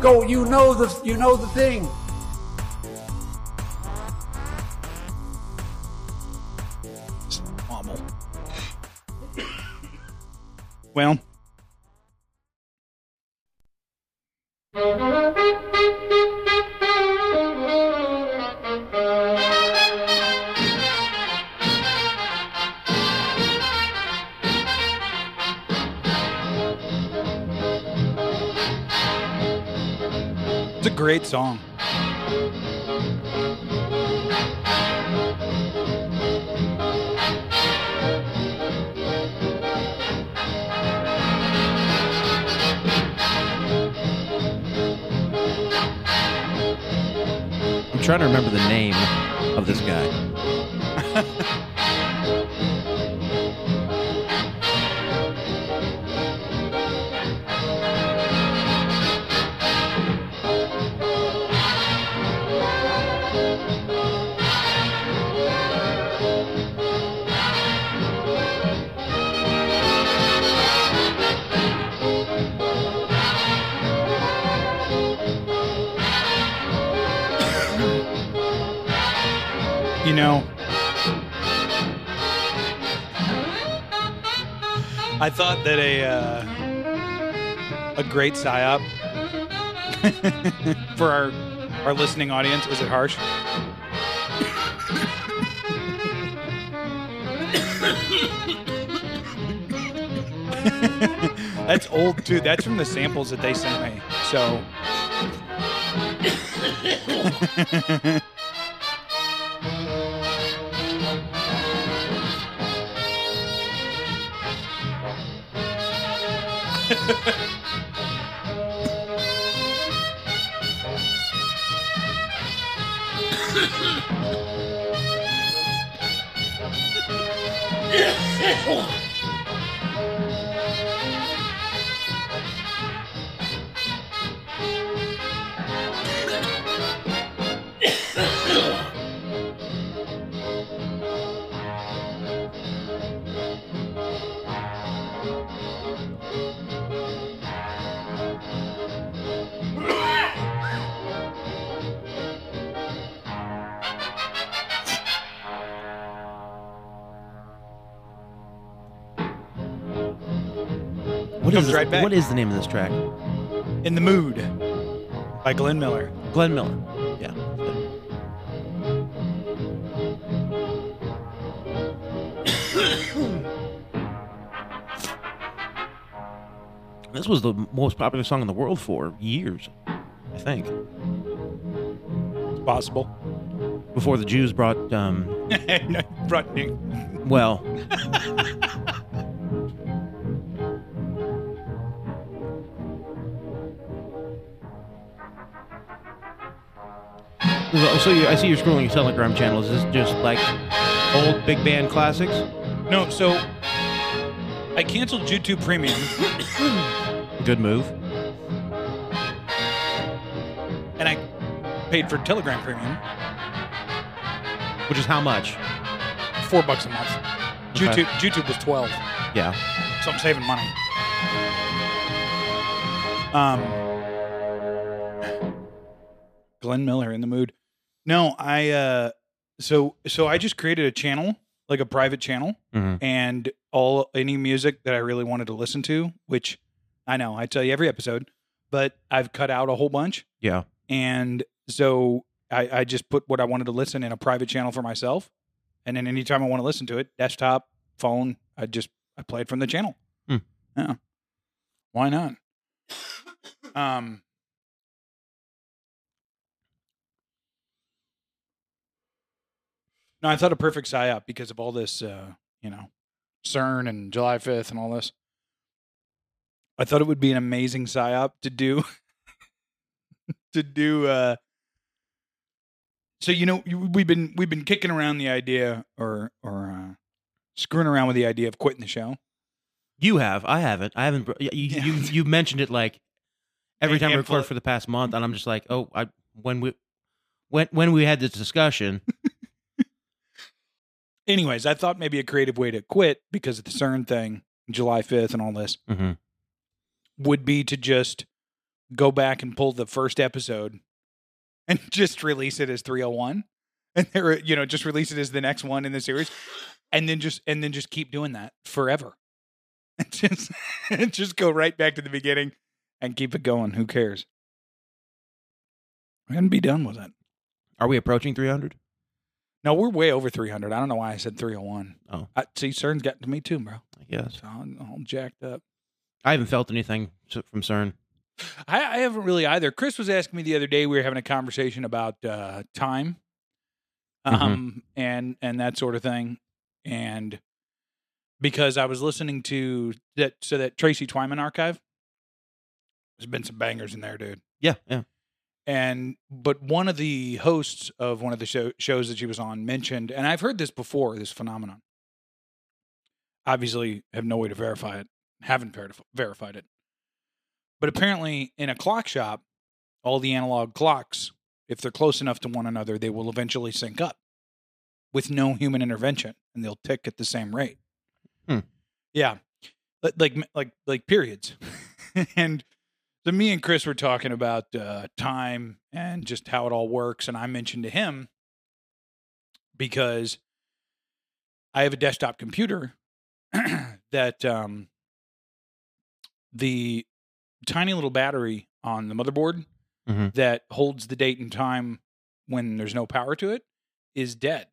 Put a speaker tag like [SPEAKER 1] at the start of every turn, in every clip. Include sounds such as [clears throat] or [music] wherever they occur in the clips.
[SPEAKER 1] Go, you know the you know the thing.
[SPEAKER 2] Well, it's a great song.
[SPEAKER 3] I'm trying to remember the name of this guy.
[SPEAKER 2] You know, I thought that a uh, a great psyop [laughs] for our our listening audience was it harsh? [laughs] That's old too. That's from the samples that they sent me. So
[SPEAKER 3] What is,
[SPEAKER 2] Comes
[SPEAKER 3] this-
[SPEAKER 2] right back.
[SPEAKER 3] what is the name of this track?
[SPEAKER 2] in the mood by Glenn Miller.
[SPEAKER 3] Glenn Miller. Yeah. [coughs] this was the most popular song in the world for years, I think.
[SPEAKER 2] It's possible. [laughs]
[SPEAKER 3] Before the Jews brought, um,
[SPEAKER 2] Brought Nick-
[SPEAKER 3] well, so you, I see you're scrolling your Telegram channel. Is this just like old big band classics?
[SPEAKER 2] No, so I canceled YouTube Premium
[SPEAKER 3] Good move.
[SPEAKER 2] and I paid for Telegram Premium,
[SPEAKER 3] Which is how much?
[SPEAKER 2] four bucks a month.
[SPEAKER 3] Okay.
[SPEAKER 2] YouTube YouTube was twelve,
[SPEAKER 3] Yeah.
[SPEAKER 2] so I'm saving money. Um, Glenn Miller in the mood. No, I uh, so so I just created a channel, like a private channel,
[SPEAKER 3] Mhm.
[SPEAKER 2] and all any music that I really wanted to listen to, which I know I tell you every episode, but I've cut out a whole bunch.
[SPEAKER 3] Yeah.
[SPEAKER 2] And so I, I just put what I wanted to listen in a private channel for myself. And then anytime I want to listen to it, desktop, phone, I just I play it from the channel.
[SPEAKER 3] Hmm.
[SPEAKER 2] Yeah. Why not? Um No, I thought a perfect psyop because of all this uh, you know, CERN and July 5th and all this. I thought it would be an amazing psyop to do to do uh so you know you- we've been we've been kicking around the idea or or uh screwing around with the idea of quitting the show.
[SPEAKER 3] You have. I haven't. I haven't. br- You you,
[SPEAKER 2] Yeah.
[SPEAKER 3] you, you mentioned it like every
[SPEAKER 2] And-
[SPEAKER 3] time we
[SPEAKER 2] and
[SPEAKER 3] record
[SPEAKER 2] full-
[SPEAKER 3] for the past month, and I'm just like, oh, I when we when when we had this discussion,
[SPEAKER 2] Anyways, I thought maybe a creative way to quit because of the CERN thing, July 5th and all this
[SPEAKER 3] Mhm.
[SPEAKER 2] would be to just go back and pull the first episode and [laughs] just release it as 301 and there you know just release it as the next one in the series and then just and then just keep doing that forever [laughs] and just and just go right back to the beginning and keep it going who cares and be done with it
[SPEAKER 3] are we approaching 300?
[SPEAKER 2] no we're way over 300 i don't know why i said 301
[SPEAKER 3] Oh.
[SPEAKER 2] I, see cern's gotten to me too bro
[SPEAKER 3] I guess
[SPEAKER 2] so i'm all jacked up
[SPEAKER 3] I haven't felt anything s- from CERN.
[SPEAKER 2] I, I haven't really either. Chris was asking me the other day. We were having a conversation about uh, time, um, and and that sort of thing, and because I was listening to that, so that Tracy Twyman archive. There's been some bangers in there, dude.
[SPEAKER 3] Yeah, yeah.
[SPEAKER 2] And but one of the hosts of one of the show, shows that she was on mentioned, and I've heard this before. This phenomenon. Obviously, have no way to verify it. Haven't verif- verified it. But apparently, in a clock shop, all the analog clocks, if they're close enough to one another, they will eventually sync up with no human intervention, and they'll tick at the same rate.
[SPEAKER 3] Hmm.
[SPEAKER 2] Yeah, Li- like like like periods. [laughs] and so me and Chris were talking about uh, time and just how it all works, and I mentioned to him because I have a desktop computer [clears throat] that um, the tiny little battery on the motherboard
[SPEAKER 3] Mhm.
[SPEAKER 2] that holds the date and time when there's no power to it is dead.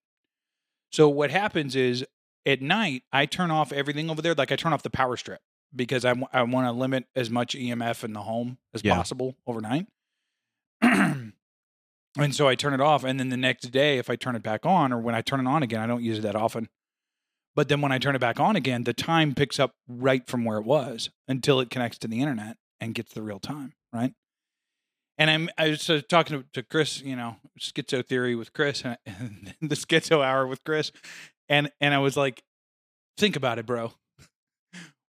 [SPEAKER 2] So what happens is at night I turn off everything over there, like I turn off the power strip because I want to limit as much EMF in the home as
[SPEAKER 3] Yeah.
[SPEAKER 2] possible overnight. [clears throat] and so I turn it off, and then the next day, if I turn it back on, or when I turn it on again, I don't use it that often. But then when I turn it back on again, the time picks up right from where it was until it connects to the internet and gets the real time, right? And I'm I was uh, talking to, to Chris, you know, schizo theory with Chris [laughs] and, and the schizo hour with Chris, and and I was like, think about it, bro.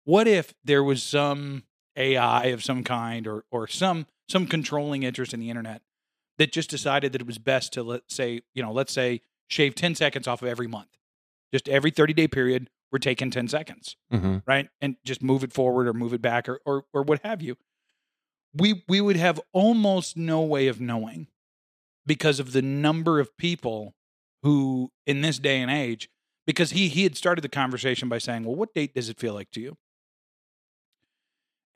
[SPEAKER 2] What if there was some AI of some kind or or some some controlling interest in the internet that just decided that it was best to let say, you know, let's say shave 10 seconds off of every month. Just every 30 day period, we're taking 10 seconds
[SPEAKER 3] Mm-hmm.
[SPEAKER 2] right? And just move it forward or move it back or or, or what have you. We we would have almost no way of knowing because of the number of people who in this day and age because he he had started the conversation by saying, "Well, what date does it feel like to you?"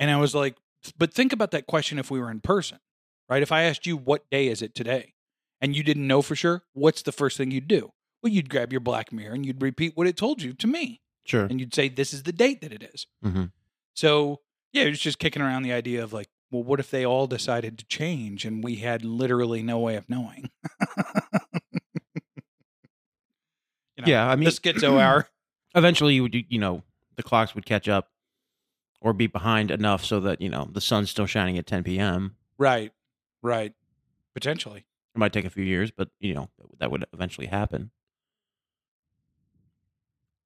[SPEAKER 2] And I was like, "But think about that question if we were in person, right? If I asked you what day is it today and you didn't know for sure, what's the first thing you'd do?" Well, you'd grab your black mirror and you'd repeat what it told you to me
[SPEAKER 3] Sure.
[SPEAKER 2] and you'd say this is the date that it is.
[SPEAKER 3] Mhm.
[SPEAKER 2] So yeah, it was just kicking around the idea of like, well, what if they all decided to change and we had literally no way of knowing? you know,
[SPEAKER 3] yeah, I mean,
[SPEAKER 2] the
[SPEAKER 3] [clears throat]
[SPEAKER 2] schizo hour.
[SPEAKER 3] eventually you would you know the clocks would catch up or be behind enough so that you know the sun's still shining at 10 p.m.
[SPEAKER 2] right, right, potentially.
[SPEAKER 3] It might take a few years, but you know that would eventually happen.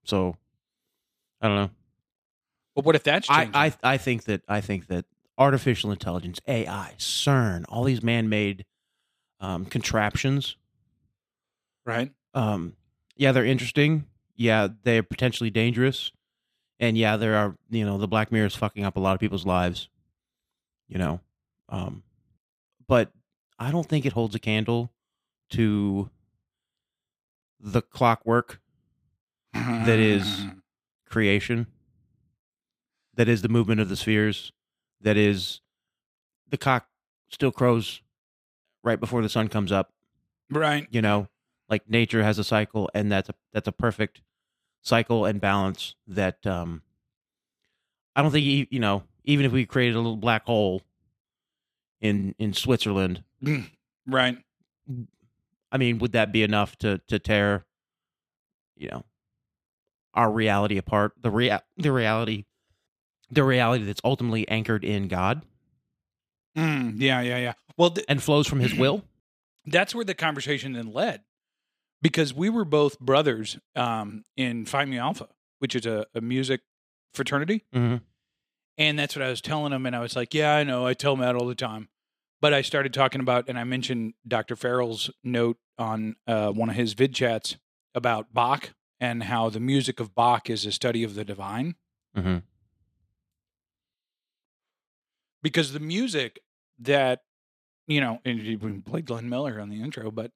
[SPEAKER 3] So I don't know.
[SPEAKER 2] But what if that's
[SPEAKER 3] I,
[SPEAKER 2] changing?
[SPEAKER 3] I I think that I think that artificial intelligence, AI, CERN, all these man-made um, contraptions.
[SPEAKER 2] right?
[SPEAKER 3] Um, yeah, they're interesting. Yeah, they're potentially dangerous, and yeah, there are you know the Black Mirror is fucking up a lot of people's lives. You know, um, but I don't think it holds a candle to the clockwork That is- creation that is the movement of the spheres that is the cock still crows right before the sun comes up
[SPEAKER 2] [laughs] right.
[SPEAKER 3] you know like nature has a cycle and that's a that's a perfect cycle and balance that um i don't think e- you know even if we created a little black hole in in switzerland
[SPEAKER 2] Right.
[SPEAKER 3] i mean would that be enough to to tear you know our reality apart, the rea- the reality the reality that's ultimately anchored in God
[SPEAKER 2] Mm, yeah, yeah, yeah. Well, th-
[SPEAKER 3] and flows from his will.
[SPEAKER 2] that's where the conversation then led because we were both brothers um, in Phi Mu Alpha, which is a, a music fraternity.
[SPEAKER 3] Mhm.
[SPEAKER 2] And that's what I was telling him. And I was like, yeah, I know. I tell him that all the time. But I started talking about, and I mentioned Dr. Farrell's note on uh, one of his vid chats about Bach and how the music of Bach is a study of the divine.
[SPEAKER 3] Mhm.
[SPEAKER 2] Because the music that, you know, and you we played Glenn Miller on the intro, but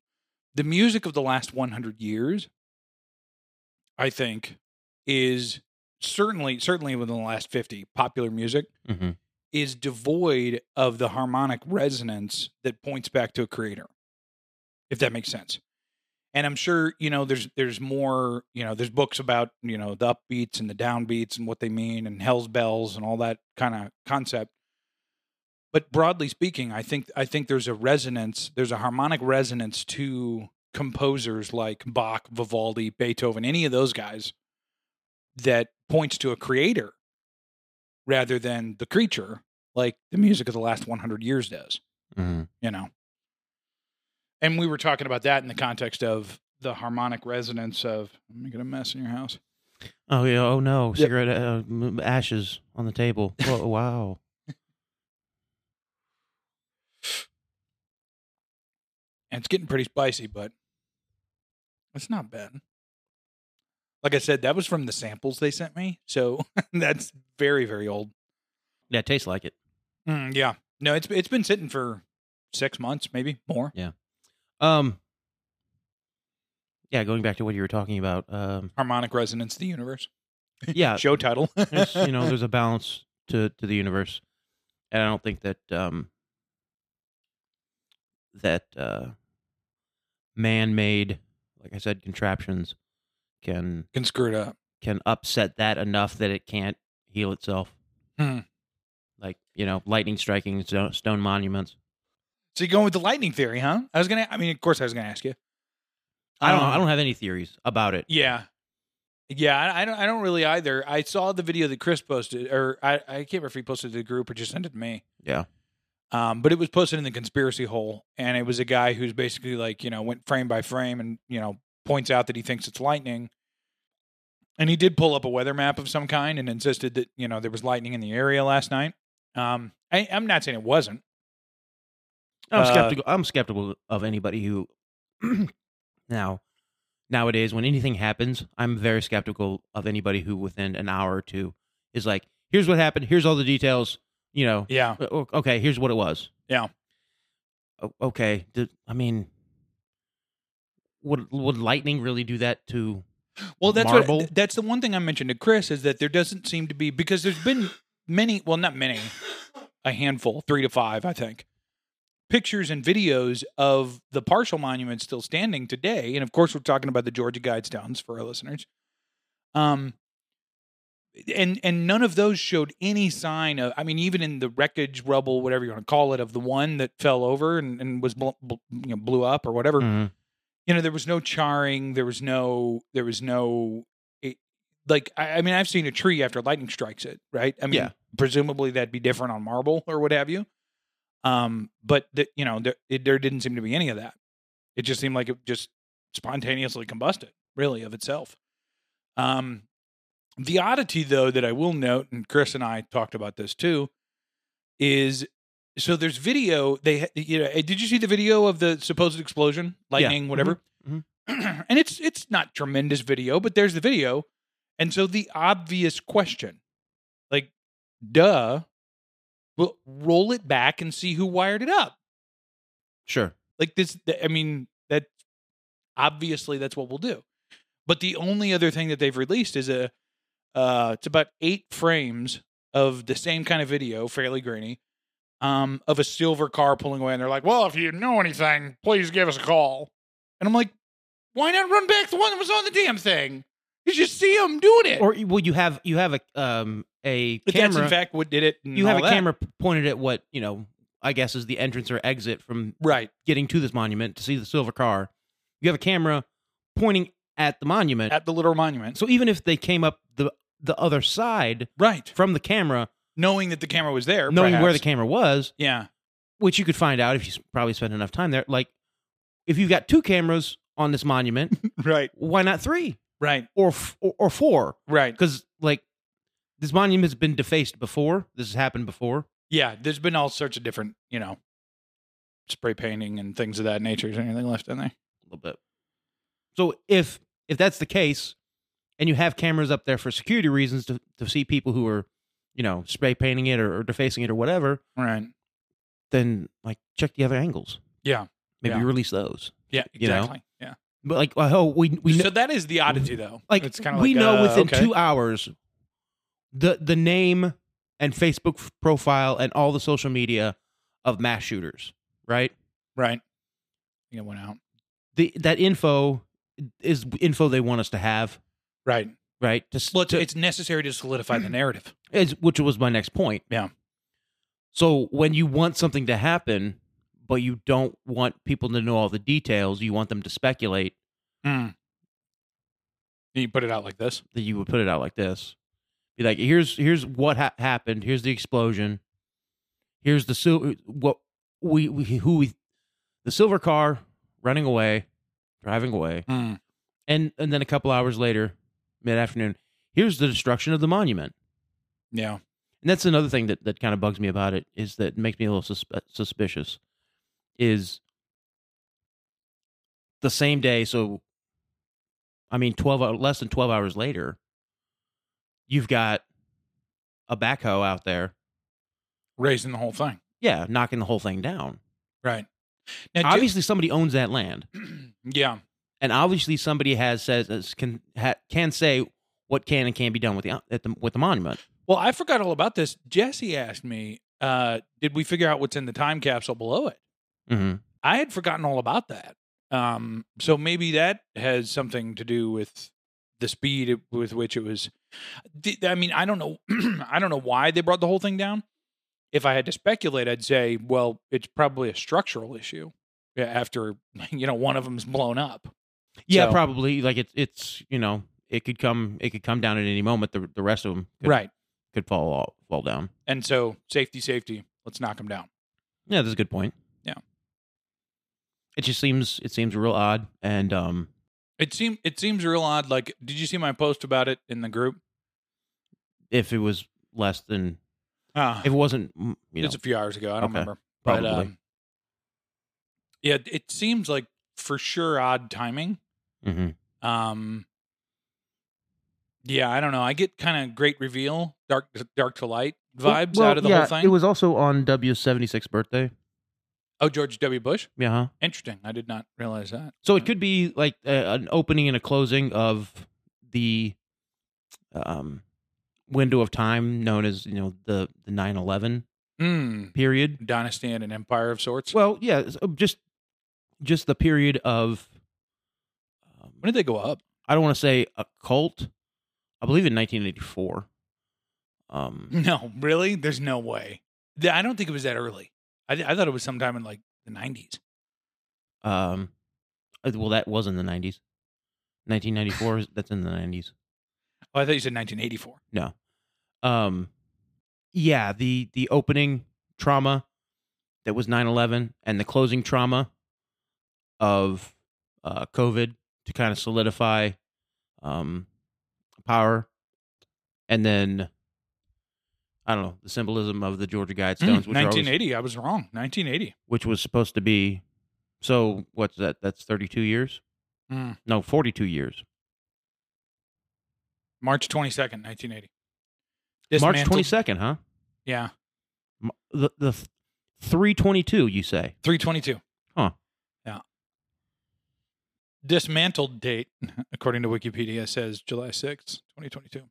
[SPEAKER 2] the music of the last 100 years, I think, is certainly, certainly within the last 50, popular music
[SPEAKER 3] Mhm.
[SPEAKER 2] is devoid of the harmonic resonance that points back to a creator if that makes sense and i'm sure you know there's there's more you know there's books about you know the upbeats and the downbeats and what they mean and hell's bells and all that kind of concept but broadly speaking i think i think there's a resonance there's a harmonic resonance to composers like bach vivaldi beethoven any of those guys that points to a creator rather than the creature like the music of the last 100 years does
[SPEAKER 3] Mhm.
[SPEAKER 2] you know and we were talking about that in the context of the harmonic resonance of i'm making a mess in your house
[SPEAKER 3] Oh yeah, oh no,
[SPEAKER 2] Yep.
[SPEAKER 3] cigarette uh, m- ashes on the [laughs] table. Whoa, wow.
[SPEAKER 2] and it's getting pretty spicy but it's not bad like i said that was from the samples they sent me so [laughs] that's very very old
[SPEAKER 3] Yeah, it tastes like it.
[SPEAKER 2] Mm, yeah no it's it's been sitting for six months maybe more
[SPEAKER 3] Um Yeah, going back to what you were talking about. [laughs] Um
[SPEAKER 2] harmonic resonance of the universe
[SPEAKER 3] yeah,
[SPEAKER 2] show title [laughs]
[SPEAKER 3] there's, you know, [laughs] there's a balance to to the universe, and I don't think that um that uh man-made, like I said, contraptions can
[SPEAKER 2] can screw it up
[SPEAKER 3] can upset that enough that it can't heal itself.
[SPEAKER 2] Hmm.
[SPEAKER 3] Like you know, lightning striking sto- stone monuments.
[SPEAKER 2] So you're going with the lightning theory, huh? I was gonna. I mean, of course, I was gonna ask you.
[SPEAKER 3] I don't.
[SPEAKER 2] Um,
[SPEAKER 3] I don't have any theories about it.
[SPEAKER 2] Yeah, yeah. I, I don't. I don't really either. I saw the video that Chris posted, or I, I can't remember if he posted to the group or just sent it to me.
[SPEAKER 3] Yeah.
[SPEAKER 2] Um, but it was posted in the conspiracy hole, and it was a guy who's basically like you know went frame by frame and you know points out that he thinks it's lightning. And he did pull up a weather map of some kind and insisted that you know there was lightning in the area last night. Um, I, I'm not saying it wasn't.
[SPEAKER 3] I'm
[SPEAKER 2] Uh,
[SPEAKER 3] skeptical. I'm skeptical of anybody who [clears throat] now nowadays when anything happens, I'm very skeptical of anybody who within an hour or two is like, "Here's what happened. Here's all the details." You know,
[SPEAKER 2] Yeah,
[SPEAKER 3] o- o- okay, here's what it was.
[SPEAKER 2] Yeah.
[SPEAKER 3] O- Okay, did, I mean, would would lightning really do that to?
[SPEAKER 2] Well, that's
[SPEAKER 3] marble.
[SPEAKER 2] what that's the one thing I mentioned to Chris is that there doesn't seem to be because there's been many, well, not many, a handful, three to five, I think, pictures and videos of the partial monument still standing today, and of course, we're talking about the Georgia Guidestones for our listeners. Um, and and none of those showed any sign of. I mean, even in the wreckage, rubble, whatever you want to call it, of the one that fell over and, and was bl- bl- you know, blew up or whatever
[SPEAKER 3] Mm-hmm.
[SPEAKER 2] you know there was no charring there was no there was no it, like I, I mean i've seen a tree after lightning strikes it right i mean
[SPEAKER 3] Yeah.
[SPEAKER 2] presumably that'd be different on marble or what have you um but the, you know there, it, there didn't seem to be any of that it just seemed like it just spontaneously combusted really of itself um the oddity though that i will note and chris and i talked about this too is so there's video they you know did you see the video of the supposed explosion lightning
[SPEAKER 3] Mhm.
[SPEAKER 2] whatever
[SPEAKER 3] Mhm.
[SPEAKER 2] [clears throat] and it's it's not tremendous video but there's the video and so the obvious question like duh well roll it back and see who wired it up
[SPEAKER 3] Sure.
[SPEAKER 2] like this th- i mean that obviously that's what we'll do but the only other thing that they've released is a uh it's about eight frames of the same kind of video fairly grainy um of a silver car pulling away and they're like well if you know anything please give us a call and i'm like why not run back the one that was on the damn thing did you see him doing it
[SPEAKER 3] Or well, you have you have a um a
[SPEAKER 2] but
[SPEAKER 3] camera.
[SPEAKER 2] that's in fact what did it and
[SPEAKER 3] you have a
[SPEAKER 2] all that.
[SPEAKER 3] camera p- pointed at what you know. I guess is the entrance or exit from
[SPEAKER 2] right
[SPEAKER 3] getting to this monument to see the silver car. You have a camera pointing at the monument.
[SPEAKER 2] at the little monument.
[SPEAKER 3] so even if they came up the the other side
[SPEAKER 2] right,
[SPEAKER 3] from the camera,
[SPEAKER 2] knowing that the camera was there,
[SPEAKER 3] knowing where the
[SPEAKER 2] perhaps.
[SPEAKER 3] camera was, [laughs]
[SPEAKER 2] yeah,
[SPEAKER 3] which you could find out if you s- probably spent enough time there. Like, if you've got two cameras on this monument,
[SPEAKER 2] [laughs] right,
[SPEAKER 3] why not three
[SPEAKER 2] right,
[SPEAKER 3] or f- or, or four?
[SPEAKER 2] right.
[SPEAKER 3] Because like this monument has been defaced before. This has happened before.
[SPEAKER 2] Yeah, there's been all sorts of different, you know, spray painting and things of that nature. Is there anything left in there?
[SPEAKER 3] a little bit. So if if that's the case, and you have cameras up there for security reasons to, to see people who are, you know, spray painting it or, or defacing it or whatever,
[SPEAKER 2] Right.
[SPEAKER 3] then like check the other angles.
[SPEAKER 2] Yeah.
[SPEAKER 3] Maybe
[SPEAKER 2] Yeah.
[SPEAKER 3] release those.
[SPEAKER 2] Yeah.
[SPEAKER 3] You know?
[SPEAKER 2] Exactly. Yeah.
[SPEAKER 3] But like, oh, we we know,
[SPEAKER 2] so that is the oddity, though.
[SPEAKER 3] like
[SPEAKER 2] it's kind of
[SPEAKER 3] we know
[SPEAKER 2] uh,
[SPEAKER 3] within
[SPEAKER 2] okay.
[SPEAKER 3] two hours, the the name and Facebook f- profile and all the social media of mass shooters, right?
[SPEAKER 2] Right. I think it went out.
[SPEAKER 3] The that info is info they want us to have,
[SPEAKER 2] Right.
[SPEAKER 3] right? Mm. To, s-
[SPEAKER 2] Well, it's,
[SPEAKER 3] to-
[SPEAKER 2] it's necessary to solidify the narrative.
[SPEAKER 3] is which was my next point.
[SPEAKER 2] Yeah.
[SPEAKER 3] So when you want something to happen, but you don't want people to know all the details, you want them to speculate
[SPEAKER 2] Mm. You put it out like this.
[SPEAKER 3] that you would put it out like this. Be like, here's here's what ha- happened. Here's the explosion. Here's the sil- what we, we who we the silver car running away, driving away,
[SPEAKER 2] Mm.
[SPEAKER 3] and and then a couple hours later, mid afternoon, here's the destruction of the monument.
[SPEAKER 2] Yeah.
[SPEAKER 3] and that's another thing that, that kind of bugs me about it is that it makes me a little susp- suspicious is the same day so i mean 12 hou- less than 12 hours later you've got a backhoe out there
[SPEAKER 2] Raising the whole thing.
[SPEAKER 3] yeah knocking the whole thing down
[SPEAKER 2] Right. Now, do-
[SPEAKER 3] obviously somebody owns that land
[SPEAKER 2] [clears throat] yeah.
[SPEAKER 3] and obviously somebody has says is- can ha, can say what can and can't be done with the uh, at the with the monument
[SPEAKER 2] Well, I forgot all about this. Jesse asked me, uh, did we figure out what's in the time capsule below it?
[SPEAKER 3] mm-hmm.
[SPEAKER 2] I had forgotten all about that. Um, so maybe that has something to do with the speed it- with which it was. D- I mean, I don't know. [clears throat] I don't know why they brought the whole thing down. If I had to speculate, I'd say, well, it's probably a structural issue. Yeah, after [laughs] you know one of them's blown up.
[SPEAKER 3] Yeah,
[SPEAKER 2] So-
[SPEAKER 3] probably. Like it's it's you know it could come it could come down at any moment. The the rest of them could,
[SPEAKER 2] Right.
[SPEAKER 3] could fall all, fall down.
[SPEAKER 2] And so safety, safety. Let's knock them down.
[SPEAKER 3] Yeah, that's a good point.
[SPEAKER 2] Yeah.
[SPEAKER 3] It just seems it seems real odd, and um,
[SPEAKER 2] It seem it seems real odd. Like, did you see my post about it in the group?
[SPEAKER 3] if it was less than
[SPEAKER 2] Uh,
[SPEAKER 3] if it wasn't, mm, you know,
[SPEAKER 2] it's a few hours ago. I don't
[SPEAKER 3] Okay.
[SPEAKER 2] remember.
[SPEAKER 3] probably.
[SPEAKER 2] But, um, yeah, it seems like for sure odd timing.
[SPEAKER 3] hmm
[SPEAKER 2] Um, yeah, I don't know. I get kind of great reveal, dark dark to light vibes out of the whole thing.
[SPEAKER 3] It was also on W 76th birthday.
[SPEAKER 2] oh, George W. Bush.
[SPEAKER 3] Yeah. huh?
[SPEAKER 2] Interesting. I did not realize that.
[SPEAKER 3] So it could be like a, an opening and a closing of the um window of time known as you know the the 9/11
[SPEAKER 2] Mm,
[SPEAKER 3] period.
[SPEAKER 2] dynasty and an empire of sorts.
[SPEAKER 3] Well, yeah, so just just the period of.
[SPEAKER 2] when
[SPEAKER 3] Um,
[SPEAKER 2] did they go up? [laughs]
[SPEAKER 3] I don't want to say a cult. I believe in 1984. Um,
[SPEAKER 2] No, really? There's no way. Th- I don't think it was that early. I, th- I thought it was sometime in like the 90s.
[SPEAKER 3] um, uh, well, that was in the 90s. 1994. is- that's in the 90s.
[SPEAKER 2] Oh, I thought you said 1984.
[SPEAKER 3] Um, yeah, the the opening trauma that was 9/11 and the closing trauma of uh, COVID to kind of solidify um, power, and then I don't know the symbolism of the Georgia Guidestones,
[SPEAKER 2] Mm,
[SPEAKER 3] which, are always-
[SPEAKER 2] 1980. I was wrong. 1980.
[SPEAKER 3] which was supposed to be. So what's that? That's 32 years.
[SPEAKER 2] Mm.
[SPEAKER 3] No, 42 years.
[SPEAKER 2] March 22nd, 1980.
[SPEAKER 3] March 22nd, huh?
[SPEAKER 2] Yeah.
[SPEAKER 3] M- The the 322, you say?
[SPEAKER 2] 322.
[SPEAKER 3] Huh.
[SPEAKER 2] Yeah. Dismantled date, [laughs] according to Wikipedia, says July 6th, 2022.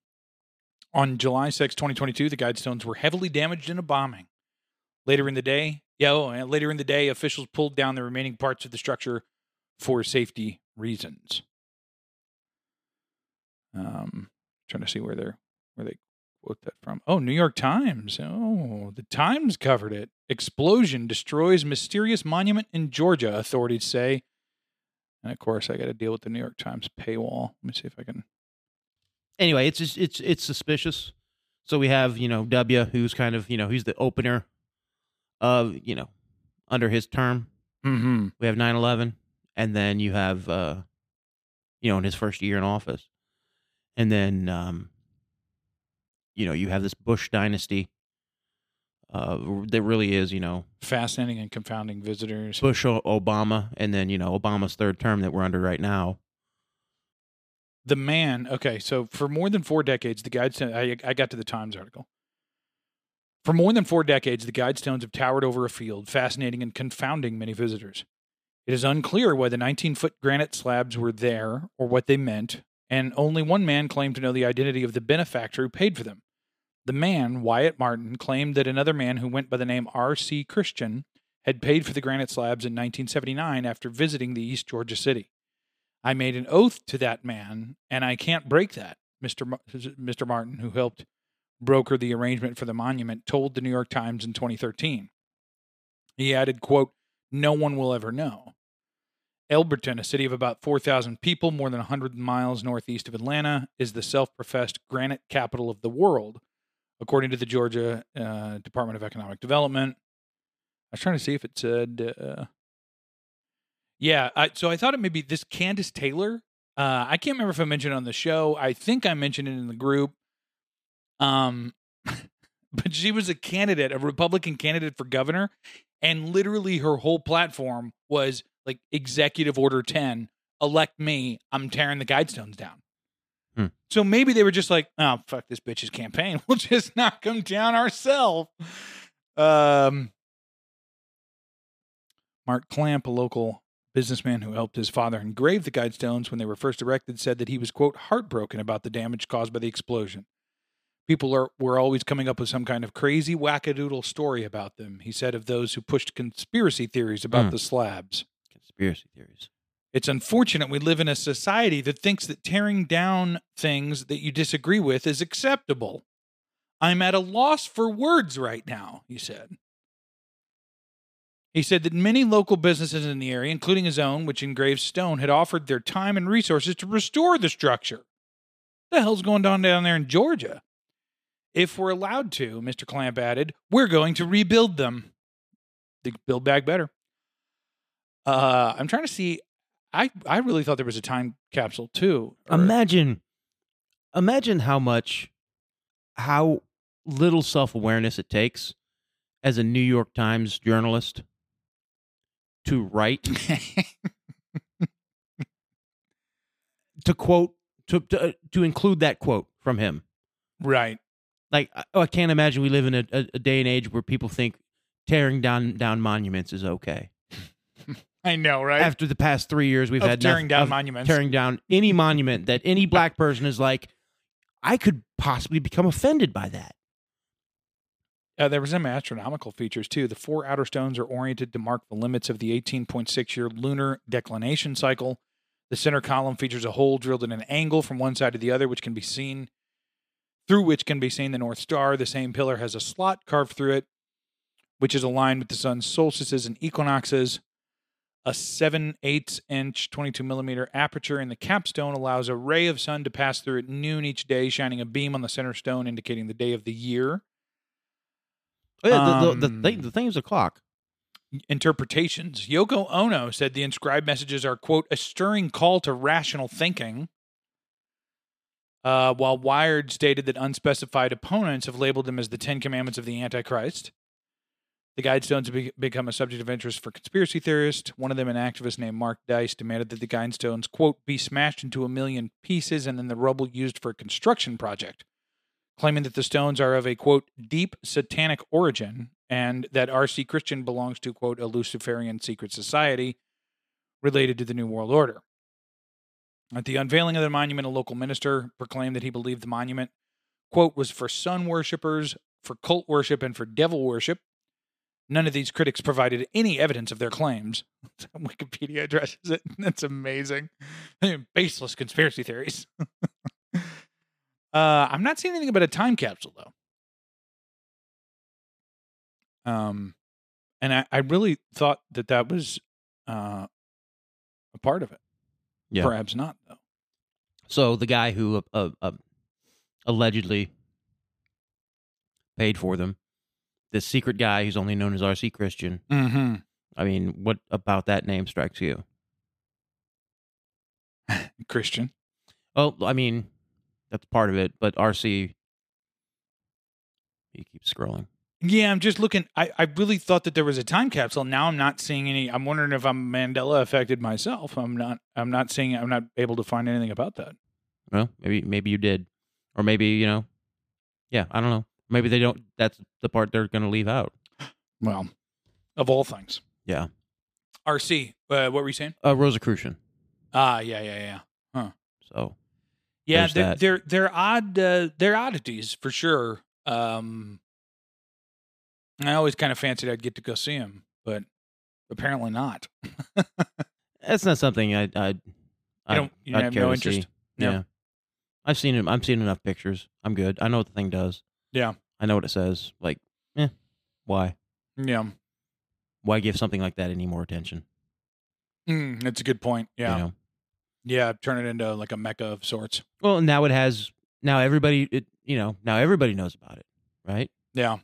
[SPEAKER 2] On July 6th, 2022, the Guidestones were heavily damaged in a bombing. Later in the day, yeah, oh, and later in the day, officials pulled down the remaining parts of the structure for safety reasons. Um, trying to see where they're where they quote that from? Oh, New York Times. Oh, the Times covered it. Explosion destroys mysterious monument in Georgia, authorities say. And of course, I got to deal with the New York Times paywall. Let me see if I can.
[SPEAKER 3] anyway, it's just, it's it's suspicious. So we have you know W, who's kind of you know he's the opener of you know under his term.
[SPEAKER 2] Mm-hmm.
[SPEAKER 3] We have 9/11, and then you have uh, you know in his first year in office, and then um, you know you have this Bush dynasty. Uh, that really is you know
[SPEAKER 2] Fascinating and confounding visitors.
[SPEAKER 3] Bush, O- Obama, and then you know Obama's third term that we're under right now.
[SPEAKER 2] the man okay so for more than four decades the guidestones I, I got to the times article for more than four decades the guidestones have towered over a field fascinating and confounding many visitors it is unclear why the 19 foot granite slabs were there or what they meant and only one man claimed to know the identity of the benefactor who paid for them the man wyatt martin claimed that another man who went by the name r.c christian had paid for the granite slabs in 1979 after visiting the east georgia city I made an oath to that man, and I can't break that. Mr. Mar- Mr. Martin, who helped broker the arrangement for the monument, told the New York Times in 2013. He added, quote, "No one will ever know." Elberton, a city of about 4,000 people, more than 100 miles northeast of Atlanta, is the self-professed granite capital of the world, according to the Georgia uh, Department of Economic Development. I was trying to see if it said. Uh, yeah, I, so I thought it may be this Candace Taylor. Uh, I can't remember if I mentioned it on the show. I think I mentioned it in the group. Um, [laughs] but she was a candidate, a Republican candidate for governor, and literally her whole platform was like Executive Order Ten: Elect me, I'm tearing the Guidestones down.
[SPEAKER 3] Hmm.
[SPEAKER 2] So maybe they were just like, "Oh fuck this bitch's campaign. [laughs] We'll just knock them down ourselves." Um, Mark Clamp, a local businessman who helped his father engrave the guidestones when they were first erected said that he was quote heartbroken about the damage caused by the explosion people are were always coming up with some kind of crazy wackadoodle story about them he said of those who pushed conspiracy theories about
[SPEAKER 3] Hmm.
[SPEAKER 2] the slabs
[SPEAKER 3] Conspiracy theories.
[SPEAKER 2] it's unfortunate we live in a society that thinks that tearing down things that you disagree with is acceptable i'm at a loss for words right now he said he said that many local businesses in the area, including his own, which engraves stone, had offered their time and resources to restore the structure. The hell's going on down there in Georgia? If we're allowed to, Mr. Clamp added, we're going to rebuild them. They build back better. Uh, I'm trying to see. I I really thought there was a time capsule too. or-
[SPEAKER 3] imagine imagine how much how little self-awareness it takes as a new york times journalist to write to quote to to, uh, to include that quote from him
[SPEAKER 2] [laughs] right.
[SPEAKER 3] like I- oh, i can't imagine we live in a, a, a day and age where people think tearing down down monuments is okay
[SPEAKER 2] I know, right?
[SPEAKER 3] after the past three years we've
[SPEAKER 2] Of
[SPEAKER 3] had
[SPEAKER 2] tearing
[SPEAKER 3] noth-
[SPEAKER 2] down
[SPEAKER 3] of
[SPEAKER 2] monuments.
[SPEAKER 3] tearing down any monument that any black person is like i could possibly become offended by that
[SPEAKER 2] Uh, there were some astronomical features too. The four outer stones are oriented to mark the limits of the 18.6 year lunar declination cycle. The center column features a hole drilled at an angle from one side to the other, which can be seen through which can be seen the North Star. The same pillar has a slot carved through it, which is aligned with the sun's solstices and equinoxes. A 7 8 inch 22 millimeter aperture in the capstone allows a ray of sun to pass through at noon each day, shining a beam on the center stone, indicating the day of the year.
[SPEAKER 3] Oh, yeah, the, the, the,
[SPEAKER 2] Um,
[SPEAKER 3] thing, the thing is a clock
[SPEAKER 2] interpretations. Yoko Ono said the inscribed messages are, quote, a stirring call to rational thinking. Uh, while Wired stated that unspecified opponents have labeled them as the Ten Commandments of the Antichrist. The Guidestones have be- become a subject of interest for conspiracy theorists. One of them, an activist named Mark Dice, demanded that the Guidestones, quote, be smashed into a million pieces and then the rubble used for a construction project claiming that the stones are of a quote deep satanic origin and that RC Christian belongs to quote a Luciferian secret society related to the New World Order. At the unveiling of the monument, a local minister proclaimed that he believed the monument quote was for sun worshippers, for cult worship, and for devil worship. None of these critics provided any evidence of their claims. [laughs] Wikipedia addresses it. That's amazing. [laughs] Baseless conspiracy theories. Uh, I'm not seeing anything about a time capsule though. Um, and I, I really thought that that was uh, a part of it.
[SPEAKER 3] Yeah.
[SPEAKER 2] Perhaps not, though.
[SPEAKER 3] So the guy who uh, uh, uh, allegedly paid for them, this secret guy who's only known as RC Christian.
[SPEAKER 2] Mm-hmm.
[SPEAKER 3] I mean, what about that name strikes you?
[SPEAKER 2] Christian.
[SPEAKER 3] Oh, I mean, that's part of it, but RC. He keeps scrolling.
[SPEAKER 2] Yeah, I'm just looking. I, I really thought that there was a time capsule. Now I'm not seeing any. I'm wondering if I'm Mandela affected myself. I'm not. I'm not seeing. I'm not able to find anything about that.
[SPEAKER 3] Well, maybe maybe you did, or maybe you know, yeah, I don't know. Maybe they don't. That's the part they're going to leave out.
[SPEAKER 2] Well, of all things.
[SPEAKER 3] Yeah.
[SPEAKER 2] RC, uh, what were you saying?
[SPEAKER 3] Uh, Rosicrucian.
[SPEAKER 2] Ah, yeah, yeah, yeah.
[SPEAKER 3] So
[SPEAKER 2] Yeah,
[SPEAKER 3] There's
[SPEAKER 2] they're,
[SPEAKER 3] that.
[SPEAKER 2] they're they're odd. Uh, they're oddities for sure. Um, I always kind of fancied I'd get to go see him, but apparently not.
[SPEAKER 3] that's not something I I I
[SPEAKER 2] don't- you have no interest? No.
[SPEAKER 3] Yeah. I've seen him. I've seen enough pictures. I'm good. I know what the thing does.
[SPEAKER 2] Yeah.
[SPEAKER 3] I know what it says. Like, eh, why?
[SPEAKER 2] Yeah,
[SPEAKER 3] Why give something like that any more attention?
[SPEAKER 2] mm, that's a good point. Yeah,
[SPEAKER 3] You know?
[SPEAKER 2] yeah. Turn it into like a mecca of sorts.
[SPEAKER 3] Well, now it has. Now everybody, it, you know, now everybody knows about it, right?
[SPEAKER 2] Yeah.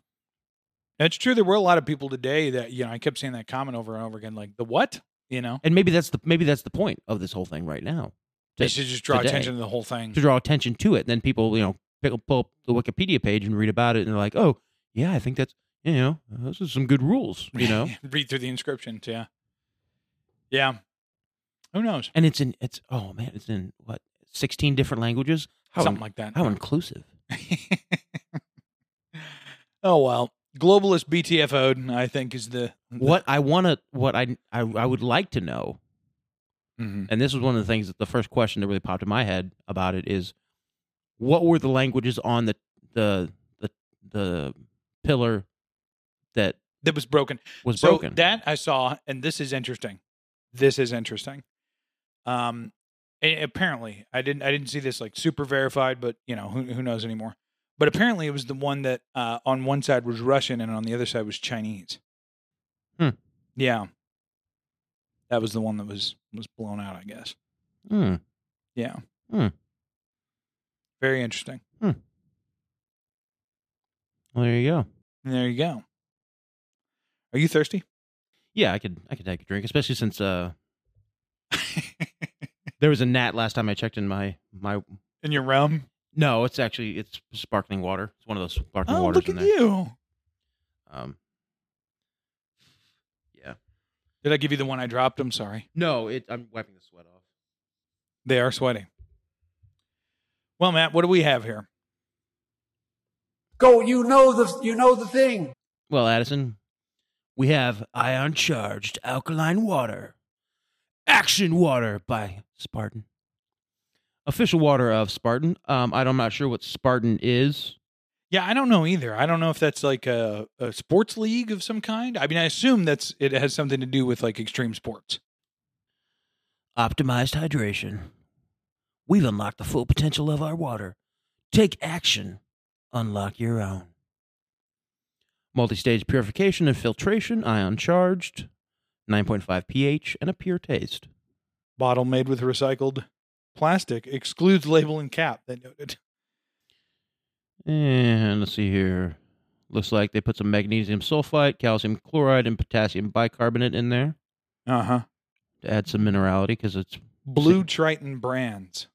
[SPEAKER 2] That's true. There were a lot of people today that, you know, I kept seeing that comment over and over again, like, the what? You know?
[SPEAKER 3] And maybe that's the maybe that's the point of this whole thing right now
[SPEAKER 2] They
[SPEAKER 3] Just
[SPEAKER 2] should just draw
[SPEAKER 3] today.
[SPEAKER 2] attention to the whole thing.
[SPEAKER 3] to draw attention to it. Then people, you know, pick up, pull up the Wikipedia page and read about it, and they're like, oh yeah, I think that's you know, those are some good rules, you
[SPEAKER 2] [laughs]
[SPEAKER 3] know.
[SPEAKER 2] Read through the inscriptions. Yeah. Yeah. Who knows?
[SPEAKER 3] and it's in it's oh man it's in what 16 different languages how
[SPEAKER 2] Something
[SPEAKER 3] in-
[SPEAKER 2] like that.
[SPEAKER 3] how inclusive
[SPEAKER 2] [laughs] oh, well. Globalist BTFO'd, I think, is the.
[SPEAKER 3] what i want to what I, I i would like to know
[SPEAKER 2] Mhm.
[SPEAKER 3] and this was one of the things that the first question that really popped in my head about it is what were the languages on the the the, the pillar that
[SPEAKER 2] That was broken.
[SPEAKER 3] was
[SPEAKER 2] so
[SPEAKER 3] broken
[SPEAKER 2] that I saw, and this is interesting. This is interesting. Um, a- apparently, I didn't I didn't see this like super verified, but you know who who knows anymore. But apparently, it was the one that uh, on one side was Russian and on the other side was Chinese.
[SPEAKER 3] Hmm.
[SPEAKER 2] Yeah, that was the one that was was blown out. I guess.
[SPEAKER 3] Hmm.
[SPEAKER 2] Yeah.
[SPEAKER 3] Hmm.
[SPEAKER 2] Very interesting.
[SPEAKER 3] well there you go
[SPEAKER 2] And there you go. Are you thirsty?
[SPEAKER 3] yeah i could i could take a drink especially since
[SPEAKER 2] [laughs]
[SPEAKER 3] uh there was a gnat last time i checked in my my
[SPEAKER 2] In your realm?
[SPEAKER 3] no it's actually it's sparkling water it's one of those sparkling
[SPEAKER 2] Oh,
[SPEAKER 3] waters
[SPEAKER 2] look
[SPEAKER 3] in
[SPEAKER 2] at
[SPEAKER 3] there
[SPEAKER 2] you!
[SPEAKER 3] Um,
[SPEAKER 2] Did I give you the one I dropped? I'm sorry.
[SPEAKER 3] no, it. I'm wiping the sweat off.
[SPEAKER 2] They are sweating. Well, Matt, what do we have here?
[SPEAKER 1] Go, you know the you know the thing.
[SPEAKER 3] Well, Addison, we have ion charged alkaline water, Action Water by Spartan, official water of Spartan. Um, I don't- I'm not sure what Spartan is.
[SPEAKER 2] Yeah, I don't know either. I don't know if that's like a, a sports league of some kind. I mean, I assume that's it has something to do with like extreme sports.
[SPEAKER 3] Optimized hydration. We've unlocked the full potential of our water. Take action. Unlock your own. Multi stage purification and filtration, ion charged, 9.5 pH, and a pure taste.
[SPEAKER 2] Bottle made with recycled plastic excludes label and cap. That noted.
[SPEAKER 3] And let's see here. Looks like they put some magnesium sulfite, calcium chloride, and potassium bicarbonate in there
[SPEAKER 2] Uh huh.
[SPEAKER 3] to add some minerality because it's
[SPEAKER 2] Blue Triton Brands.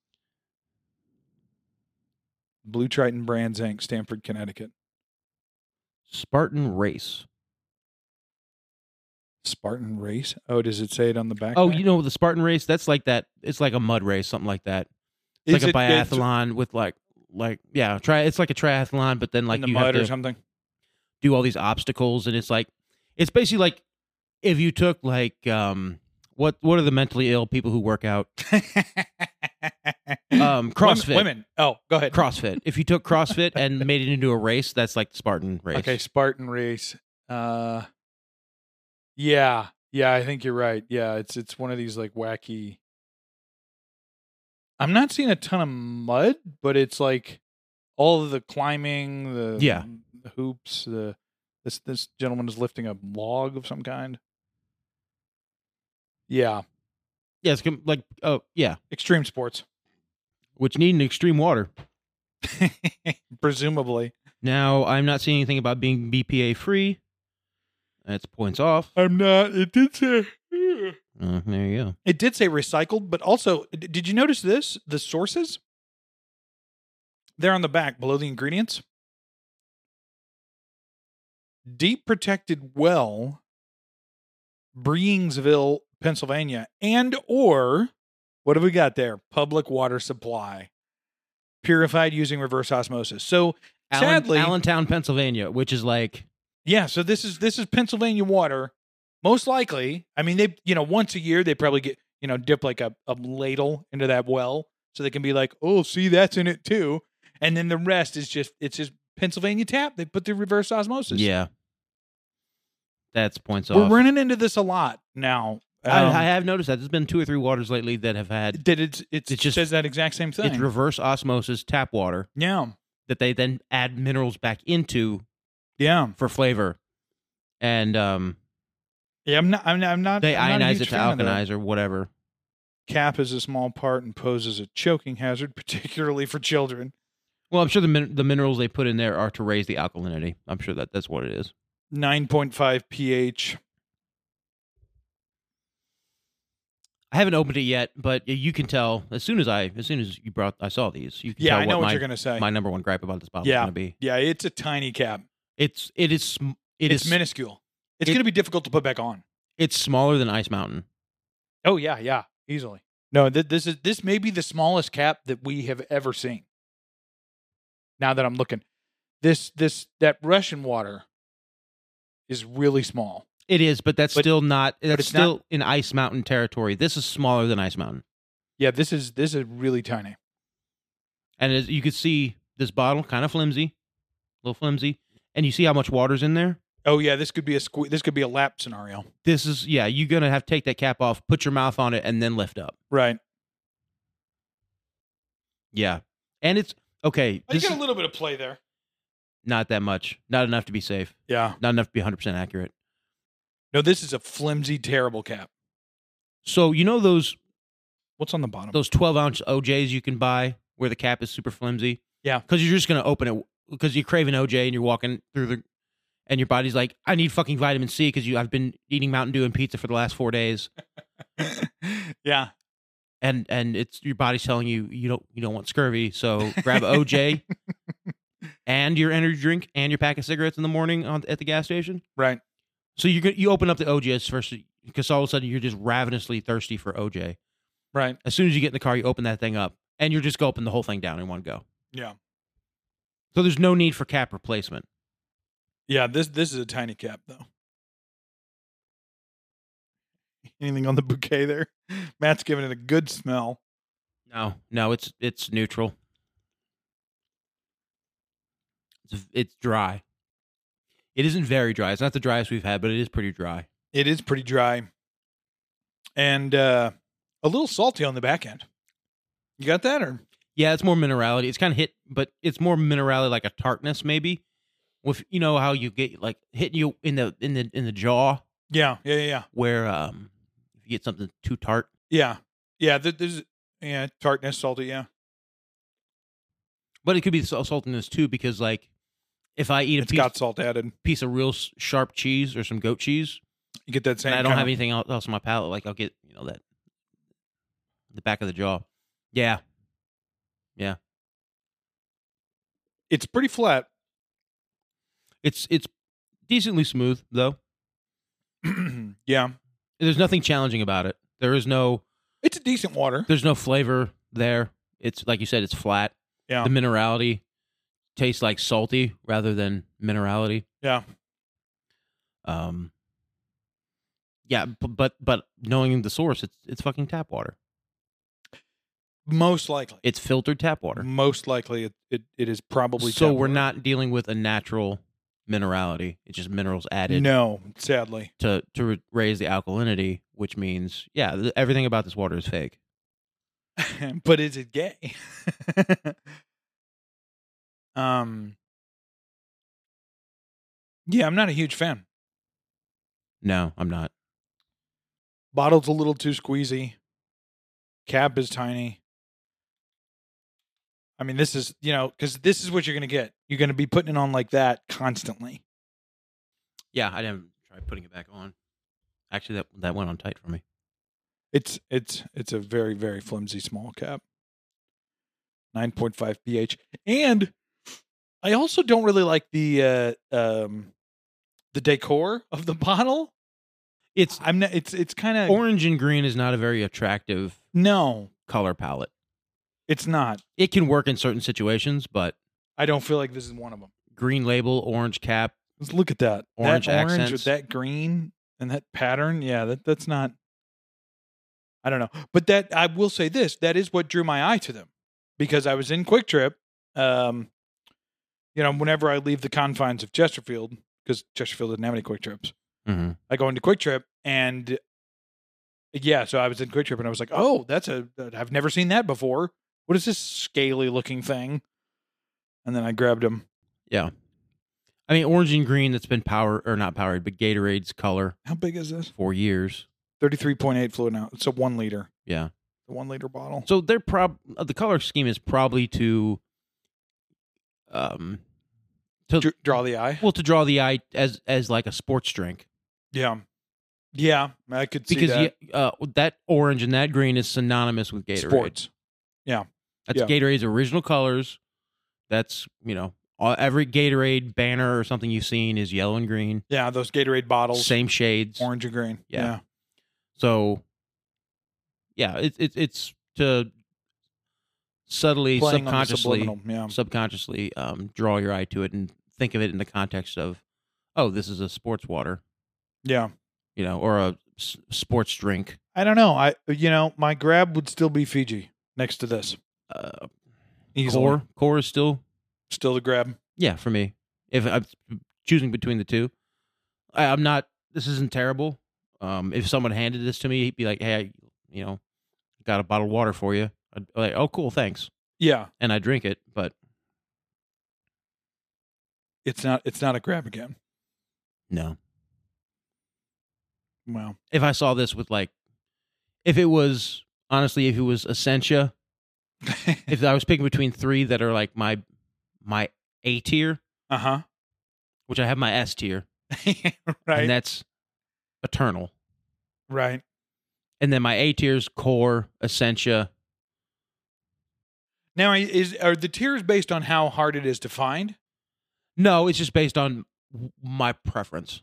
[SPEAKER 2] Blue Triton Brands Inc., Stamford, Connecticut.
[SPEAKER 3] Spartan race.
[SPEAKER 2] Spartan Race. Oh, does it say it on the back?
[SPEAKER 3] Oh,
[SPEAKER 2] there?
[SPEAKER 3] you know the Spartan race? That's like that. It's like a mud race, something like that. It's
[SPEAKER 2] Is
[SPEAKER 3] like a
[SPEAKER 2] it- it's
[SPEAKER 3] biathlon with like like yeah, try. It's like a triathlon, but then
[SPEAKER 2] in
[SPEAKER 3] like
[SPEAKER 2] the
[SPEAKER 3] you
[SPEAKER 2] mud or
[SPEAKER 3] have to
[SPEAKER 2] something. [laughs]
[SPEAKER 3] do all these obstacles, and it's like it's basically like if you took like um what what are the mentally ill people who work
[SPEAKER 2] [coughs]
[SPEAKER 3] out um CrossFit
[SPEAKER 2] Women, women. Oh, go ahead.
[SPEAKER 3] CrossFit. If you took CrossFit
[SPEAKER 2] [laughs]
[SPEAKER 3] and made it into a race, that's like the Spartan race.
[SPEAKER 2] Okay, Spartan race. Uh, yeah, yeah, I think you're right. Yeah, it's it's one of these like wacky. I'm not seeing a ton of mud, but it's like all of the climbing, the
[SPEAKER 3] Yeah.
[SPEAKER 2] the hoops. The this this gentleman is lifting a log of some kind. Yeah,
[SPEAKER 3] Yeah, it's com- like oh yeah,
[SPEAKER 2] Extreme sports,
[SPEAKER 3] which need an extreme water.
[SPEAKER 2] presumably.
[SPEAKER 3] Now I'm not seeing anything about being BPA free. That's points off.
[SPEAKER 2] I'm not. It did say.
[SPEAKER 3] Uh, there you go.
[SPEAKER 2] It did say recycled, but also, d- did you notice this? The sources? They're on the back below the ingredients. Deep protected well, Breyingsville, Pennsylvania, and or what have we got there? Public water supply, purified using reverse osmosis. So
[SPEAKER 3] Allen-
[SPEAKER 2] Sadly-
[SPEAKER 3] Allentown, Pennsylvania, which is like
[SPEAKER 2] Yeah, so this is this is Pennsylvania water. Most likely, I mean, they you know once a year they probably get you know dip like a, a ladle into that well so they can be like, oh, see that's in it too, and then the rest is just it's just Pennsylvania tap. They put the reverse osmosis.
[SPEAKER 3] yeah. That's points
[SPEAKER 2] we're
[SPEAKER 3] off.
[SPEAKER 2] running into this a lot now.
[SPEAKER 3] I,
[SPEAKER 2] um,
[SPEAKER 3] I have noticed that there's been two or three waters lately that have had
[SPEAKER 2] that it's it's it
[SPEAKER 3] It's just-
[SPEAKER 2] says that exact same thing.
[SPEAKER 3] it's reverse osmosis tap water
[SPEAKER 2] yeah,
[SPEAKER 3] that they then add minerals back into
[SPEAKER 2] yeah,
[SPEAKER 3] for flavor, and um,
[SPEAKER 2] yeah. I'm not. I'm not. I'm not
[SPEAKER 3] they
[SPEAKER 2] I'm not a
[SPEAKER 3] ionize
[SPEAKER 2] huge
[SPEAKER 3] it to
[SPEAKER 2] fan of that.
[SPEAKER 3] alkanize or whatever.
[SPEAKER 2] Cap is a small part and poses a choking hazard, [laughs] particularly for children.
[SPEAKER 3] Well, I'm sure the min- the minerals they put in there are to raise the alkalinity. I'm sure that that's what it is.
[SPEAKER 2] 9.5 pH.
[SPEAKER 3] I haven't opened it yet, but y- you can tell as soon as I as soon as you brought I saw these. You can
[SPEAKER 2] Yeah,
[SPEAKER 3] tell
[SPEAKER 2] I know what,
[SPEAKER 3] my,
[SPEAKER 2] you're gonna say.
[SPEAKER 3] my number one gripe about this bottle
[SPEAKER 2] Yeah.
[SPEAKER 3] is going to be.
[SPEAKER 2] yeah, it's a tiny cap.
[SPEAKER 3] It's it is sm- it
[SPEAKER 2] it's
[SPEAKER 3] is
[SPEAKER 2] minuscule. It's
[SPEAKER 3] it-
[SPEAKER 2] gonna be difficult to put back on.
[SPEAKER 3] it's smaller than Ice Mountain.
[SPEAKER 2] Oh yeah, yeah, easily. No, th- this is this may be the smallest cap that we have ever seen. Now that I'm looking, this this that Russian water is really small.
[SPEAKER 3] It is, but that's
[SPEAKER 2] But-
[SPEAKER 3] still not that's
[SPEAKER 2] it's not-
[SPEAKER 3] still in Ice Mountain territory. This is smaller than Ice Mountain.
[SPEAKER 2] Yeah, this is this is really tiny.
[SPEAKER 3] And as you can see this bottle kind of flimsy, a little flimsy, and you see how much water's in there?
[SPEAKER 2] Oh yeah, this could be a sque- this could be a lap scenario.
[SPEAKER 3] This is yeah, you're going to have to take that cap off, put your mouth on it and then lift up.
[SPEAKER 2] Right.
[SPEAKER 3] Yeah. And it's okay,
[SPEAKER 2] I
[SPEAKER 3] this
[SPEAKER 2] get Oh, a
[SPEAKER 3] is
[SPEAKER 2] little bit of play there.
[SPEAKER 3] not that much. Not enough to be safe.
[SPEAKER 2] Yeah.
[SPEAKER 3] Not enough to be 100% accurate.
[SPEAKER 2] No, this is a flimsy, terrible cap.
[SPEAKER 3] So you know those
[SPEAKER 2] What's on the bottom?
[SPEAKER 3] those twelve ounce OJ's you can buy where the cap is super flimsy.
[SPEAKER 2] Yeah.
[SPEAKER 3] because you're just gonna open it because you're craving OJ and you're walking through the and your body's like, I need fucking vitamin C because you I've been eating Mountain Dew and pizza for the last four days,
[SPEAKER 2] [laughs] yeah.
[SPEAKER 3] and and it's your body's telling you you don't you don't want scurvy, so grab OJ and your energy drink and your pack of cigarettes in the morning on, at the gas station.
[SPEAKER 2] Right.
[SPEAKER 3] So you you open up the OJ's first because all of a sudden you're just ravenously thirsty for OJ.
[SPEAKER 2] Right.
[SPEAKER 3] as soon as you get in the car, you open that thing up and you're just gulping the whole thing down in one go.
[SPEAKER 2] Yeah.
[SPEAKER 3] So there's no need for cap replacement.
[SPEAKER 2] Yeah, this this is a tiny cap though. Anything on the bouquet there? Matt's giving it a good smell.
[SPEAKER 3] No, no, it's it's neutral. It's, it's dry. It isn't very dry. It's not the driest we've had, but it is pretty dry.
[SPEAKER 2] It is pretty dry. And uh a little salty on the back end. You got that or
[SPEAKER 3] Yeah, it's more minerality. It's kind of hit, but it's more minerality, like a tartness, maybe. With you know how you get like hitting you in the in the in the jaw
[SPEAKER 2] Yeah, yeah, yeah, yeah.
[SPEAKER 3] where um if you get something too tart.
[SPEAKER 2] Yeah. Yeah, th- there's yeah, tartness, salty, yeah.
[SPEAKER 3] But it could be sal- saltiness too, because like if I eat a
[SPEAKER 2] It's
[SPEAKER 3] piece,
[SPEAKER 2] got salt added.
[SPEAKER 3] piece of real s- sharp cheese or some goat cheese,
[SPEAKER 2] You get that same
[SPEAKER 3] and I don't
[SPEAKER 2] kinda-
[SPEAKER 3] have anything else else on my palate, like I'll get you know that the back of the jaw. Yeah,
[SPEAKER 2] It's pretty flat. [clears throat]
[SPEAKER 3] it's it's decently smooth though.
[SPEAKER 2] yeah.
[SPEAKER 3] There's nothing challenging about it. There is no
[SPEAKER 2] It's a decent water.
[SPEAKER 3] there's no flavor there. It's like you said, it's flat.
[SPEAKER 2] Yeah.
[SPEAKER 3] The minerality tastes like salty rather than minerality.
[SPEAKER 2] Yeah.
[SPEAKER 3] Um. Yeah, b- but but knowing the source, it's it's fucking tap water.
[SPEAKER 2] Most likely.
[SPEAKER 3] It's filtered tap water.
[SPEAKER 2] Most likely it, it, it is probably
[SPEAKER 3] so
[SPEAKER 2] tap
[SPEAKER 3] we're
[SPEAKER 2] water.
[SPEAKER 3] not dealing with a natural minerality it's just minerals added
[SPEAKER 2] No, sadly.
[SPEAKER 3] to to re- raise the alkalinity which means yeah th- everything about this water is fake
[SPEAKER 2] [laughs] but is it gay? um Yeah, I'm not a huge fan.
[SPEAKER 3] no i'm not
[SPEAKER 2] Bottle's a little too squeezy. Cap is tiny. I mean, this is, you know, because this is what you're going to get. You're going to be putting it on like that constantly.
[SPEAKER 3] Yeah, I didn't try putting it back on. Actually, that that went on tight for me.
[SPEAKER 2] It's, it's, it's a very, very flimsy small cap. 9.5 pH. And I also don't really like the, uh, um, the decor of the [laughs] bottle.
[SPEAKER 3] It's
[SPEAKER 2] I'm not, it's, it's kind of,
[SPEAKER 3] orange and green is not a very attractive
[SPEAKER 2] no,
[SPEAKER 3] color palette.
[SPEAKER 2] it's not.
[SPEAKER 3] It can work in certain situations, but
[SPEAKER 2] I don't feel like this is one of them.
[SPEAKER 3] green label, orange cap.
[SPEAKER 2] Let's look at that.
[SPEAKER 3] Orange
[SPEAKER 2] that orange
[SPEAKER 3] accents.
[SPEAKER 2] with that green and that pattern. Yeah, that, that's not I don't know. But that I will say this, that is what drew my eye to them. Because I was in Quick Trip. Um you know, whenever I leave the confines of Chesterfield, because Chesterfield doesn't have any quick trips,
[SPEAKER 3] Mhm.
[SPEAKER 2] I go into Quick Trip and yeah, so I was in Quick Trip and I was like, oh, that's a I've never seen that before. What is this scaly looking thing? And then I grabbed him.
[SPEAKER 3] I mean, orange and green that's been power or not powered, but Gatorade's color
[SPEAKER 2] How big is this?
[SPEAKER 3] for years.
[SPEAKER 2] 33.8 fluid ounce. It's a one liter,
[SPEAKER 3] Yeah.
[SPEAKER 2] the one liter bottle.
[SPEAKER 3] So their prob uh, the color scheme is probably to um to
[SPEAKER 2] Dr- draw the eye.
[SPEAKER 3] well to draw the eye as as like a sports drink
[SPEAKER 2] Yeah. Yeah. I could see
[SPEAKER 3] because
[SPEAKER 2] that.
[SPEAKER 3] you- uh, that orange and that green is synonymous with Gatorade.
[SPEAKER 2] Sports.
[SPEAKER 3] That's
[SPEAKER 2] yeah.
[SPEAKER 3] Gatorade's original colors. That's you know all, every Gatorade banner or something you've seen is yellow and green,
[SPEAKER 2] Yeah. Those Gatorade bottles,
[SPEAKER 3] same shades.
[SPEAKER 2] orange and green.
[SPEAKER 3] Yeah. So yeah, it's it, it's to subtly
[SPEAKER 2] Playing on the
[SPEAKER 3] subconsciously
[SPEAKER 2] subliminal, Yeah.
[SPEAKER 3] subconsciously um, draw your eye to it and think of it in the context of, oh, this is a sports water,
[SPEAKER 2] Yeah.
[SPEAKER 3] you know, or a s- sports drink.
[SPEAKER 2] I don't know. I, you know, my grab would still be Fiji next to this.
[SPEAKER 3] Uh,
[SPEAKER 2] Easily.
[SPEAKER 3] core, core is still,
[SPEAKER 2] Still the grab.
[SPEAKER 3] yeah, for me. If I'm choosing between the two, I, I'm not. This isn't terrible. Um, if someone handed this to me, he'd be like, "Hey, I, you know, got a bottle of water for you." I'd be like, "Oh, cool, thanks,"
[SPEAKER 2] Yeah.
[SPEAKER 3] and I drink it. But
[SPEAKER 2] It's not, it's not a grab again.
[SPEAKER 3] no,
[SPEAKER 2] [laughs] Wow.
[SPEAKER 3] if I saw this with like, if it was honestly, if it was Essentia,
[SPEAKER 2] uh
[SPEAKER 3] if I was picking between three that are like my my A tier,
[SPEAKER 2] huh.
[SPEAKER 3] which I have my S tier,
[SPEAKER 2] Uh-huh. [laughs] right.
[SPEAKER 3] and that's Eternal,
[SPEAKER 2] right.
[SPEAKER 3] and then my A tiers Core, Essentia.
[SPEAKER 2] Now, is are the tiers based on how hard it is to find?
[SPEAKER 3] No, it's just based on my preference.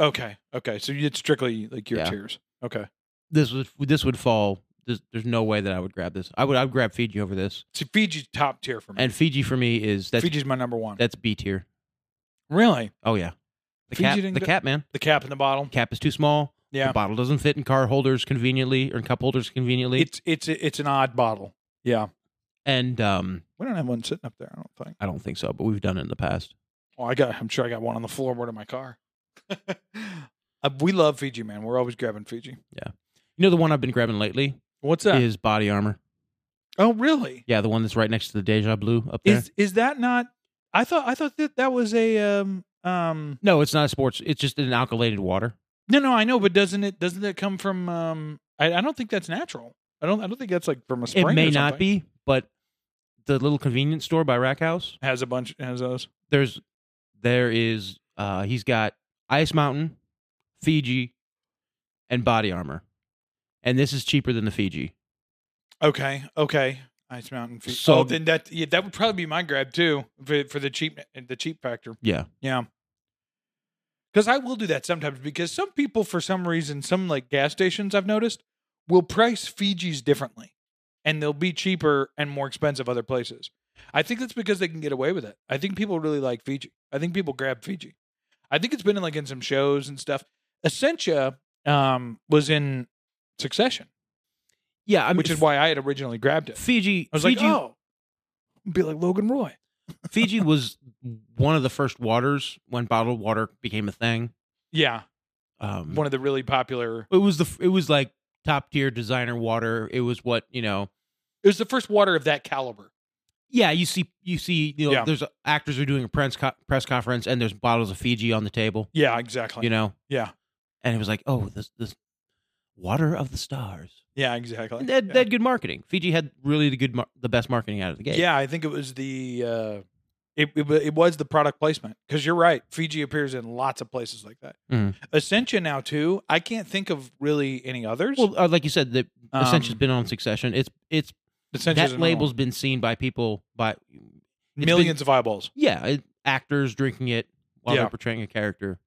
[SPEAKER 2] Okay. Okay. So it's strictly like your
[SPEAKER 3] Yeah.
[SPEAKER 2] tiers. Okay.
[SPEAKER 3] This was this would fall. There's, there's no way that I would grab this. I would I would grab Fiji over this,
[SPEAKER 2] So Fiji's top tier for me.
[SPEAKER 3] and Fiji for me is that's
[SPEAKER 2] Fiji's my number one.
[SPEAKER 3] that's B tier.
[SPEAKER 2] really?
[SPEAKER 3] Oh yeah, the
[SPEAKER 2] Fiji
[SPEAKER 3] cap
[SPEAKER 2] didn't
[SPEAKER 3] the
[SPEAKER 2] go-
[SPEAKER 3] cap man
[SPEAKER 2] The cap in the bottle.
[SPEAKER 3] cap is too small.
[SPEAKER 2] Yeah.
[SPEAKER 3] The bottle doesn't fit in car holders conveniently or in cup holders conveniently,
[SPEAKER 2] It's it's it's an odd bottle. Yeah.
[SPEAKER 3] and um,
[SPEAKER 2] We don't have one sitting up there, I don't think.
[SPEAKER 3] I don't think so. But we've done it in the past.
[SPEAKER 2] Oh, I got I'm sure I got one on the floorboard of my car. [laughs] Uh, we love Fiji, man. We're always grabbing Fiji.
[SPEAKER 3] You know the one I've been grabbing lately
[SPEAKER 2] What's that?
[SPEAKER 3] is body armor.
[SPEAKER 2] oh, really?
[SPEAKER 3] Yeah, the one that's right next to the Deja Blue up there.
[SPEAKER 2] Is is that not I thought I thought that that was a um um
[SPEAKER 3] no, it's not a sports. It's just an alkylated water.
[SPEAKER 2] No, no, I know, but doesn't it doesn't that come from um I, I don't think that's natural. I don't I don't think that's like from a spring.
[SPEAKER 3] it may
[SPEAKER 2] or
[SPEAKER 3] not
[SPEAKER 2] something.
[SPEAKER 3] be, but the little convenience store by Rack House,
[SPEAKER 2] has a bunch has those.
[SPEAKER 3] there's there is uh he's got Ice Mountain, Fiji, and body armor. And this is cheaper than the Fiji.
[SPEAKER 2] Okay, okay. Ice Mountain. Fe-
[SPEAKER 3] So-
[SPEAKER 2] oh, then that yeah, that would probably be my grab too for, for the cheap eh, the cheap factor.
[SPEAKER 3] Yeah.
[SPEAKER 2] Yeah. Because I will do that sometimes because some people, for some reason, some like gas stations I've noticed will price Fiji's differently and they'll be cheaper and more expensive other places. I think that's because they can get away with it. I think people really like Fiji. I think people grab Fiji. I think it's been in like in some shows and stuff. Essentia um, was in Succession,
[SPEAKER 3] Yeah, I mean,
[SPEAKER 2] which is why I had originally grabbed it.
[SPEAKER 3] Fiji
[SPEAKER 2] I was
[SPEAKER 3] Fiji,
[SPEAKER 2] like, oh, [laughs] be like Logan Roy.
[SPEAKER 3] Fiji was one of the first waters when bottled water became a thing.
[SPEAKER 2] Yeah,
[SPEAKER 3] Um,
[SPEAKER 2] one of the really popular.
[SPEAKER 3] It was the f- it was like top tier designer water. It was what you know.
[SPEAKER 2] It was the first water of that caliber.
[SPEAKER 3] Yeah, you see, you see, you know,
[SPEAKER 2] Yeah.
[SPEAKER 3] there's actors are doing a press co- press conference, and there's bottles of Fiji on the table.
[SPEAKER 2] Yeah, exactly.
[SPEAKER 3] You know,
[SPEAKER 2] Yeah.
[SPEAKER 3] and it was like, oh, this this water of the stars.
[SPEAKER 2] Yeah, exactly.
[SPEAKER 3] They had,
[SPEAKER 2] yeah.
[SPEAKER 3] they had good marketing. Fiji had really the good, mar- the best marketing out of the gate.
[SPEAKER 2] Yeah, I think it was the uh, it, it wa- it was the product placement because you're right. Fiji appears in lots of places like that.
[SPEAKER 3] Mhm.
[SPEAKER 2] Ascension now too. I can't think of really any others.
[SPEAKER 3] Well, uh, like you said, the
[SPEAKER 2] Um,
[SPEAKER 3] Ascension's been on Succession. It's it's
[SPEAKER 2] Ascension's
[SPEAKER 3] that
[SPEAKER 2] another
[SPEAKER 3] label's
[SPEAKER 2] one.
[SPEAKER 3] been seen by people by been-
[SPEAKER 2] millions of eyeballs.
[SPEAKER 3] yeah it- actors drinking it while
[SPEAKER 2] Yeah.
[SPEAKER 3] they're portraying a character.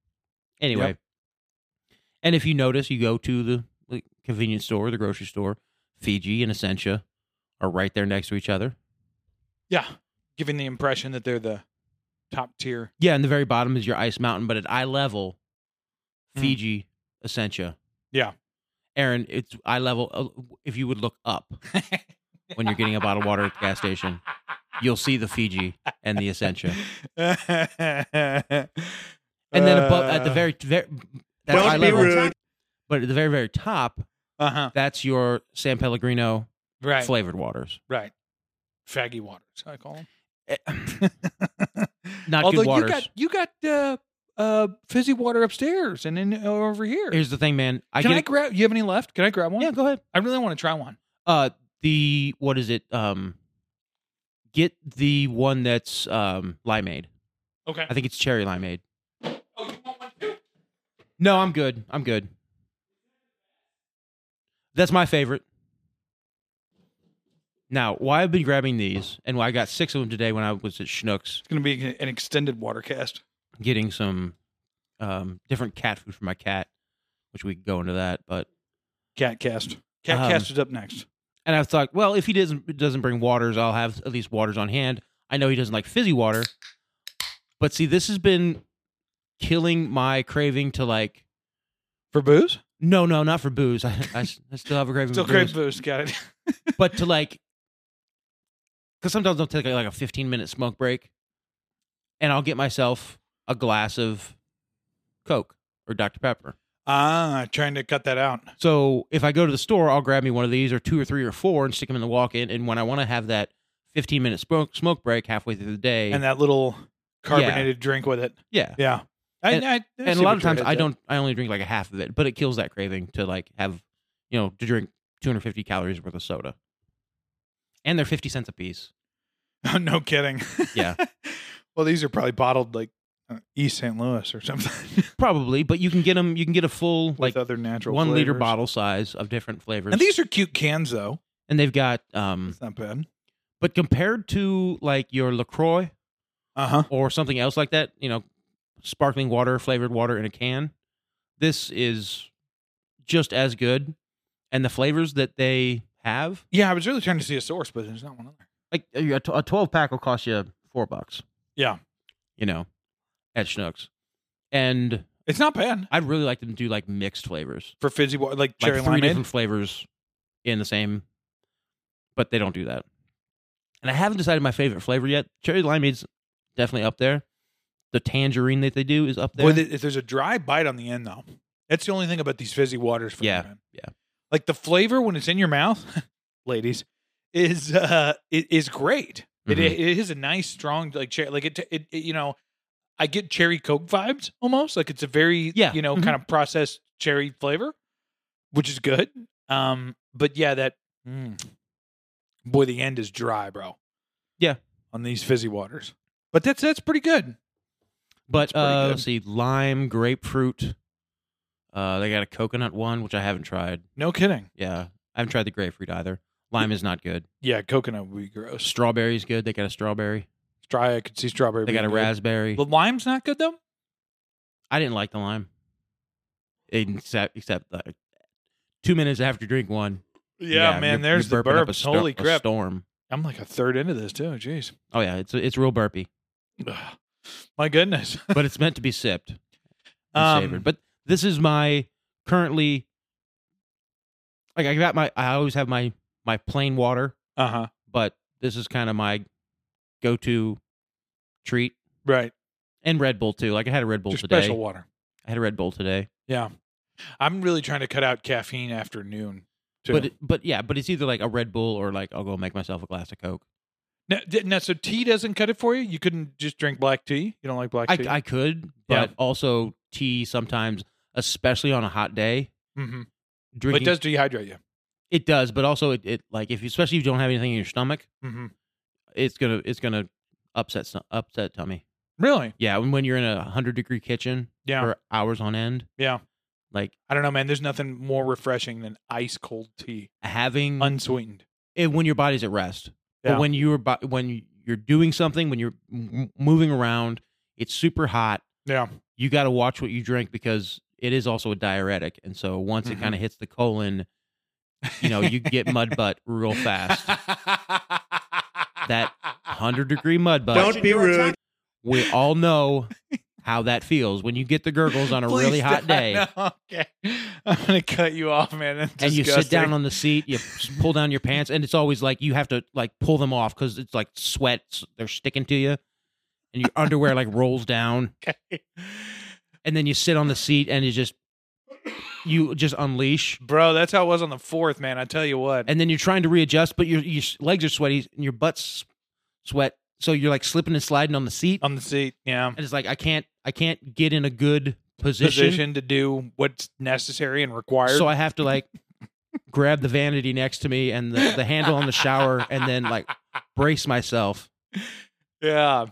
[SPEAKER 3] Anyway, and if you notice, you go to the like, convenience store, the grocery store, Fiji and Essentia are right there next to each other.
[SPEAKER 2] Yeah, giving the impression that they're the top tier.
[SPEAKER 3] Yeah, and the very bottom is your ice mountain, but at eye level,
[SPEAKER 2] Mm.
[SPEAKER 3] Fiji, Essentia.
[SPEAKER 2] Yeah.
[SPEAKER 3] Aaron, it's eye level. uh, If you would look up when you're getting a bottle of water at the gas station, you'll see the Fiji and the Essentia. And then above at the
[SPEAKER 2] Uh.
[SPEAKER 3] very, very that's eye level. But at the very, very top,
[SPEAKER 2] Uh huh.
[SPEAKER 3] that's your San Pellegrino
[SPEAKER 2] Right.
[SPEAKER 3] flavored waters.
[SPEAKER 2] Right. Faggy waters, I call them.
[SPEAKER 3] Eh,
[SPEAKER 2] Not [laughs]
[SPEAKER 3] good waters.
[SPEAKER 2] You got you got uh, uh, fizzy water upstairs and then over here.
[SPEAKER 3] Here's the thing, man. I
[SPEAKER 2] Can
[SPEAKER 3] get
[SPEAKER 2] I
[SPEAKER 3] it-
[SPEAKER 2] grab? You have any left? Can I grab one?
[SPEAKER 3] yeah, go ahead.
[SPEAKER 2] I really want to try one.
[SPEAKER 3] Uh, the what is it? Um, get the one that's um limeade.
[SPEAKER 2] Okay.
[SPEAKER 3] I think it's cherry limeade.
[SPEAKER 2] Oh, you want one too?
[SPEAKER 3] No, I'm good. I'm good. That's my favorite. Now, why I've been grabbing these, and why I got six of them today when I was at Schnucks
[SPEAKER 2] It's gonna be an extended water cast.
[SPEAKER 3] getting some um, different cat food for my cat, which we could go into that. But
[SPEAKER 2] Cat cast. Cat
[SPEAKER 3] Um,
[SPEAKER 2] cast is up next.
[SPEAKER 3] and I thought, well, if he doesn't doesn't bring waters, I'll have at least waters on hand. I know he doesn't like fizzy water, but see, this has been killing my craving to like.
[SPEAKER 2] For booze?
[SPEAKER 3] No, no, not for booze. [laughs] I, I, s- I still have a craving.
[SPEAKER 2] Still
[SPEAKER 3] for
[SPEAKER 2] great
[SPEAKER 3] mm, booze.
[SPEAKER 2] booze. Got it. [laughs]
[SPEAKER 3] but to like because sometimes i'll take like a 15 minute smoke break and i'll get myself a glass of coke or dr pepper
[SPEAKER 2] Ah, trying to cut that out.
[SPEAKER 3] so if i go to the store i'll grab me one of these or two or three or four and stick them in the walk-in and when i want to have that 15 minute smoke smoke break halfway through the day
[SPEAKER 2] And that little carbonated drink with it.
[SPEAKER 3] yeah
[SPEAKER 2] Yeah. I,
[SPEAKER 3] And-
[SPEAKER 2] I- I
[SPEAKER 3] and
[SPEAKER 2] see
[SPEAKER 3] a lot
[SPEAKER 2] what
[SPEAKER 3] of
[SPEAKER 2] your
[SPEAKER 3] times
[SPEAKER 2] head's
[SPEAKER 3] i
[SPEAKER 2] at.
[SPEAKER 3] don't i only drink like a half of it but it kills that craving to like have you know to drink 250 calories worth of soda and they're 50 cents a piece
[SPEAKER 2] [laughs] no kidding.
[SPEAKER 3] [laughs] Yeah.
[SPEAKER 2] well, these are probably bottled like uh, East St. Louis or something [laughs]
[SPEAKER 3] probably but you can get them you can get a full like
[SPEAKER 2] with other natural
[SPEAKER 3] one liter
[SPEAKER 2] flavors.
[SPEAKER 3] bottle size of different flavors.
[SPEAKER 2] And these are cute cans though.
[SPEAKER 3] And they've got um
[SPEAKER 2] It's not bad.
[SPEAKER 3] but compared to like your LaCroix
[SPEAKER 2] Uh huh.
[SPEAKER 3] or something else like that, you know, sparkling water, flavored water in a can, this is just as good. And the flavors that they have,
[SPEAKER 2] Yeah, I was really trying to see a source, but there's not one other.
[SPEAKER 3] like a t- a 12 pack will cost you 4 bucks,
[SPEAKER 2] Yeah,
[SPEAKER 3] you know, at Schnucks. And
[SPEAKER 2] it's not bad
[SPEAKER 3] I'd really like them to do like mixed flavors.
[SPEAKER 2] for fizzy water, like
[SPEAKER 3] like
[SPEAKER 2] cherry
[SPEAKER 3] three
[SPEAKER 2] limeade.
[SPEAKER 3] different flavors in the same, but they don't do that. And I haven't decided my favorite flavor yet. Cherry limeade's definitely up there. The tangerine that they do is up there.
[SPEAKER 2] Boy, th- there's a dry bite on the end though. That's the only thing about these fizzy waters. For me,
[SPEAKER 3] Yeah,
[SPEAKER 2] man.
[SPEAKER 3] yeah.
[SPEAKER 2] Like the flavor when it's in your mouth, [laughs] ladies, is uh it is great. It,
[SPEAKER 3] Mhm.
[SPEAKER 2] it is a nice strong like cherry. Like it, it, it- you know, I get cherry coke vibes almost. Like it's a very
[SPEAKER 3] Yeah,
[SPEAKER 2] you know
[SPEAKER 3] mhm.
[SPEAKER 2] kind of processed cherry flavor, which is good. Um, but yeah, that mm, boy, the end is dry, bro.
[SPEAKER 3] Yeah.
[SPEAKER 2] on these fizzy waters. But that's that's pretty good.
[SPEAKER 3] but
[SPEAKER 2] pretty
[SPEAKER 3] uh,
[SPEAKER 2] good.
[SPEAKER 3] let's see, lime, grapefruit. Uh, they got a coconut one, which I haven't tried.
[SPEAKER 2] No kidding.
[SPEAKER 3] Yeah, I haven't tried the grapefruit either. Lime is not good.
[SPEAKER 2] Yeah, coconut would be gross.
[SPEAKER 3] Strawberry's good. They got a strawberry.
[SPEAKER 2] Strawberry, I could see strawberry.
[SPEAKER 3] They got a
[SPEAKER 2] being good.
[SPEAKER 3] raspberry.
[SPEAKER 2] The lime's not good though.
[SPEAKER 3] I didn't like the lime, except except uh, two minutes after you drink one,
[SPEAKER 2] Yeah,
[SPEAKER 3] you're-
[SPEAKER 2] man.
[SPEAKER 3] you're
[SPEAKER 2] There's the
[SPEAKER 3] burping up
[SPEAKER 2] burps.
[SPEAKER 3] stor-
[SPEAKER 2] Holy
[SPEAKER 3] a
[SPEAKER 2] crap!
[SPEAKER 3] storm.
[SPEAKER 2] I'm like a third into this too. Jeez.
[SPEAKER 3] Oh yeah, it's it's real burpy,
[SPEAKER 2] Ugh. My goodness. [laughs]
[SPEAKER 3] but it's meant to be sipped and
[SPEAKER 2] Um,
[SPEAKER 3] savored. But this is my currently like I got my I always have my my plain water,
[SPEAKER 2] Uh huh.
[SPEAKER 3] but this is kind of my go to treat
[SPEAKER 2] Right.
[SPEAKER 3] and Red Bull too. Like I had a Red Bull
[SPEAKER 2] Just
[SPEAKER 3] today.
[SPEAKER 2] special water.
[SPEAKER 3] I had a Red Bull today,
[SPEAKER 2] Yeah. I'm really trying to cut out caffeine after noon. Too.
[SPEAKER 3] but it, but yeah, but it's either like a Red Bull or like I'll go make myself a glass of Coke.
[SPEAKER 2] now, di- now, so tea doesn't cut it for you. You couldn't just drink black tea. You don't like black
[SPEAKER 3] I,
[SPEAKER 2] tea.
[SPEAKER 3] I could, but
[SPEAKER 2] Yeah.
[SPEAKER 3] also tea sometimes, especially on a hot day.
[SPEAKER 2] mm-hmm. But
[SPEAKER 3] drinking.
[SPEAKER 2] it does dehydrate you.
[SPEAKER 3] It does, but also it, it like if you, especially if you don't have anything in your stomach,
[SPEAKER 2] Mm-hmm.
[SPEAKER 3] it's gonna it's gonna upset stom- upset tummy.
[SPEAKER 2] Really?
[SPEAKER 3] Yeah, when, when you're in a hundred degree kitchen
[SPEAKER 2] Yeah.
[SPEAKER 3] for hours on end,
[SPEAKER 2] Yeah.
[SPEAKER 3] like
[SPEAKER 2] I don't know, man. There's nothing more refreshing than ice cold tea,
[SPEAKER 3] having
[SPEAKER 2] unsweetened.
[SPEAKER 3] it, when your body's at rest.
[SPEAKER 2] Yeah.
[SPEAKER 3] But when you're bo- when you're doing something, when you're m- moving around, it's super hot.
[SPEAKER 2] Yeah.
[SPEAKER 3] You got to watch what you drink because it is also a diuretic, and so once
[SPEAKER 2] Mhm.
[SPEAKER 3] it kind of hits the colon, you know, you get
[SPEAKER 2] [laughs]
[SPEAKER 3] mud butt real fast. [laughs] That Hundred degree mud butt.
[SPEAKER 4] be rude.
[SPEAKER 3] we all know how that feels when you get the gurgles on a really
[SPEAKER 2] Please [laughs]
[SPEAKER 3] hot
[SPEAKER 2] don't.
[SPEAKER 3] day
[SPEAKER 2] No, okay. [laughs] I'm going to cut you off, man. That's
[SPEAKER 3] and you sit
[SPEAKER 2] disgusting.
[SPEAKER 3] down on the seat you pull down your pants and it's always like you have to like pull them off because it's like sweat s- they're sticking to you and your underwear like rolls down and then you sit on the seat and you just you just unleash
[SPEAKER 2] [laughs] Bro, that's how it was on the fourth, man. I tell you what.
[SPEAKER 3] and then you're trying to readjust but your, your legs are sweaty and your butt's sweat so you're like slipping and sliding on the seat
[SPEAKER 2] on the seat, yeah.
[SPEAKER 3] and it's like i can't i can't get in a good position
[SPEAKER 2] Position to do what's necessary and required.
[SPEAKER 3] So I have to like grab the vanity next to me and the, the handle on the shower and then like brace myself.
[SPEAKER 2] yeah.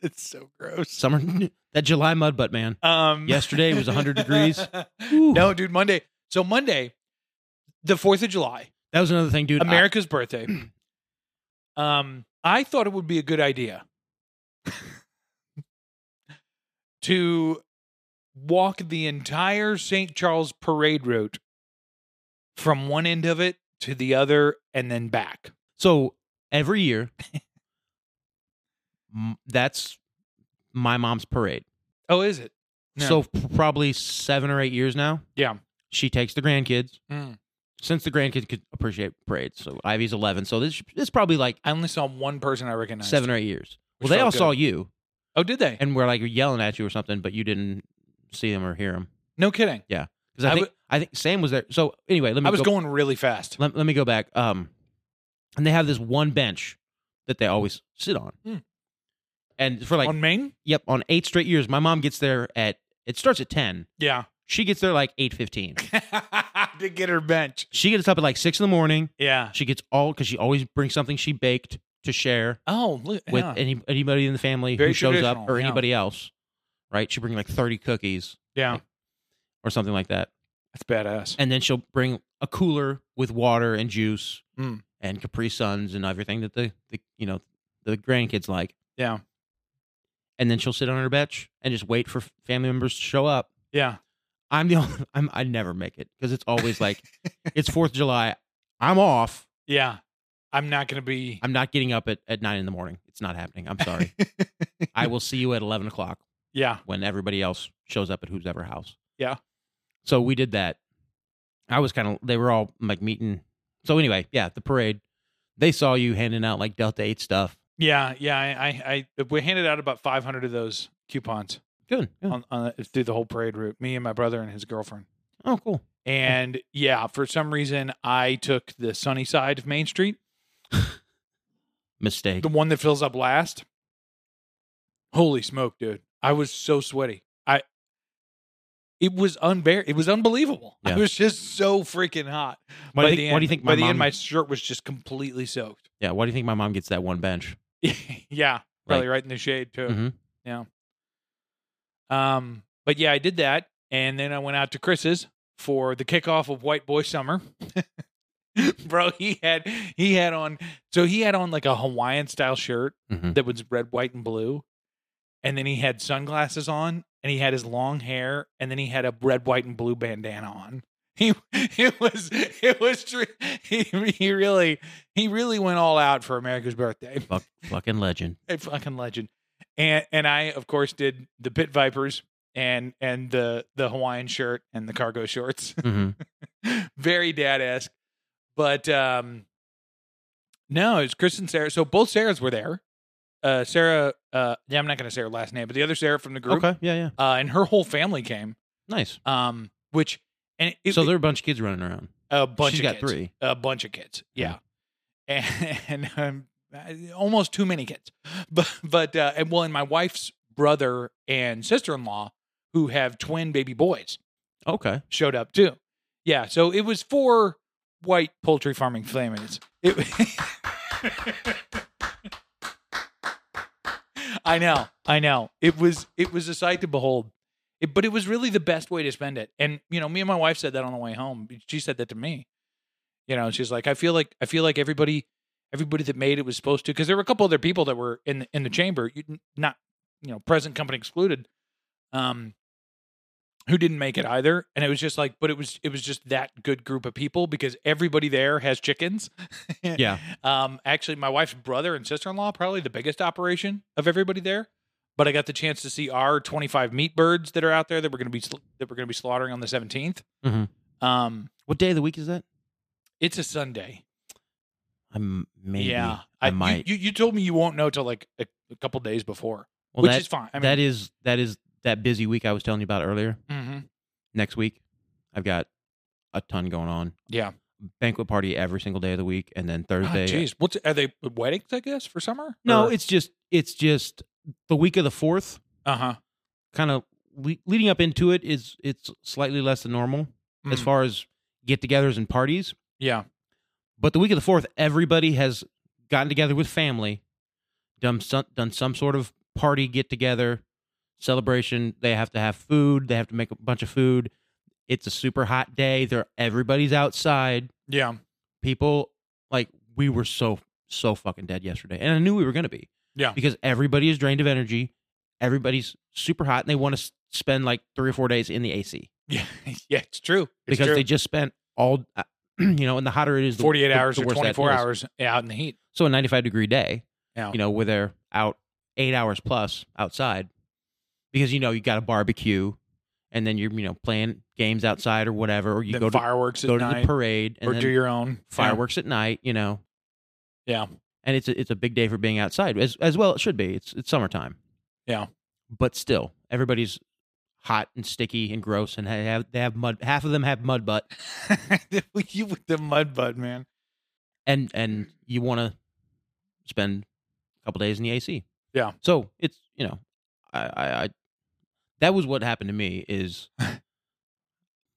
[SPEAKER 2] it's so gross.
[SPEAKER 3] Summer [laughs] that July mud butt man.
[SPEAKER 2] Um
[SPEAKER 3] Yesterday was 100
[SPEAKER 2] [laughs]
[SPEAKER 3] degrees. Whew.
[SPEAKER 2] no, dude, Monday. So Monday, the 4th of July,
[SPEAKER 3] That was another thing, dude. I-
[SPEAKER 2] America's birthday. [clears throat] Um I thought it would be a good idea [laughs] to walk the entire St. Charles parade route from one end of it to the other and then back.
[SPEAKER 3] so every year m- that's my mom's parade.
[SPEAKER 2] Oh, is it? No.
[SPEAKER 3] So p- probably 7 or 8 years now.
[SPEAKER 2] Yeah.
[SPEAKER 3] She takes the grandkids.
[SPEAKER 2] Mm.
[SPEAKER 3] Since the grandkids could appreciate parades. So Ivy's 11. So this this is probably like
[SPEAKER 2] I only saw one person I recognized.
[SPEAKER 3] 7 or 8 years. Well,
[SPEAKER 2] Which
[SPEAKER 3] they
[SPEAKER 2] felt
[SPEAKER 3] all
[SPEAKER 2] good.
[SPEAKER 3] saw you.
[SPEAKER 2] Oh, did they?
[SPEAKER 3] and we're like yelling at you or something, but you didn't see him or hear him.
[SPEAKER 2] No kidding.
[SPEAKER 3] Because I,
[SPEAKER 2] I
[SPEAKER 3] think I think Sam was there. So anyway, let me
[SPEAKER 2] I was
[SPEAKER 3] go,
[SPEAKER 2] going really fast.
[SPEAKER 3] Let, let me go back. Um, and they have this one bench that they always sit on,
[SPEAKER 2] Hmm.
[SPEAKER 3] and for like
[SPEAKER 2] on Maine?
[SPEAKER 3] yep on eight straight years, my mom gets there at it starts at ten.
[SPEAKER 2] Yeah.
[SPEAKER 3] She gets there like eight fifteen.
[SPEAKER 2] [laughs] to get her bench.
[SPEAKER 3] She gets up at like six in the morning.
[SPEAKER 2] Yeah.
[SPEAKER 3] She gets all because she always brings something she baked to share
[SPEAKER 2] Oh, look.
[SPEAKER 3] with
[SPEAKER 2] yeah.
[SPEAKER 3] any, anybody in the family
[SPEAKER 2] Very
[SPEAKER 3] who shows up
[SPEAKER 2] traditional,
[SPEAKER 3] or
[SPEAKER 2] yeah.
[SPEAKER 3] anybody else. Right? She bring like thirty cookies
[SPEAKER 2] yeah.
[SPEAKER 3] or something like that.
[SPEAKER 2] That's badass.
[SPEAKER 3] and then she'll bring a cooler with water and juice
[SPEAKER 2] Mm.
[SPEAKER 3] and Capri Suns and everything that the, the you know the grandkids like.
[SPEAKER 2] Yeah.
[SPEAKER 3] And then she'll sit on her bench and just wait for family members to show up.
[SPEAKER 2] yeah.
[SPEAKER 3] I'm the [laughs] only, I'm I never make it because it's always
[SPEAKER 2] [laughs]
[SPEAKER 3] like it's Fourth of July. I'm off.
[SPEAKER 2] Yeah. I'm not going to be.
[SPEAKER 3] I'm not getting up at, at nine in the morning. It's not happening. I'm
[SPEAKER 2] [laughs]
[SPEAKER 3] sorry. I will see you at eleven o'clock
[SPEAKER 2] yeah.
[SPEAKER 3] when everybody else shows up at whose ever house.
[SPEAKER 2] Yeah.
[SPEAKER 3] So we did that. I was kind of they were all like meeting. So anyway, yeah, the parade. They saw you handing out like Delta Eight stuff.
[SPEAKER 2] Yeah. Yeah. I, I, I we handed out about 500 of those coupons
[SPEAKER 3] Good. yeah.
[SPEAKER 2] on, on through the whole parade route. Me and my brother and his girlfriend.
[SPEAKER 3] Oh, cool.
[SPEAKER 2] And yeah, for some reason, I took the sunny side of Main Street,
[SPEAKER 3] Mistake.
[SPEAKER 2] the one that fills up last. Holy smoke, dude! I was so sweaty. I it was unbear. It was unbelievable. [laughs]
[SPEAKER 3] Yeah.
[SPEAKER 2] I was just so freaking hot.
[SPEAKER 3] Why do
[SPEAKER 2] By
[SPEAKER 3] you
[SPEAKER 2] the
[SPEAKER 3] think- why do you
[SPEAKER 2] end-
[SPEAKER 3] think
[SPEAKER 2] By
[SPEAKER 3] my
[SPEAKER 2] the end,
[SPEAKER 3] mom-
[SPEAKER 2] my shirt was just completely soaked.
[SPEAKER 3] Yeah. Why do you think my mom gets that one bench?
[SPEAKER 2] [laughs] yeah, probably right in the shade too.
[SPEAKER 3] Mhm.
[SPEAKER 2] Um, but yeah, I did that, and then I went out to Chris's for the kickoff of White Boy Summer. [laughs] Bro, he had he had on so he had on like a Hawaiian style shirt [laughs]
[SPEAKER 3] Mhm.
[SPEAKER 2] that was red, white, and blue, and then he had sunglasses on, and he had his long hair, and then he had a red, white, and blue bandana on. [laughs] He it was it was true. [laughs] He he really he really went all out for America's birthday
[SPEAKER 3] Fuck, fucking
[SPEAKER 2] [laughs]
[SPEAKER 3] legend.
[SPEAKER 2] a fucking legend. And and I of course did the pit vipers and and the the Hawaiian shirt and the cargo shorts. [laughs]
[SPEAKER 3] Mhm.
[SPEAKER 2] Very dad esque. But um no, it was Chris and Sarah. So both Sarahs were there. Uh Sarah uh yeah, I'm not gonna say her last name, but the other Sarah from the group.
[SPEAKER 3] Okay. Yeah. Yeah.
[SPEAKER 2] Uh and her whole family came.
[SPEAKER 3] Nice.
[SPEAKER 2] Um which and it,
[SPEAKER 3] so there are a bunch of kids running around.
[SPEAKER 2] a bunch
[SPEAKER 3] She's
[SPEAKER 2] of
[SPEAKER 3] got
[SPEAKER 2] kids.
[SPEAKER 3] three.
[SPEAKER 2] A bunch of kids. Yeah. And, [laughs] and um, almost too many kids. [laughs] But, but, uh, and well, and my wife's brother and sister in law who have twin baby boys. [laughs]
[SPEAKER 3] Okay.
[SPEAKER 2] showed up too. Yeah, so it was four white poultry farming families. It, [laughs] I know, I know. It was it was a sight to behold. It, but it was really the best way to spend it. And you know, me and my wife said that on the way home. She said that to me. You know, she's like, I feel like I feel like everybody everybody that made it was supposed to because there were a couple other people that were in the, in the chamber, you- not you know, present company excluded. Um, who didn't make it either and it was just like but it was it was just that good group of people because everybody there has chickens
[SPEAKER 3] Yeah.
[SPEAKER 2] um actually my wife's brother and sister-in-law probably the biggest operation of everybody there but i got the chance to see our 25 meat birds that are out there that we're going to be sl- that we're going to be slaughtering on the 17th
[SPEAKER 3] Mhm.
[SPEAKER 2] um
[SPEAKER 3] What day of the week is that?
[SPEAKER 2] it's a sunday
[SPEAKER 3] I'm maybe.
[SPEAKER 2] yeah
[SPEAKER 3] I,
[SPEAKER 2] you-
[SPEAKER 3] might.
[SPEAKER 2] You, you told me you won't know till like a, a couple days before
[SPEAKER 3] well,
[SPEAKER 2] which
[SPEAKER 3] that,
[SPEAKER 2] is fine i mean
[SPEAKER 3] that is that is that busy week I was telling you about earlier.
[SPEAKER 2] mhm.
[SPEAKER 3] Next week, I've got a ton going on.
[SPEAKER 2] yeah
[SPEAKER 3] Banquet party every single day of the week, and then
[SPEAKER 2] Ah,
[SPEAKER 3] Thursday.
[SPEAKER 2] jeez what's are they weddings i guess for summer
[SPEAKER 3] no,
[SPEAKER 2] Or-
[SPEAKER 3] it's just it's just the week of the fourth.
[SPEAKER 2] uh-huh
[SPEAKER 3] kind of le- leading up into it is it's slightly less than normal as
[SPEAKER 2] Mm.
[SPEAKER 3] far as get-togethers and parties.
[SPEAKER 2] yeah
[SPEAKER 3] But the week of the fourth, everybody has gotten together with family, done some, done some sort of party get-together celebration. They have to have food. They have to make a bunch of food. It's a super hot day. They're everybody's outside.
[SPEAKER 2] yeah
[SPEAKER 3] People like we were so so fucking dead yesterday, and I knew we were gonna be.
[SPEAKER 2] Yeah.
[SPEAKER 3] because everybody is drained of energy. Everybody's super hot, and they want to spend like three or four days in the AC
[SPEAKER 2] Yeah, [laughs] yeah, it's true. It's
[SPEAKER 3] because
[SPEAKER 2] true.
[SPEAKER 3] they just spent all, uh, [clears throat] you know, and the hotter it is, the,
[SPEAKER 2] 48
[SPEAKER 3] the-
[SPEAKER 2] hours
[SPEAKER 3] the
[SPEAKER 2] or
[SPEAKER 3] worse that
[SPEAKER 2] 24
[SPEAKER 3] is.
[SPEAKER 2] hours out in the heat.
[SPEAKER 3] So a 95 degree day,
[SPEAKER 2] Yeah.
[SPEAKER 3] you know, where they're out eight hours plus outside because, you know, you got a barbecue and then you're, you know, playing games outside or whatever, or you
[SPEAKER 2] then
[SPEAKER 3] go to,
[SPEAKER 2] fireworks
[SPEAKER 3] go
[SPEAKER 2] at
[SPEAKER 3] to
[SPEAKER 2] night
[SPEAKER 3] the parade and
[SPEAKER 2] or
[SPEAKER 3] then
[SPEAKER 2] do your own Yeah.
[SPEAKER 3] fireworks at night, you know.
[SPEAKER 2] Yeah.
[SPEAKER 3] And it's a, it's a big day for being outside as, as well. It should be. It's, it's summertime.
[SPEAKER 2] Yeah.
[SPEAKER 3] But still, everybody's hot and sticky and gross and they have, they have mud. Half of them have mud butt.
[SPEAKER 2] you [laughs] with the mud butt, man.
[SPEAKER 3] and and you want to spend a couple days in the AC.
[SPEAKER 2] Yeah.
[SPEAKER 3] So it's you know, I I, I that was what happened to me
[SPEAKER 2] [laughs]
[SPEAKER 3] is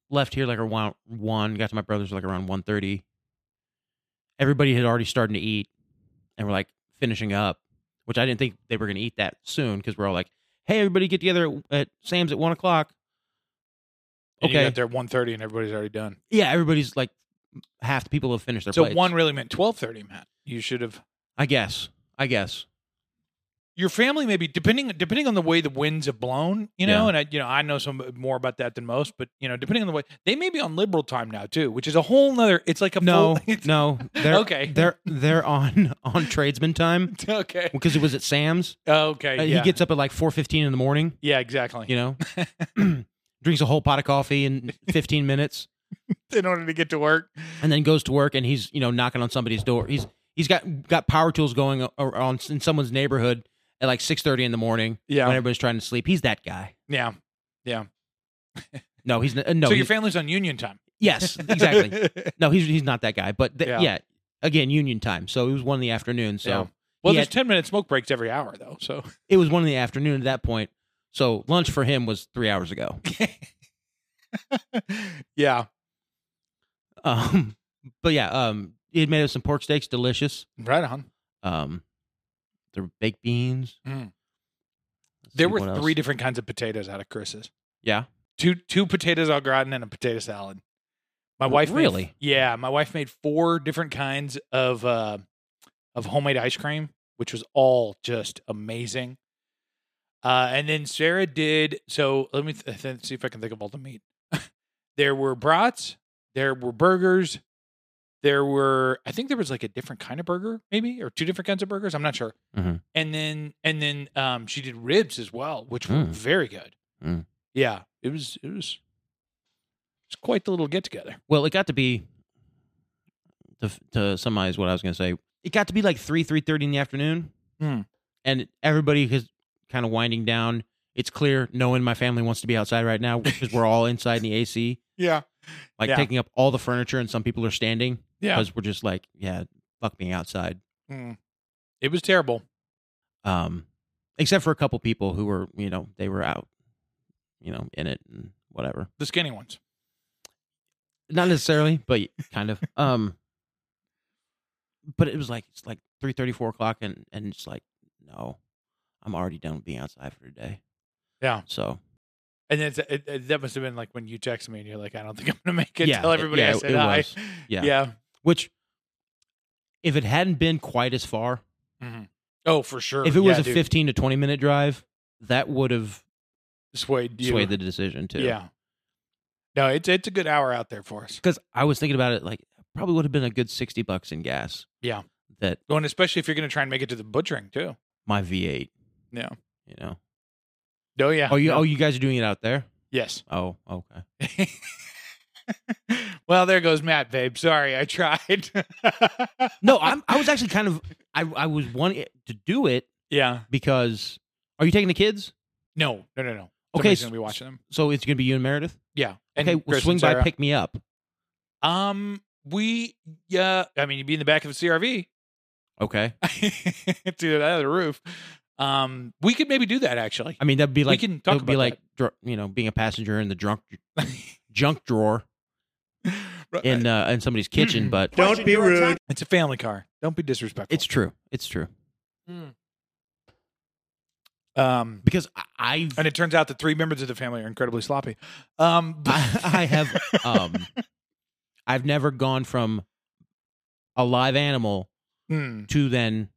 [SPEAKER 3] left here like around one, got to my brother's like around one thirty. Everybody had already started to eat, and we're like finishing up, which I didn't think they were going to eat that soon because we're all like, "Hey, everybody, get together at, at Sam's at one o'clock."
[SPEAKER 2] And You
[SPEAKER 3] Okay.
[SPEAKER 2] got there at 1.30 and everybody's already done.
[SPEAKER 3] Yeah, everybody's like half the people have finished their
[SPEAKER 2] so
[SPEAKER 3] plates.
[SPEAKER 2] one really meant 12.30, Matt. You should have.
[SPEAKER 3] I guess, I guess,
[SPEAKER 2] Your family maybe depending depending on the way the winds have blown, you know,
[SPEAKER 3] Yeah.
[SPEAKER 2] and I you know I know some more about that than most, but you know depending on the way they may be on liberal time now too, which is a whole nother. It's [laughs] like a
[SPEAKER 3] No,
[SPEAKER 2] full, it's,
[SPEAKER 3] no. They're,
[SPEAKER 2] Okay.
[SPEAKER 3] They're they're on on tradesman time
[SPEAKER 2] okay Oh,
[SPEAKER 3] because it was at Sam's.
[SPEAKER 2] okay
[SPEAKER 3] Uh,
[SPEAKER 2] yeah
[SPEAKER 3] He gets up at like four fifteen in the morning.
[SPEAKER 2] yeah exactly
[SPEAKER 3] You
[SPEAKER 2] [laughs]
[SPEAKER 3] know, [clears throat] drinks a whole pot of coffee in fifteen minutes,
[SPEAKER 2] in order to get to work.
[SPEAKER 3] and then goes to work. And he's you know knocking on somebody's door. He's he's got got power tools going a- around in someone's neighborhood at like six thirty in the morning
[SPEAKER 2] Yeah
[SPEAKER 3] when everybody's trying to sleep. He's that guy.
[SPEAKER 2] yeah.
[SPEAKER 3] No, he's n- uh, no.
[SPEAKER 2] so your
[SPEAKER 3] he's-
[SPEAKER 2] family's on union time.
[SPEAKER 3] yes, exactly.
[SPEAKER 2] [laughs]
[SPEAKER 3] No, he's he's not that guy. But th-
[SPEAKER 2] Yeah.
[SPEAKER 3] yeah. again, union time. So it was one in the afternoon. So.
[SPEAKER 2] Yeah. well,
[SPEAKER 3] He
[SPEAKER 2] there's
[SPEAKER 3] had-
[SPEAKER 2] ten minute smoke breaks every hour though. So
[SPEAKER 3] it was one in the afternoon at that point. So lunch for him was three hours
[SPEAKER 2] [laughs]
[SPEAKER 3] ago.
[SPEAKER 2] [laughs] yeah,
[SPEAKER 3] Um, but yeah, um, he had made us some pork steaks, delicious.
[SPEAKER 2] right on.
[SPEAKER 3] Um, there were baked beans.
[SPEAKER 2] Mm.
[SPEAKER 3] Let's
[SPEAKER 2] There
[SPEAKER 3] see, what
[SPEAKER 2] were
[SPEAKER 3] else.
[SPEAKER 2] three different kinds of potatoes out of Chris's.
[SPEAKER 3] Yeah.
[SPEAKER 2] Two two potatoes au gratin and a potato salad. My wife made-
[SPEAKER 3] Really?
[SPEAKER 2] yeah, my wife made four different kinds of uh, of homemade ice cream, which was all just amazing. Uh, and then Sarah did. So let me th- th- see if I can think of all the meat. there were brats. There were burgers. There were, I think there was like a different kind of burger, maybe, or two different kinds of burgers. I'm not sure.
[SPEAKER 3] Mhm.
[SPEAKER 2] And then, and then um, she did ribs as well, which were
[SPEAKER 3] Mm.
[SPEAKER 2] very good.
[SPEAKER 3] Mm.
[SPEAKER 2] Yeah, it was, it was, it's quite the little get together.
[SPEAKER 3] Well, it got to be to to summarize what I was going to say. It got to be like three three thirty in the afternoon,
[SPEAKER 2] Mm.
[SPEAKER 3] and everybody is kind of winding down. It's clear no one in my family wants to be outside right now because we're all inside in the AC.
[SPEAKER 2] Yeah,
[SPEAKER 3] like
[SPEAKER 2] [laughs] Yeah.
[SPEAKER 3] taking up all the furniture and some people are standing
[SPEAKER 2] Yeah.
[SPEAKER 3] because we're just like yeah fuck being outside
[SPEAKER 2] Mm. it was terrible.
[SPEAKER 3] um except for a couple people who were you know they were out you know in it and whatever.
[SPEAKER 2] The skinny ones.
[SPEAKER 3] Not necessarily, but kind of. Um, but it was like it's like three thirty, four o'clock, and and it's like no, I'm already done with being outside for today.
[SPEAKER 2] Yeah.
[SPEAKER 3] So
[SPEAKER 2] And it's, it, it- that must have been like when you text me and you're like, I don't think I'm going to make it.
[SPEAKER 3] Yeah,
[SPEAKER 2] Tell
[SPEAKER 3] it-
[SPEAKER 2] everybody
[SPEAKER 3] yeah,
[SPEAKER 2] I
[SPEAKER 3] it-
[SPEAKER 2] said
[SPEAKER 3] it
[SPEAKER 2] hi.
[SPEAKER 3] was. Yeah.
[SPEAKER 2] Yeah.
[SPEAKER 3] which, if it hadn't been quite as far,
[SPEAKER 2] Oh, for sure.
[SPEAKER 3] if it was
[SPEAKER 2] Yeah,
[SPEAKER 3] a
[SPEAKER 2] dude.
[SPEAKER 3] fifteen to twenty minute drive, that would have
[SPEAKER 2] swayed you.
[SPEAKER 3] swayed the decision too.
[SPEAKER 2] Yeah. No, it's it's a good hour out there for us.
[SPEAKER 3] because I was thinking about it, like probably would have been a good sixty bucks in gas.
[SPEAKER 2] Yeah.
[SPEAKER 3] that
[SPEAKER 2] Well, and especially if you're going to try and make it to the butchering too.
[SPEAKER 3] my V8.
[SPEAKER 2] Yeah.
[SPEAKER 3] You know.
[SPEAKER 2] Oh yeah.
[SPEAKER 3] Oh, you
[SPEAKER 2] No.
[SPEAKER 3] oh you guys are doing it out there.
[SPEAKER 2] yes. [laughs]
[SPEAKER 3] Oh, okay.
[SPEAKER 2] well, there goes Matt, babe. Sorry, I tried. [laughs]
[SPEAKER 3] No, I'm. I was actually kind of. I I was wanting to do it
[SPEAKER 2] yeah.
[SPEAKER 3] because. Are you taking the kids?
[SPEAKER 2] No. No. No. No.
[SPEAKER 3] Okay,
[SPEAKER 2] Somebody's going to be watching them.
[SPEAKER 3] So it's gonna be you and Meredith.
[SPEAKER 2] Yeah. And
[SPEAKER 3] Okay, well,
[SPEAKER 2] Chris and
[SPEAKER 3] swing by,
[SPEAKER 2] Sarah.
[SPEAKER 3] pick me up.
[SPEAKER 2] Um, we yeah. I mean, you'd be in the back of a CRV.
[SPEAKER 3] Okay.
[SPEAKER 2] [laughs] it's either that or the roof. Um, we could maybe do
[SPEAKER 3] [laughs]
[SPEAKER 2] that actually.
[SPEAKER 3] I mean that'd be like
[SPEAKER 2] can talk
[SPEAKER 3] that would be
[SPEAKER 2] about
[SPEAKER 3] like dr- you know being a passenger in the
[SPEAKER 2] [laughs]
[SPEAKER 3] drunk junk drawer
[SPEAKER 2] Right.
[SPEAKER 3] in uh, in somebody's
[SPEAKER 2] [clears throat]
[SPEAKER 3] kitchen, but
[SPEAKER 4] Don't be rude.
[SPEAKER 2] it's a family car. Don't be disrespectful.
[SPEAKER 3] it's true. It's true
[SPEAKER 2] Hmm. um,
[SPEAKER 3] because I I've,
[SPEAKER 2] and it turns out that three members of the family are incredibly sloppy. Um, [laughs]
[SPEAKER 3] [laughs]
[SPEAKER 2] but-
[SPEAKER 3] I, I have um I've never gone from a live animal
[SPEAKER 2] Hmm,
[SPEAKER 3] to then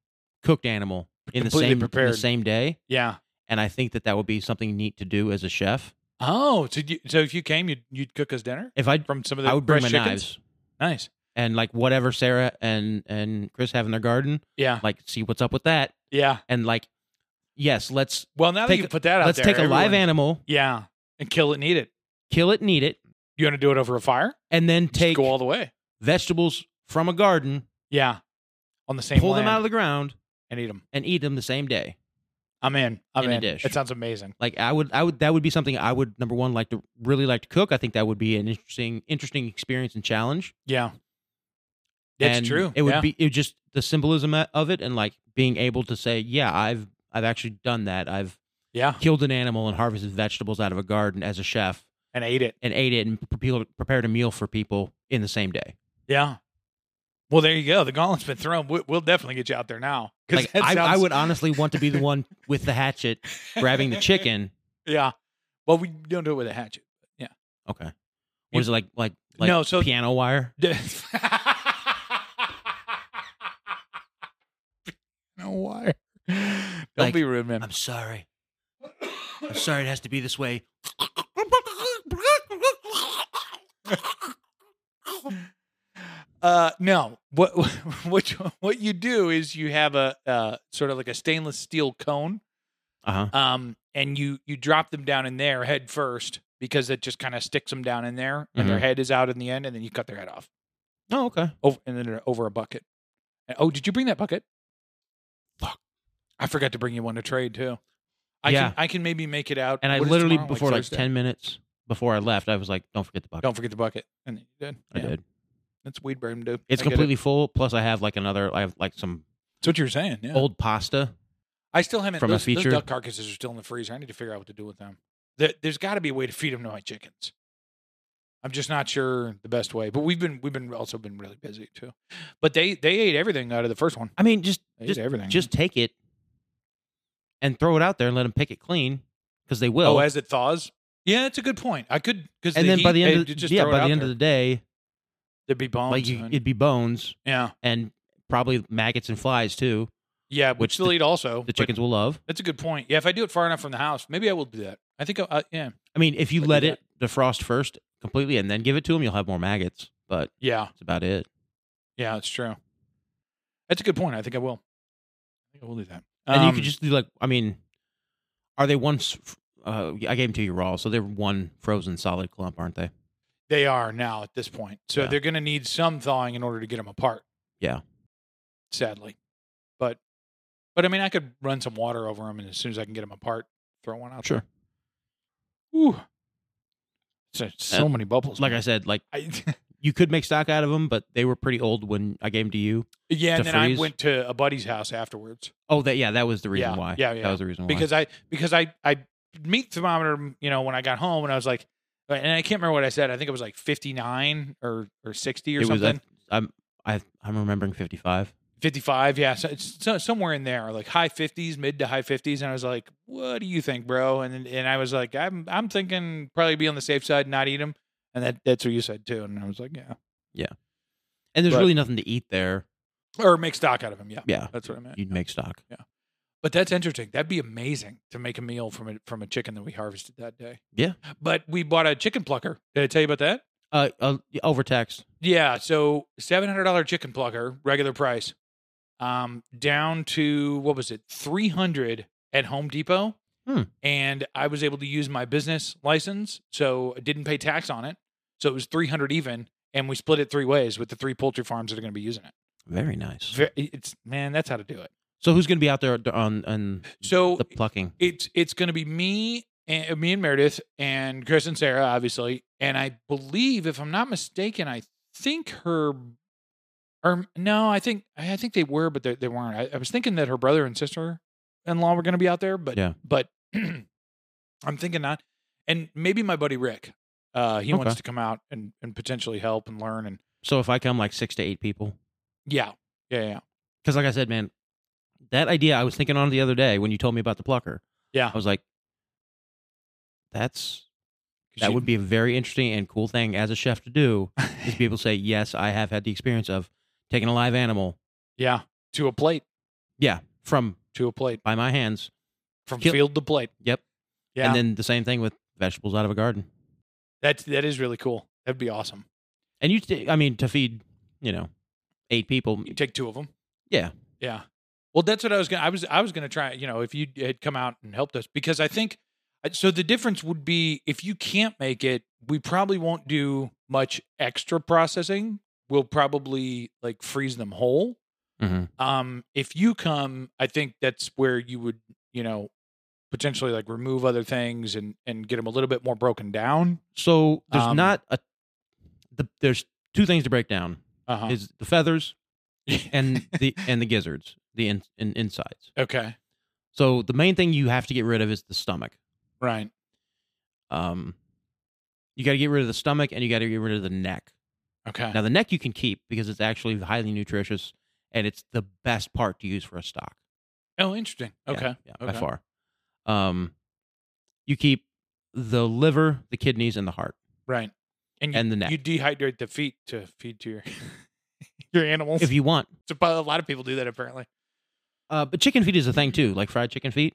[SPEAKER 3] cooked animal in the
[SPEAKER 2] Completely
[SPEAKER 3] same in the
[SPEAKER 2] prepared.
[SPEAKER 3] same day,
[SPEAKER 2] yeah.
[SPEAKER 3] and I think that that would be something neat to do as a chef.
[SPEAKER 2] Oh, so you, so if you came, you'd you'd cook us dinner
[SPEAKER 3] If I
[SPEAKER 2] from some of the
[SPEAKER 3] I would bring my
[SPEAKER 2] fresh chickens?
[SPEAKER 3] knives
[SPEAKER 2] Nice.
[SPEAKER 3] and like whatever Sarah and and Chris have in their garden,
[SPEAKER 2] Yeah.
[SPEAKER 3] like see what's up with that,
[SPEAKER 2] Yeah.
[SPEAKER 3] and like yes, let's
[SPEAKER 2] Well, now
[SPEAKER 3] Take-
[SPEAKER 2] that you put that out
[SPEAKER 3] let's
[SPEAKER 2] there,
[SPEAKER 3] take a live
[SPEAKER 2] everyone-
[SPEAKER 3] animal,
[SPEAKER 2] Yeah, and kill it, and eat it.
[SPEAKER 3] kill it, and eat it,
[SPEAKER 2] You want to do it over a fire?
[SPEAKER 3] and then
[SPEAKER 2] Just
[SPEAKER 3] take
[SPEAKER 2] go all the way.
[SPEAKER 3] vegetables from a garden,
[SPEAKER 2] Yeah, on the same.
[SPEAKER 3] pull them out
[SPEAKER 2] land
[SPEAKER 3] of the ground,
[SPEAKER 2] and eat them.
[SPEAKER 3] and eat them the same day.
[SPEAKER 2] I'm in. I'm
[SPEAKER 3] In
[SPEAKER 2] in.
[SPEAKER 3] a dish.
[SPEAKER 2] It sounds amazing.
[SPEAKER 3] Like I would, I would. That would be something I would number one like to really like to cook. I think that would be an interesting, interesting experience and challenge.
[SPEAKER 2] Yeah, it's
[SPEAKER 3] And
[SPEAKER 2] true.
[SPEAKER 3] It would
[SPEAKER 2] Yeah.
[SPEAKER 3] be it would just the symbolism of it, and like being able to say, yeah, I've I've actually done that. I've
[SPEAKER 2] Yeah,
[SPEAKER 3] killed an animal and harvested vegetables out of a garden as a chef
[SPEAKER 2] and ate it.
[SPEAKER 3] and ate it and prepe- prepared a meal for people in the same day.
[SPEAKER 2] Yeah. Well, there you go. The gauntlet's been thrown. We- We'll definitely get you out there now. 'Cause
[SPEAKER 3] Like
[SPEAKER 2] that
[SPEAKER 3] I, I
[SPEAKER 2] sounds-
[SPEAKER 3] would honestly want to be the
[SPEAKER 2] [laughs]
[SPEAKER 3] one with the hatchet grabbing the chicken.
[SPEAKER 2] Yeah. Well, we don't do it with a hatchet. [laughs]
[SPEAKER 3] Okay, what is it like? Like like
[SPEAKER 2] No, so-
[SPEAKER 3] piano wire.
[SPEAKER 2] no wire. Don't
[SPEAKER 3] Like,
[SPEAKER 2] be rude, man.
[SPEAKER 3] I'm sorry. I'm sorry it has to be this way.
[SPEAKER 2] [laughs] Uh, no. What [laughs] what you, what you do is you have a uh, sort of like a stainless steel cone,
[SPEAKER 3] Uh huh.
[SPEAKER 2] um, and you you drop them down in there head first because it just kind of sticks them down in there, and their
[SPEAKER 3] Mhm.
[SPEAKER 2] head is out in the end, and then you cut their head off,
[SPEAKER 3] Oh, okay.
[SPEAKER 2] over, and then they're over a bucket. And- oh, did you bring that bucket? Fuck, I forgot to bring you one to trade too. I
[SPEAKER 3] Yeah.
[SPEAKER 2] can I can maybe make it out.
[SPEAKER 3] And I
[SPEAKER 2] what is
[SPEAKER 3] literally
[SPEAKER 2] tomorrow?
[SPEAKER 3] before like,
[SPEAKER 2] Thursday?
[SPEAKER 3] ten minutes before I left, I was like, "Don't forget the bucket."
[SPEAKER 2] Don't forget the bucket, and you did.
[SPEAKER 3] I
[SPEAKER 2] Yeah.
[SPEAKER 3] did.
[SPEAKER 2] That's weed burden, dude.
[SPEAKER 3] It's
[SPEAKER 2] I get it.
[SPEAKER 3] completely full. Plus, I have like another. I have like some
[SPEAKER 2] That's what you were saying. Yeah.
[SPEAKER 3] old pasta.
[SPEAKER 2] I still haven't.
[SPEAKER 3] from a
[SPEAKER 2] those, those
[SPEAKER 3] feature?
[SPEAKER 2] duck carcasses are still in the freezer. I need to figure out what to do with them. There, there's got to be a way to feed them to my chickens. I'm just not sure the best way. But we've been we've been also been really busy too. But they they ate everything out of the first one.
[SPEAKER 3] I mean, just
[SPEAKER 2] They
[SPEAKER 3] just
[SPEAKER 2] ate everything.
[SPEAKER 3] just take it and throw it out there and let them pick it clean because they will.
[SPEAKER 2] oh, as it thaws. Yeah, that's a good point. I could because
[SPEAKER 3] and
[SPEAKER 2] the
[SPEAKER 3] then by the
[SPEAKER 2] heat,
[SPEAKER 3] end
[SPEAKER 2] they
[SPEAKER 3] of the,
[SPEAKER 2] just
[SPEAKER 3] yeah,
[SPEAKER 2] throw it
[SPEAKER 3] by
[SPEAKER 2] out
[SPEAKER 3] the end
[SPEAKER 2] there.
[SPEAKER 3] of the day,
[SPEAKER 2] there'd be bones.
[SPEAKER 3] like you,
[SPEAKER 2] and-
[SPEAKER 3] it'd be bones
[SPEAKER 2] yeah,
[SPEAKER 3] and probably maggots and flies too.
[SPEAKER 2] yeah, which
[SPEAKER 3] which
[SPEAKER 2] still
[SPEAKER 3] the-
[SPEAKER 2] eat also.
[SPEAKER 3] The
[SPEAKER 2] but
[SPEAKER 3] chickens will love.
[SPEAKER 2] That's a good point. Yeah, if I do it far enough from the house, maybe I will do that. I think. I, I yeah,
[SPEAKER 3] I mean, if you
[SPEAKER 2] I'd do
[SPEAKER 3] let
[SPEAKER 2] that.
[SPEAKER 3] it defrost first completely and then give it to them, you'll have more maggots. But
[SPEAKER 2] yeah,
[SPEAKER 3] that's about it.
[SPEAKER 2] yeah. That's true. That's a good point. I think I will. I think I will do that.
[SPEAKER 3] And you
[SPEAKER 2] Um,
[SPEAKER 3] could just do like, I mean, are they once? Uh, I gave them to you raw, so they're one frozen solid clump, aren't they?
[SPEAKER 2] They are now at this point. So
[SPEAKER 3] Yeah.
[SPEAKER 2] they're going to need some thawing in order to get them apart.
[SPEAKER 3] Yeah.
[SPEAKER 2] Sadly. But but I mean I could run some water over them and as soon as I can get them apart, throw one out.
[SPEAKER 3] Sure.
[SPEAKER 2] there. Ooh. So, so
[SPEAKER 3] Uh,
[SPEAKER 2] many bubbles.
[SPEAKER 3] Like I
[SPEAKER 2] man.
[SPEAKER 3] said, like
[SPEAKER 2] I- [laughs]
[SPEAKER 3] you could make stock out of them, but they were pretty old when I gave them to you. To
[SPEAKER 2] yeah, and then
[SPEAKER 3] freeze?
[SPEAKER 2] I went to a buddy's house afterwards
[SPEAKER 3] Oh, that yeah, that was the reason
[SPEAKER 2] Yeah,
[SPEAKER 3] why.
[SPEAKER 2] yeah, yeah.
[SPEAKER 3] Oh, That was the reason why.
[SPEAKER 2] because I because I I meat thermometer, you know, when I got home and I was like Right, And I can't remember what I said. I think it was like 59 or or 60 or
[SPEAKER 3] it was
[SPEAKER 2] something.
[SPEAKER 3] I, I'm I I'm remembering 55.
[SPEAKER 2] 55, yeah, so it's so, somewhere in there, like high 50s, mid to high 50s, and I was like, "What do you think, bro?" And then- and I was like, "I'm I'm thinking probably be on the safe side, not eat them." And that that's what you said too, and I was like, "Yeah,"
[SPEAKER 3] And there's
[SPEAKER 2] But-
[SPEAKER 3] really nothing to eat there.
[SPEAKER 2] or make stock out of them. Yeah,
[SPEAKER 3] Yeah,
[SPEAKER 2] that's what I meant.
[SPEAKER 3] you'd make stock.
[SPEAKER 2] But that's interesting. That'd be amazing to make a meal from a from a chicken that we harvested that day.
[SPEAKER 3] Yeah.
[SPEAKER 2] But we bought a chicken plucker. Did I tell you about that?
[SPEAKER 3] Uh, uh overtaxed.
[SPEAKER 2] Yeah, so seven hundred dollar chicken plucker, regular price, um, down to what was it, three hundred at Home Depot,
[SPEAKER 3] Hmm.
[SPEAKER 2] and I was able to use my business license, so I didn't pay tax on it, so it was three hundred even, and we split it three ways with the three poultry farms that are going to be using it.
[SPEAKER 3] Very nice.
[SPEAKER 2] Ve- It's man, that's how to do it.
[SPEAKER 3] so who's going to be out there on on
[SPEAKER 2] So
[SPEAKER 3] the plucking?
[SPEAKER 2] it's it's going to be me and me and Meredith and Chris and Sarah, obviously. And I believe, if I'm not mistaken, I think her, or no, I think I think they were, but they, they weren't. I, I was thinking that her brother and sister in law were going to be out there, but
[SPEAKER 3] Yeah.
[SPEAKER 2] but [clears throat] I'm thinking not. And maybe my buddy Rick, uh, he wants
[SPEAKER 3] Okay.
[SPEAKER 2] to come out and and potentially help and learn and
[SPEAKER 3] So if I come, like six to eight people.
[SPEAKER 2] yeah yeah yeah
[SPEAKER 3] Because like I said, man, that idea I was thinking on the other day when you told me about the plucker.
[SPEAKER 2] Yeah.
[SPEAKER 3] I was like, that's
[SPEAKER 2] 'Cause
[SPEAKER 3] that
[SPEAKER 2] you-
[SPEAKER 3] would be a very interesting and cool thing as a chef to do. is be able to say, yes, I have had the experience of taking a live animal,
[SPEAKER 2] yeah to a plate
[SPEAKER 3] yeah, from
[SPEAKER 2] to a plate
[SPEAKER 3] by my hands,
[SPEAKER 2] from
[SPEAKER 3] Kill-
[SPEAKER 2] field to plate.
[SPEAKER 3] Yep.
[SPEAKER 2] Yeah.
[SPEAKER 3] and then the same thing with vegetables out of a garden.
[SPEAKER 2] That's that is really cool. That'd be awesome.
[SPEAKER 3] And you, t- I mean, to feed, you know, eight people.
[SPEAKER 2] You take two of them.
[SPEAKER 3] Yeah.
[SPEAKER 2] Yeah. Well, that's what I was gonna. I was I was gonna try. You know, if you had come out and helped us, because I think so. The difference would be if you can't make it, we probably won't do much extra processing. We'll probably like freeze them whole.
[SPEAKER 3] Mm-hmm.
[SPEAKER 2] Um, if you come, I think that's where you would, you know, potentially like remove other things and and get them a little bit more broken down.
[SPEAKER 3] So there's
[SPEAKER 2] Um,
[SPEAKER 3] not a. The, there's two things to break down:
[SPEAKER 2] Uh-huh.
[SPEAKER 3] is the feathers
[SPEAKER 2] [laughs]
[SPEAKER 3] and the and the gizzards, the in, in, insides.
[SPEAKER 2] okay,
[SPEAKER 3] So the main thing you have to get rid of is the stomach.
[SPEAKER 2] right.
[SPEAKER 3] Um, you got to get rid of the stomach, and you got to get rid of the neck.
[SPEAKER 2] Okay.
[SPEAKER 3] Now the neck you can keep because it's actually highly nutritious, and it's the best part to use for a stock.
[SPEAKER 2] Oh, interesting.
[SPEAKER 3] Yeah,
[SPEAKER 2] Okay.
[SPEAKER 3] yeah, by
[SPEAKER 2] okay.
[SPEAKER 3] far. Um, you keep the liver, the kidneys, and the heart.
[SPEAKER 2] Right. you,
[SPEAKER 3] And the neck.
[SPEAKER 2] You dehydrate the feet to feed
[SPEAKER 3] [laughs]
[SPEAKER 2] to your your animals.
[SPEAKER 3] If you want.
[SPEAKER 2] So probably a lot of people do that apparently.
[SPEAKER 3] Uh, but chicken feet is a thing too, like fried chicken feet.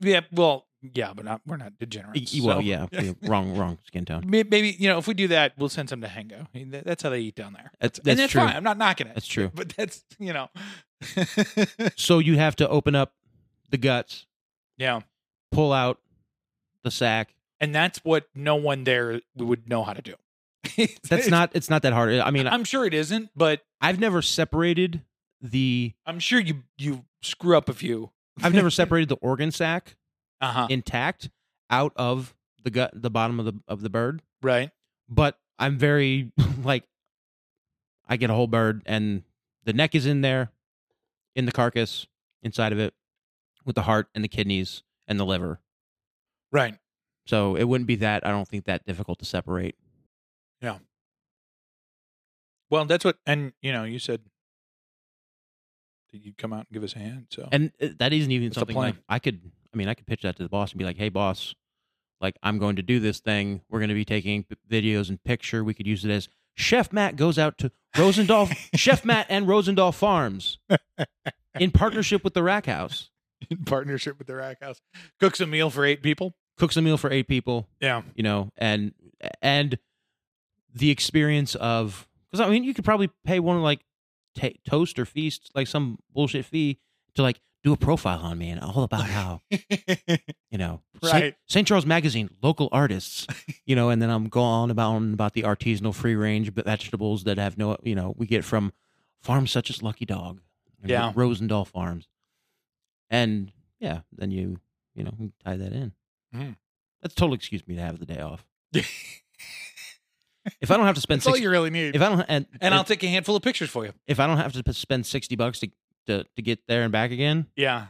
[SPEAKER 2] Yeah. Well, yeah, but not we're not degenerate.
[SPEAKER 3] Y- E, Well, yeah,
[SPEAKER 2] [laughs]
[SPEAKER 3] wrong, wrong skin tone.
[SPEAKER 2] Maybe you know if we do that, we'll send some to Hengo. I mean, that- That's how they eat down there.
[SPEAKER 3] That's,
[SPEAKER 2] and
[SPEAKER 3] that's,
[SPEAKER 2] that's
[SPEAKER 3] true.
[SPEAKER 2] fine. I'm not knocking it.
[SPEAKER 3] That's
[SPEAKER 2] [laughs]
[SPEAKER 3] true.
[SPEAKER 2] But that's you know.
[SPEAKER 3] So you have to open up the guts,
[SPEAKER 2] [laughs] yeah.
[SPEAKER 3] pull out the sack.
[SPEAKER 2] And that's what no one there would know how to do. [laughs]
[SPEAKER 3] That's
[SPEAKER 2] It's-
[SPEAKER 3] not. It's not that hard. I mean,
[SPEAKER 2] I'm sure it isn't, but
[SPEAKER 3] I've never separated the.
[SPEAKER 2] I'm sure you you screw up a few.
[SPEAKER 3] I've never separated the organ sac
[SPEAKER 2] Uh huh.
[SPEAKER 3] intact out of the gut, the bottom of the of the bird.
[SPEAKER 2] Right.
[SPEAKER 3] But I'm very [laughs] like, I get a whole bird and the neck is in there, in the carcass inside of it, with the heart and the kidneys and the liver.
[SPEAKER 2] Right.
[SPEAKER 3] So it wouldn't be that. I don't think that difficult to separate.
[SPEAKER 2] Well, that's what, and you know, you said that you'd come out and give us a hand. So
[SPEAKER 3] And uh, that isn't even
[SPEAKER 2] It's a
[SPEAKER 3] something like
[SPEAKER 2] plan.
[SPEAKER 3] I could. I mean, I could pitch that to the boss and be like, "Hey, boss, like I'm going to do this thing. We're going to be taking p- videos and picture. We could use it as Chef Matt goes out to
[SPEAKER 2] [laughs]
[SPEAKER 3] Rosendahl, Chef Matt and Rosendahl Farms in partnership with the Rack House,
[SPEAKER 2] in partnership with the Rack House, cooks a meal for eight people.
[SPEAKER 3] cooks a meal for eight people.
[SPEAKER 2] Yeah.
[SPEAKER 3] you know, and and the experience of because I mean, you could probably pay one like ta toast or feast like some bullshit fee to like do a profile on me and all
[SPEAKER 2] [laughs]
[SPEAKER 3] about how. you know,
[SPEAKER 2] Right.
[SPEAKER 3] St. St. Charles Magazine, local artists, you know, and then I'm going on about on about the artisanal free range b- vegetables that have no, you know, we get from farms such as Lucky Dog, and
[SPEAKER 2] Yeah.
[SPEAKER 3] Rosendahl Farms, and yeah, then you, you know, you tie that in.
[SPEAKER 2] Mhm.
[SPEAKER 3] That's a total excuse me to have the day
[SPEAKER 2] [laughs]
[SPEAKER 3] off. if I don't have to spend
[SPEAKER 2] That's all
[SPEAKER 3] six,
[SPEAKER 2] you really need.
[SPEAKER 3] if I don't and, if,
[SPEAKER 2] and I'll take a handful of pictures for you.
[SPEAKER 3] if I don't have to p- spend sixty bucks to, to to get there and back again,
[SPEAKER 2] Yeah.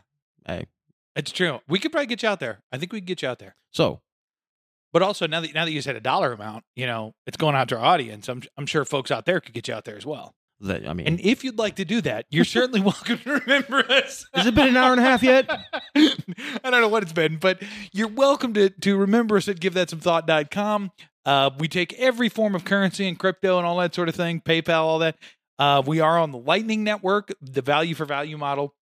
[SPEAKER 3] Hey.
[SPEAKER 2] It's true. We could probably get you out there. I think we could get you out there.
[SPEAKER 3] so
[SPEAKER 2] But also now that now that you said a dollar amount, you know it's going out to our audience. I'm I'm sure folks out there could get you out there as well.
[SPEAKER 3] That, I mean,
[SPEAKER 2] And if you'd like to do that, you're certainly [laughs] welcome to remember us.
[SPEAKER 3] has it been an hour and a half yet?
[SPEAKER 2] [laughs] I don't know what it's been, but you're welcome to, to remember us at givethatsomethought.com. Uh, we take every form of currency and crypto and all that sort of thing, PayPal, all that. Uh, we are on the Lightning Network, the value for value model.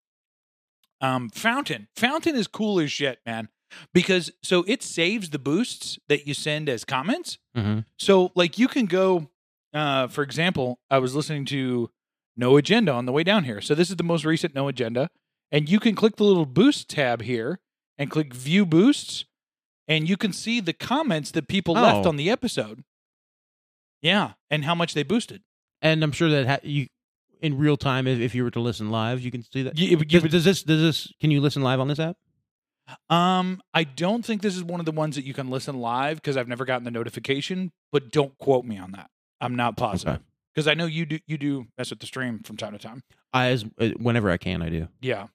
[SPEAKER 2] Um, Fountain. Fountain is cool as shit, man. Because so it saves the boosts that you send as comments.
[SPEAKER 3] Mm-hmm.
[SPEAKER 2] So, like, you can go, uh, for example, I was listening to No Agenda on the way down here. So, this is the most recent No Agenda. And you can click the little boost tab here and click view boosts. And you can see the comments that people left
[SPEAKER 3] Oh.
[SPEAKER 2] on the episode. Yeah. And how much they boosted.
[SPEAKER 3] And I'm sure that ha- you, in real time, if, if you were to listen live, you can see that.
[SPEAKER 2] You- you-
[SPEAKER 3] does, does this? Does this? Can you listen live on this app?
[SPEAKER 2] um, I don't think this is one of the ones that you can listen live because I've never gotten the notification, but don't quote me on that. I'm not positive. Because I know you do you do mess with the stream from time to time.
[SPEAKER 3] I as uh, whenever I can, I do.
[SPEAKER 2] Yeah.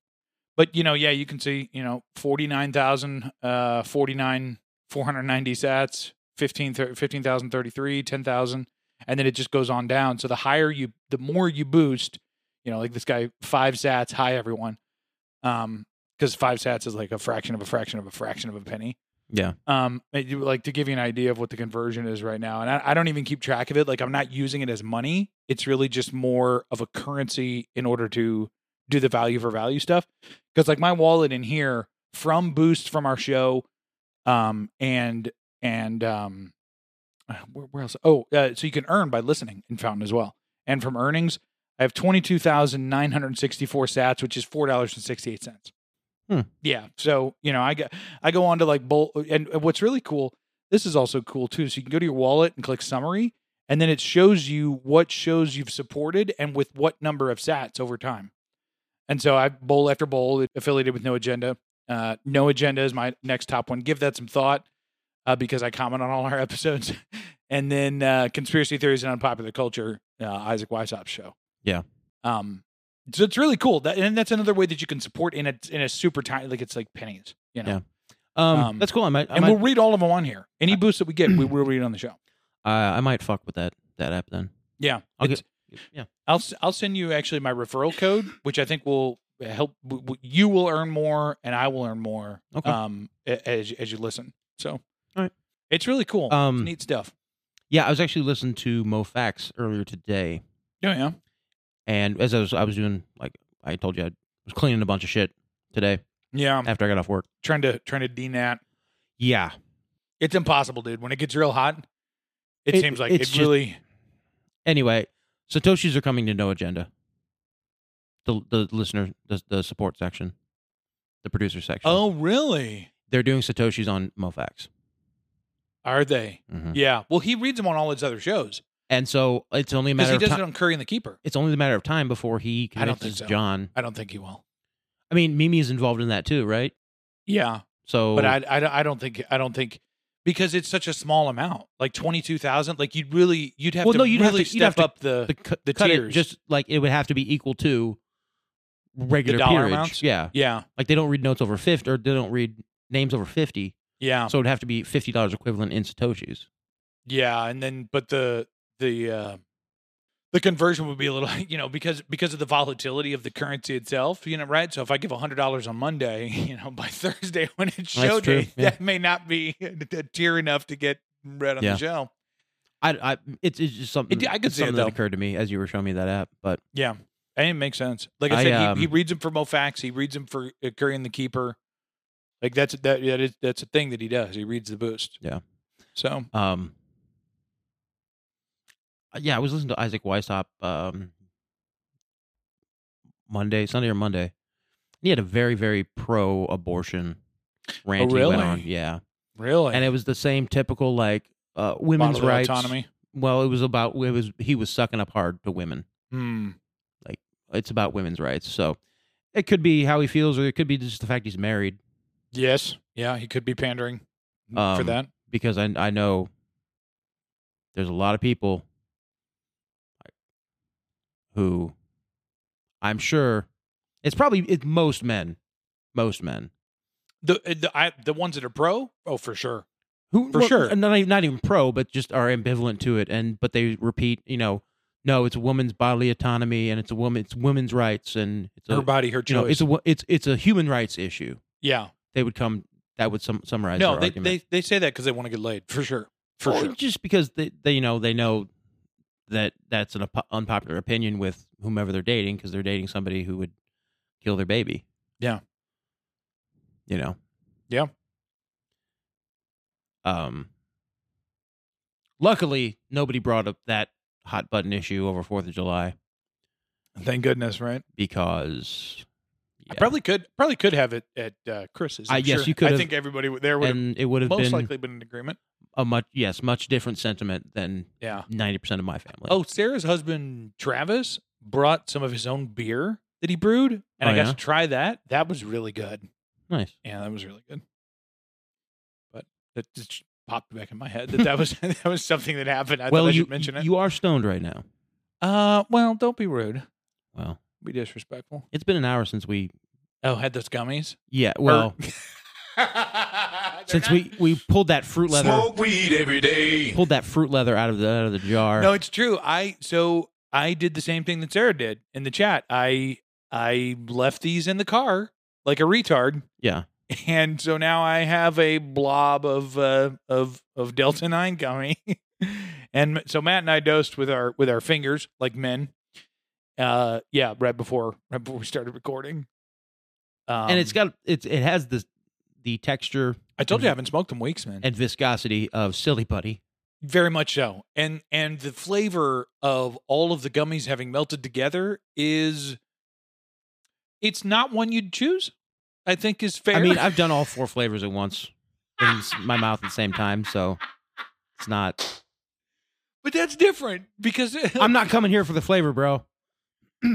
[SPEAKER 2] But you know, yeah, you can see, you know, 49,000 uh 49 490 sats, 15 thir- 15,033, 10,000 and then it just goes on down. So the higher you the more you boost, you know, like this guy 5 sats, hi everyone. Um cuz 5 sats is like a fraction of a fraction of a fraction of a penny.
[SPEAKER 3] Yeah.
[SPEAKER 2] Um it- you- like to give you an idea of what the conversion is right now. And I, I don't even keep track of it. Like I'm not using it as money. It's really just more of a currency in order to do the value for value stuff because like my wallet in here from boost from our show um and and um uh, where, where else oh uh, so you can earn by listening in fountain as well and from earnings i have 22964 sats which is $4.68
[SPEAKER 3] Hmm.
[SPEAKER 2] yeah so you know i go i go on to like bull and what's really cool this is also cool too so you can go to your wallet and click summary and then it shows you what shows you've supported and with what number of sats over time and so I bowl after bowl affiliated with No Agenda. Uh, no Agenda is my next top one. Give that some thought uh, because I comment on all our [laughs] episodes. and then uh, Conspiracy Theories and Unpopular Culture, uh, Isaac Weishaupt's show.
[SPEAKER 3] Yeah.
[SPEAKER 2] Um, so it's really cool. That, and that's another way that you can support in a, in a super tiny, like it's like pennies, you know.
[SPEAKER 3] Yeah. Um,
[SPEAKER 2] Um,
[SPEAKER 3] that's cool. I might. I
[SPEAKER 2] And
[SPEAKER 3] might,
[SPEAKER 2] we'll read all of them on here. Any boost that we get, we will read on
[SPEAKER 3] [clears throat]
[SPEAKER 2] the show.
[SPEAKER 3] uh, I might fuck with that that app then.
[SPEAKER 2] Yeah.
[SPEAKER 3] I'll
[SPEAKER 2] It's-
[SPEAKER 3] get, yeah.
[SPEAKER 2] I'll s- I'll send you actually my referral code, which I think will help. w- w- You will earn more, and I will earn more.
[SPEAKER 3] Okay.
[SPEAKER 2] Um, a- as as you listen, so all
[SPEAKER 3] right.
[SPEAKER 2] it's really cool.
[SPEAKER 3] Um,
[SPEAKER 2] it's neat stuff.
[SPEAKER 3] Yeah, I was actually listening to Mo Fax earlier today,
[SPEAKER 2] Yeah, yeah.
[SPEAKER 3] and as I was I was doing like I told you I was cleaning a bunch of shit today
[SPEAKER 2] Yeah, I'm
[SPEAKER 3] after I got off work.
[SPEAKER 2] trying to trying to denat.
[SPEAKER 3] Yeah.
[SPEAKER 2] It's impossible, dude. When it gets real hot, it,
[SPEAKER 3] It-
[SPEAKER 2] seems like
[SPEAKER 3] it's
[SPEAKER 2] it
[SPEAKER 3] just-
[SPEAKER 2] really.
[SPEAKER 3] Anyway, Satoshis are coming to No Agenda. The the listener the the support section, the producer section.
[SPEAKER 2] Oh, really?
[SPEAKER 3] they're doing Satoshis on MoFax.
[SPEAKER 2] Are they?
[SPEAKER 3] Mhm.
[SPEAKER 2] Yeah. Well, he reads them on all his other shows
[SPEAKER 3] And so it's only a
[SPEAKER 2] because
[SPEAKER 3] matter
[SPEAKER 2] he
[SPEAKER 3] of
[SPEAKER 2] does
[SPEAKER 3] time.
[SPEAKER 2] it on Curry and the Keeper.
[SPEAKER 3] It's only a matter of time before he
[SPEAKER 2] I don't think
[SPEAKER 3] convinces
[SPEAKER 2] so.
[SPEAKER 3] John.
[SPEAKER 2] I don't think he will.
[SPEAKER 3] I mean, Mimi is involved in that too, right?
[SPEAKER 2] Yeah,
[SPEAKER 3] So,
[SPEAKER 2] but I, I, don't- I don't think I don't think because it's such a small amount, like twenty two thousand. Like you'd really you'd have
[SPEAKER 3] Well,
[SPEAKER 2] to
[SPEAKER 3] no, you'd have
[SPEAKER 2] really
[SPEAKER 3] to- you'd
[SPEAKER 2] step
[SPEAKER 3] have to-
[SPEAKER 2] up the,
[SPEAKER 3] the, cu-
[SPEAKER 2] the
[SPEAKER 3] cut it
[SPEAKER 2] tiers.
[SPEAKER 3] just like it would have to be equal to regular
[SPEAKER 2] dollar
[SPEAKER 3] peerage.
[SPEAKER 2] amounts?
[SPEAKER 3] Yeah,
[SPEAKER 2] yeah
[SPEAKER 3] like they don't read notes over fifty, or they don't read names over fifty.
[SPEAKER 2] yeah
[SPEAKER 3] So it'd have to be fifty dollars equivalent in satoshis.
[SPEAKER 2] yeah, and then but the the uh the conversion would be a little [laughs] you know because because of the volatility of the currency itself you know right so if I give hundred dollars on Monday [laughs] you know by Thursday [laughs] when it's show
[SPEAKER 3] true,
[SPEAKER 2] day
[SPEAKER 3] yeah.
[SPEAKER 2] that may not be [laughs] a tier enough to get read on
[SPEAKER 3] Yeah.
[SPEAKER 2] the show
[SPEAKER 3] I, I, it's, it's just something.
[SPEAKER 2] It- I could
[SPEAKER 3] it's
[SPEAKER 2] see it,
[SPEAKER 3] something that
[SPEAKER 2] though.
[SPEAKER 3] occurred to me as you were showing me that app. But
[SPEAKER 2] yeah and it makes sense like I,
[SPEAKER 3] I,
[SPEAKER 2] said
[SPEAKER 3] um,
[SPEAKER 2] he, he reads them for Mofax he reads them for uh, Curry and the Keeper like that's that that is that's a thing that he does he reads the boost
[SPEAKER 3] Yeah.
[SPEAKER 2] so
[SPEAKER 3] um, uh, yeah, I was listening to Isaac Weishaupt um Monday, Sunday or Monday. He had a very very pro abortion rant he
[SPEAKER 2] Oh, really?
[SPEAKER 3] went on. Yeah,
[SPEAKER 2] really
[SPEAKER 3] and it was the same typical like uh women's
[SPEAKER 2] Bodily
[SPEAKER 3] rights
[SPEAKER 2] autonomy
[SPEAKER 3] Well, it was about it was he was sucking up hard to women.
[SPEAKER 2] Hmm.
[SPEAKER 3] It's about women's rights. So it could be how he feels, or it could be just the fact he's married.
[SPEAKER 2] Yes. Yeah, he could be pandering for
[SPEAKER 3] Um,
[SPEAKER 2] that.
[SPEAKER 3] Because I I know there's a lot of people who I'm sure it's probably it's most men, most men.
[SPEAKER 2] uh, The the I, the ones that are pro, oh for sure.
[SPEAKER 3] who
[SPEAKER 2] For sure.
[SPEAKER 3] not, even- not even pro but just are ambivalent to it and but they repeat you know no it's a woman's bodily autonomy and it's a woman it's women's rights and it's a,
[SPEAKER 2] her body, her
[SPEAKER 3] you
[SPEAKER 2] choice.
[SPEAKER 3] know it's a wo- it's it's a human rights issue
[SPEAKER 2] yeah.
[SPEAKER 3] they would come that would sum, summarize
[SPEAKER 2] No,
[SPEAKER 3] their
[SPEAKER 2] they,
[SPEAKER 3] argument. Oh,
[SPEAKER 2] they they say that because they want to get laid for sure. For
[SPEAKER 3] Well,
[SPEAKER 2] sure.
[SPEAKER 3] Just because they, they, you know, they know that that's an op- unpopular opinion with whomever they're dating because they're dating somebody who would kill their baby.
[SPEAKER 2] Yeah.
[SPEAKER 3] You know.
[SPEAKER 2] Yeah.
[SPEAKER 3] Um. Luckily, nobody brought up that hot button issue over Fourth of July
[SPEAKER 2] Thank goodness, right?
[SPEAKER 3] because
[SPEAKER 2] I
[SPEAKER 3] yeah.
[SPEAKER 2] probably could probably could have it at uh, Chris's.
[SPEAKER 3] I-
[SPEAKER 2] I'm
[SPEAKER 3] yes,
[SPEAKER 2] sure.
[SPEAKER 3] you could
[SPEAKER 2] I
[SPEAKER 3] have.
[SPEAKER 2] think everybody w- there would have
[SPEAKER 3] and it would have
[SPEAKER 2] most
[SPEAKER 3] been
[SPEAKER 2] likely been in agreement.
[SPEAKER 3] a much yes much different sentiment than
[SPEAKER 2] Yeah.
[SPEAKER 3] ninety percent of my family.
[SPEAKER 2] Oh, Sarah's husband Travis brought some of his own beer that he brewed, and
[SPEAKER 3] Oh,
[SPEAKER 2] I got
[SPEAKER 3] yeah?
[SPEAKER 2] to try that. That was really good.
[SPEAKER 3] nice.
[SPEAKER 2] Yeah, that was really good. But it just popped back in my head that that was [laughs] that was something that happened. I
[SPEAKER 3] well,
[SPEAKER 2] thought I
[SPEAKER 3] you
[SPEAKER 2] should mention it.
[SPEAKER 3] you are stoned right now.
[SPEAKER 2] uh, well, don't be rude.
[SPEAKER 3] Well.
[SPEAKER 2] Be disrespectful.
[SPEAKER 3] It's been an hour since we.
[SPEAKER 2] Oh, had those gummies.
[SPEAKER 3] Yeah,
[SPEAKER 2] [laughs]
[SPEAKER 3] well, since we we pulled that fruit leather,
[SPEAKER 2] weed every day.
[SPEAKER 3] pulled that fruit leather out of the out of the jar.
[SPEAKER 2] No, it's true. I so I did the same thing that Sarah did in the chat. I I left these in the car like a retard,
[SPEAKER 3] yeah,
[SPEAKER 2] [laughs] and so now I have a blob of uh, of of Delta Nine gummy. [laughs] and so Matt and I dosed with our with our fingers like men. Uh, yeah, right before right before we started recording. Um,
[SPEAKER 3] and it's got it's it has this the texture
[SPEAKER 2] I told you I haven't smoked in weeks, man.
[SPEAKER 3] and viscosity of silly putty.
[SPEAKER 2] Very much so. And and the flavor of all of the gummies having melted together is it's not one you'd choose, I think is fair.
[SPEAKER 3] I mean, I've done all four flavors at once in s- my mouth at the same time, so it's
[SPEAKER 2] [laughs]
[SPEAKER 3] not.
[SPEAKER 2] [laughs] but that's different because
[SPEAKER 3] I'm not coming here for the flavor, bro.
[SPEAKER 2] [laughs] all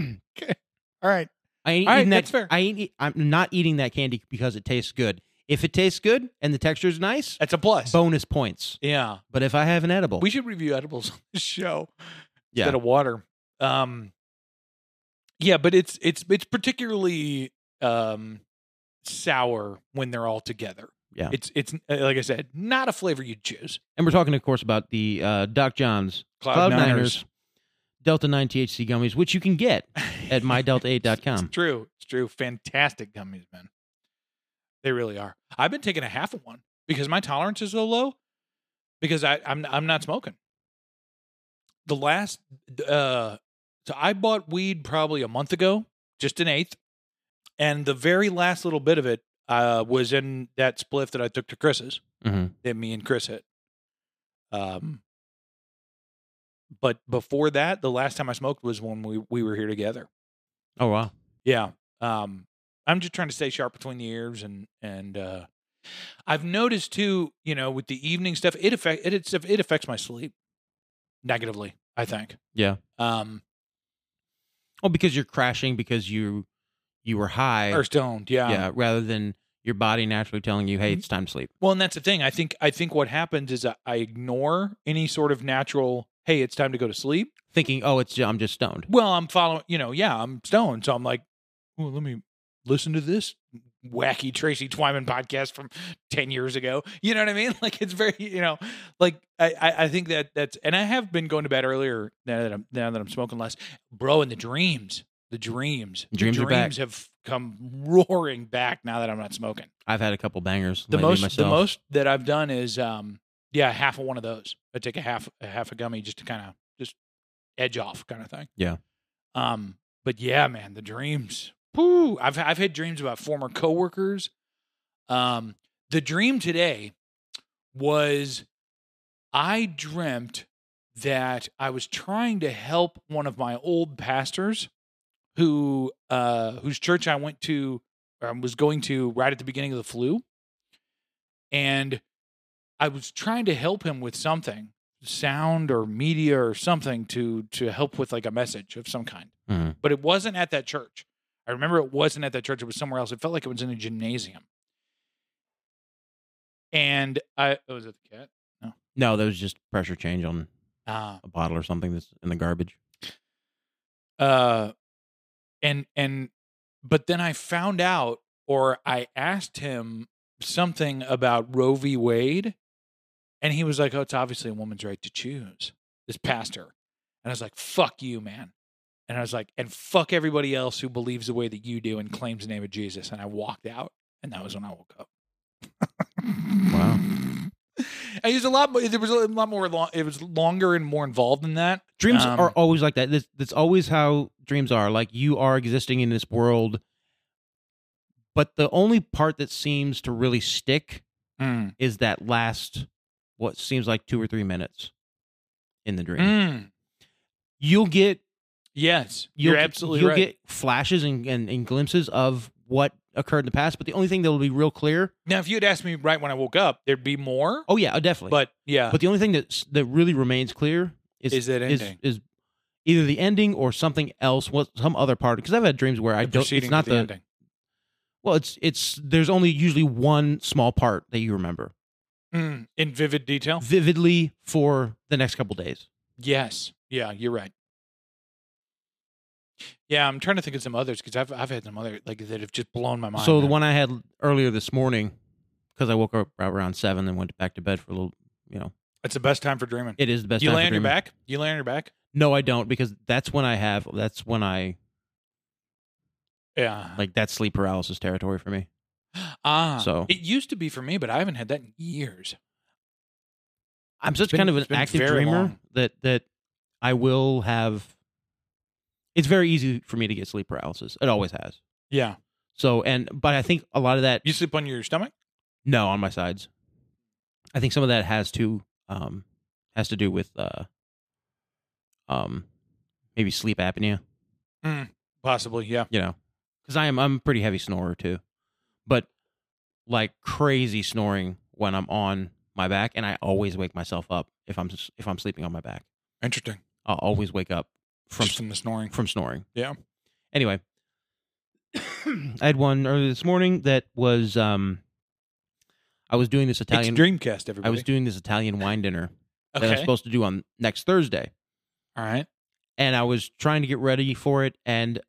[SPEAKER 2] right.
[SPEAKER 3] I ain't
[SPEAKER 2] All right,
[SPEAKER 3] eating that.
[SPEAKER 2] that's fair.
[SPEAKER 3] I ain't. eat- I'm not eating that candy because it tastes good. If it tastes good and the texture's nice,
[SPEAKER 2] That's a plus.
[SPEAKER 3] bonus points.
[SPEAKER 2] yeah.
[SPEAKER 3] But if I have an edible,
[SPEAKER 2] We should review edibles on the show
[SPEAKER 3] yeah,
[SPEAKER 2] instead of water. Um Yeah, but it's it's it's particularly um sour when they're all together.
[SPEAKER 3] Yeah.
[SPEAKER 2] It's it's uh, like I said, not a flavor you'd choose.
[SPEAKER 3] And we're talking, of course, about the uh, Doc Johns Cloud, Niners Delta 9 THC gummies, which you can get at mydelta8.com.
[SPEAKER 2] It's true. It's true. Fantastic gummies, man. They really are. I've been taking a half of one because my tolerance is so low because I, I'm I'm not smoking. The last uh so I bought weed probably a month ago, just an eighth, and the very last little bit of it uh was in that spliff that I took to Chris's
[SPEAKER 3] Mm-hmm.
[SPEAKER 2] that me and Chris hit. Um, but before that, the last time I smoked was when we, we were here together.
[SPEAKER 3] Oh, wow.
[SPEAKER 2] Yeah. Um, I'm just trying to stay sharp between the ears and and uh, I've noticed too, you know, with the evening stuff, it affect it it's, it affects my sleep negatively. I think.
[SPEAKER 3] Yeah.
[SPEAKER 2] Um,
[SPEAKER 3] Oh, because you're crashing because you you were high.
[SPEAKER 2] or stoned. Yeah.
[SPEAKER 3] yeah, rather than your body naturally telling you, hey,
[SPEAKER 2] Mm-hmm.
[SPEAKER 3] it's time to sleep.
[SPEAKER 2] Well, and that's the thing. I think I think what happens is I, I ignore any sort of natural. Hey, it's time to go to sleep.
[SPEAKER 3] Thinking, oh, it's I'm just stoned.
[SPEAKER 2] well, I'm following, you know, yeah, I'm stoned. So I'm like, well, let me listen to this wacky Tracy Twyman podcast from 10 years ago. You know what I mean? [laughs] Like, it's very, you know, like I, I, I think that that's, and I have been going to bed earlier now that I'm, now that I'm smoking less, bro. And the dreams, the dreams, the
[SPEAKER 3] Dreams are back.
[SPEAKER 2] dreams have come roaring back now that I'm not smoking.
[SPEAKER 3] I've had a couple bangers.
[SPEAKER 2] The
[SPEAKER 3] lately
[SPEAKER 2] most,
[SPEAKER 3] myself.
[SPEAKER 2] the most that I've done is, um, yeah, half of one of those. I take a half, a half a gummy just to kind of just edge off, kind of thing.
[SPEAKER 3] Yeah.
[SPEAKER 2] Um, but yeah, man, the dreams. Woo! I've I've had dreams about former coworkers. Um, the dream today was I dreamt that I was trying to help one of my old pastors who uh whose church I went to or was going to right at the beginning of the flu. And I was trying to help him with something, sound or media or something to to help with like a message of some kind.
[SPEAKER 3] Mhm.
[SPEAKER 2] But it wasn't at that church. I remember it wasn't at that church. It was somewhere else. It felt like it was in a gymnasium. And I oh, was it the cat?
[SPEAKER 3] No, there was just pressure change on
[SPEAKER 2] Ah,
[SPEAKER 3] a bottle or something that's in the garbage.
[SPEAKER 2] uh and and but then i found out or i asked him something about roe v wade And he was like, "Oh, it's obviously a woman's right to choose." This pastor, and I was like, "Fuck you, man." And I was like, "And fuck everybody else who believes the way that you do and claims the name of Jesus." And I walked out, and that was when I woke up. [laughs] wow. I used a lot. more- It was a lot more. Long, it was longer and more involved than that.
[SPEAKER 3] Dreams
[SPEAKER 2] Um,
[SPEAKER 3] are always like that. That's, that's always how dreams are. Like you are existing in this world, but the only part that seems to really stick
[SPEAKER 2] Mm.
[SPEAKER 3] is that last, what seems like two or three minutes in the dream.
[SPEAKER 2] Mm.
[SPEAKER 3] You'll get
[SPEAKER 2] Yes,
[SPEAKER 3] you'll,
[SPEAKER 2] you're absolutely
[SPEAKER 3] you'll
[SPEAKER 2] right.
[SPEAKER 3] get flashes and, and, and glimpses of what occurred in the past, but the only thing that will be real clear.
[SPEAKER 2] now, if you had asked me right when I woke up, there'd be more.
[SPEAKER 3] Oh yeah, definitely.
[SPEAKER 2] but yeah,
[SPEAKER 3] but the only thing that that really remains clear is
[SPEAKER 2] Is that
[SPEAKER 3] is,
[SPEAKER 2] ending.
[SPEAKER 3] is either the ending or something else, what some other part. Because I've had dreams where I
[SPEAKER 2] The
[SPEAKER 3] don't.
[SPEAKER 2] proceeding
[SPEAKER 3] It's
[SPEAKER 2] to
[SPEAKER 3] not
[SPEAKER 2] the,
[SPEAKER 3] the
[SPEAKER 2] ending.
[SPEAKER 3] well. It's it's there's only usually one small part that you remember
[SPEAKER 2] Mm, in vivid detail.
[SPEAKER 3] vividly for the next couple days.
[SPEAKER 2] Yes. Yeah, you're right. Yeah, I'm trying to think of some others because I've I've had some other like that have just blown my mind.
[SPEAKER 3] so the
[SPEAKER 2] man.
[SPEAKER 3] one I had earlier this morning, because I woke up around seven and went back to bed for a little. You know,
[SPEAKER 2] it's the best time for dreaming.
[SPEAKER 3] it is the best.
[SPEAKER 2] you
[SPEAKER 3] time
[SPEAKER 2] lay
[SPEAKER 3] for
[SPEAKER 2] on your
[SPEAKER 3] dreaming.
[SPEAKER 2] back. You lay on your back.
[SPEAKER 3] No, I don't because that's when I have. That's when I
[SPEAKER 2] Yeah.
[SPEAKER 3] like that's sleep paralysis territory for me.
[SPEAKER 2] ah.
[SPEAKER 3] so.
[SPEAKER 2] it used to be for me, but I haven't had that in years.
[SPEAKER 3] I'm such
[SPEAKER 2] been-
[SPEAKER 3] kind of an
[SPEAKER 2] Ah, it's been
[SPEAKER 3] active
[SPEAKER 2] very
[SPEAKER 3] dreamer
[SPEAKER 2] long.
[SPEAKER 3] that that I will have. It's very easy for me to get sleep paralysis. It always has.
[SPEAKER 2] Yeah.
[SPEAKER 3] So and but I think a lot of that
[SPEAKER 2] You sleep on your stomach.
[SPEAKER 3] no on my sides. I think some of that has to um has to do with uh um maybe sleep apnea.
[SPEAKER 2] Possibly. Yeah.
[SPEAKER 3] you know, because I am I'm a pretty heavy snorer too, but like crazy snoring when I'm on my back, and I always wake myself up if I'm s- if I'm sleeping on my back.
[SPEAKER 2] Interesting.
[SPEAKER 3] I'll always wake up from
[SPEAKER 2] From just from the snoring.
[SPEAKER 3] from snoring.
[SPEAKER 2] Yeah.
[SPEAKER 3] Anyway, [clears throat] I had one earlier this morning that was um, I was doing this Italian.
[SPEAKER 2] It's Dreamcast. Everybody.
[SPEAKER 3] I was doing this Italian wine dinner that I'm
[SPEAKER 2] okay.
[SPEAKER 3] supposed to do on next Thursday
[SPEAKER 2] All right.
[SPEAKER 3] and I was trying to get ready for it, and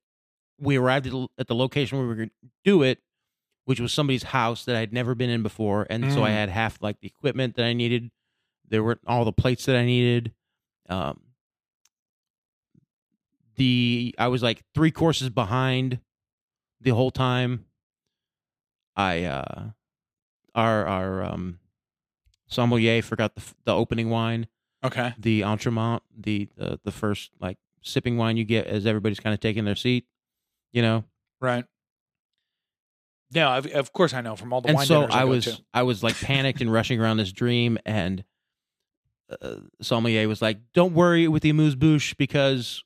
[SPEAKER 3] we arrived at the, at the location where we were going to do it, which was somebody's house that I'd never been in before, and so I
[SPEAKER 2] Mm.
[SPEAKER 3] had half like the equipment that I needed. There weren't all the plates that I needed. Um, the I was like three courses behind the whole time. I uh, our our um, sommelier forgot the f- the opening wine
[SPEAKER 2] Okay.
[SPEAKER 3] the entremont, the uh, the, the first like sipping wine you get as everybody's kind of taking their seat, you know.
[SPEAKER 2] Right. No, I've, of course I know from all the
[SPEAKER 3] and
[SPEAKER 2] wine
[SPEAKER 3] so
[SPEAKER 2] dinners
[SPEAKER 3] I
[SPEAKER 2] go
[SPEAKER 3] was
[SPEAKER 2] to.
[SPEAKER 3] I was like panicked and rushing around this dream, and uh, sommelier was like, "Don't worry with the amuse bouche because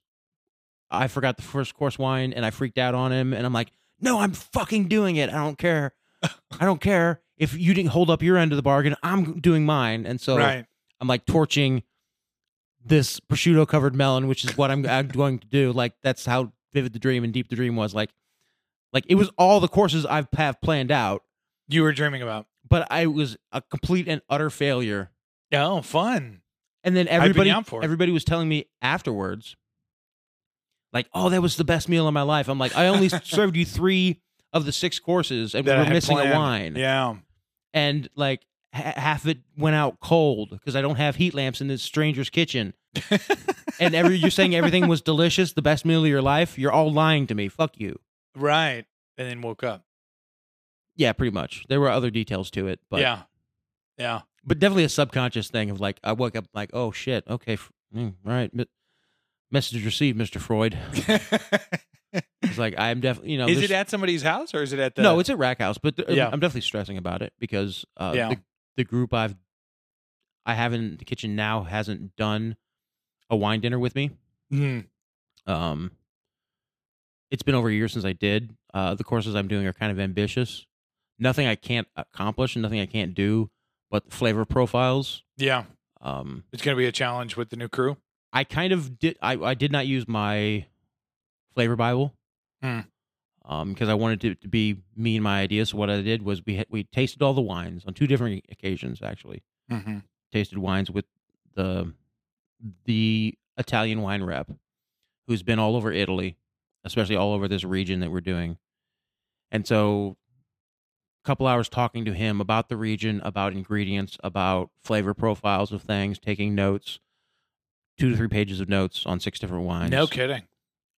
[SPEAKER 3] I forgot the first course wine and I freaked out on him." And I'm like, "No, I'm fucking doing it. I don't care. I don't care if you didn't hold up your end of the bargain. I'm doing mine." And so
[SPEAKER 2] right.
[SPEAKER 3] I'm like torching this prosciutto covered melon, which is what I'm, I'm going to do. Like that's how vivid the dream and deep the dream was. Like, like it was all the courses I've have planned out,
[SPEAKER 2] You were dreaming about.
[SPEAKER 3] but I was a complete and utter failure.
[SPEAKER 2] Oh, fun.
[SPEAKER 3] And then
[SPEAKER 2] been
[SPEAKER 3] everybody,
[SPEAKER 2] down for it.
[SPEAKER 3] everybody was telling me afterwards, like, "Oh, that was the best meal of my life." I'm like, "I
[SPEAKER 2] [laughs]
[SPEAKER 3] only served you three of the six courses, and
[SPEAKER 2] That I
[SPEAKER 3] we were
[SPEAKER 2] had
[SPEAKER 3] missing a
[SPEAKER 2] planned.
[SPEAKER 3] wine."
[SPEAKER 2] Yeah.
[SPEAKER 3] and like ha- half it went out cold because I don't have heat lamps in this stranger's
[SPEAKER 2] [laughs]
[SPEAKER 3] kitchen. and every you're saying everything was delicious, the best meal of your life. You're all lying to me. Fuck you.
[SPEAKER 2] Right. And then woke up.
[SPEAKER 3] Yeah, pretty much. There were other details to it, but
[SPEAKER 2] yeah.
[SPEAKER 3] [laughs]
[SPEAKER 2] Yeah. [laughs]
[SPEAKER 3] but definitely a subconscious thing of like I woke up like oh shit okay f- mm, right mi- message received Mister Freud. It's like I'm definitely you know
[SPEAKER 2] is
[SPEAKER 3] there's-
[SPEAKER 2] it at somebody's house or is it at the
[SPEAKER 3] no it's at Rack House, but th- uh,
[SPEAKER 2] Yeah.
[SPEAKER 3] I'm definitely stressing about it because uh,
[SPEAKER 2] Yeah.
[SPEAKER 3] the, the group I've I have in the kitchen now hasn't done a wine dinner with me.
[SPEAKER 2] Mm.
[SPEAKER 3] Um, it's been over a year since I did. Uh, the courses I'm doing are kind of ambitious. Nothing I can't accomplish and nothing I can't do, but flavor profiles.
[SPEAKER 2] Yeah.
[SPEAKER 3] Um,
[SPEAKER 2] It's gonna be a challenge with the new crew.
[SPEAKER 3] I kind of did. I, I did not use my flavor bible,
[SPEAKER 2] Hmm.
[SPEAKER 3] um, because I wanted to, to be me and my ideas. So what I did was we had, we tasted all the wines on two different occasions. Actually,
[SPEAKER 2] Mm-hmm.
[SPEAKER 3] tasted wines with the the Italian wine rep, who's been all over Italy, especially all over this region that we're doing, and so couple hours talking to him about the region, about ingredients, about flavor profiles of things, taking notes, two to three pages of notes on six different wines.
[SPEAKER 2] No kidding.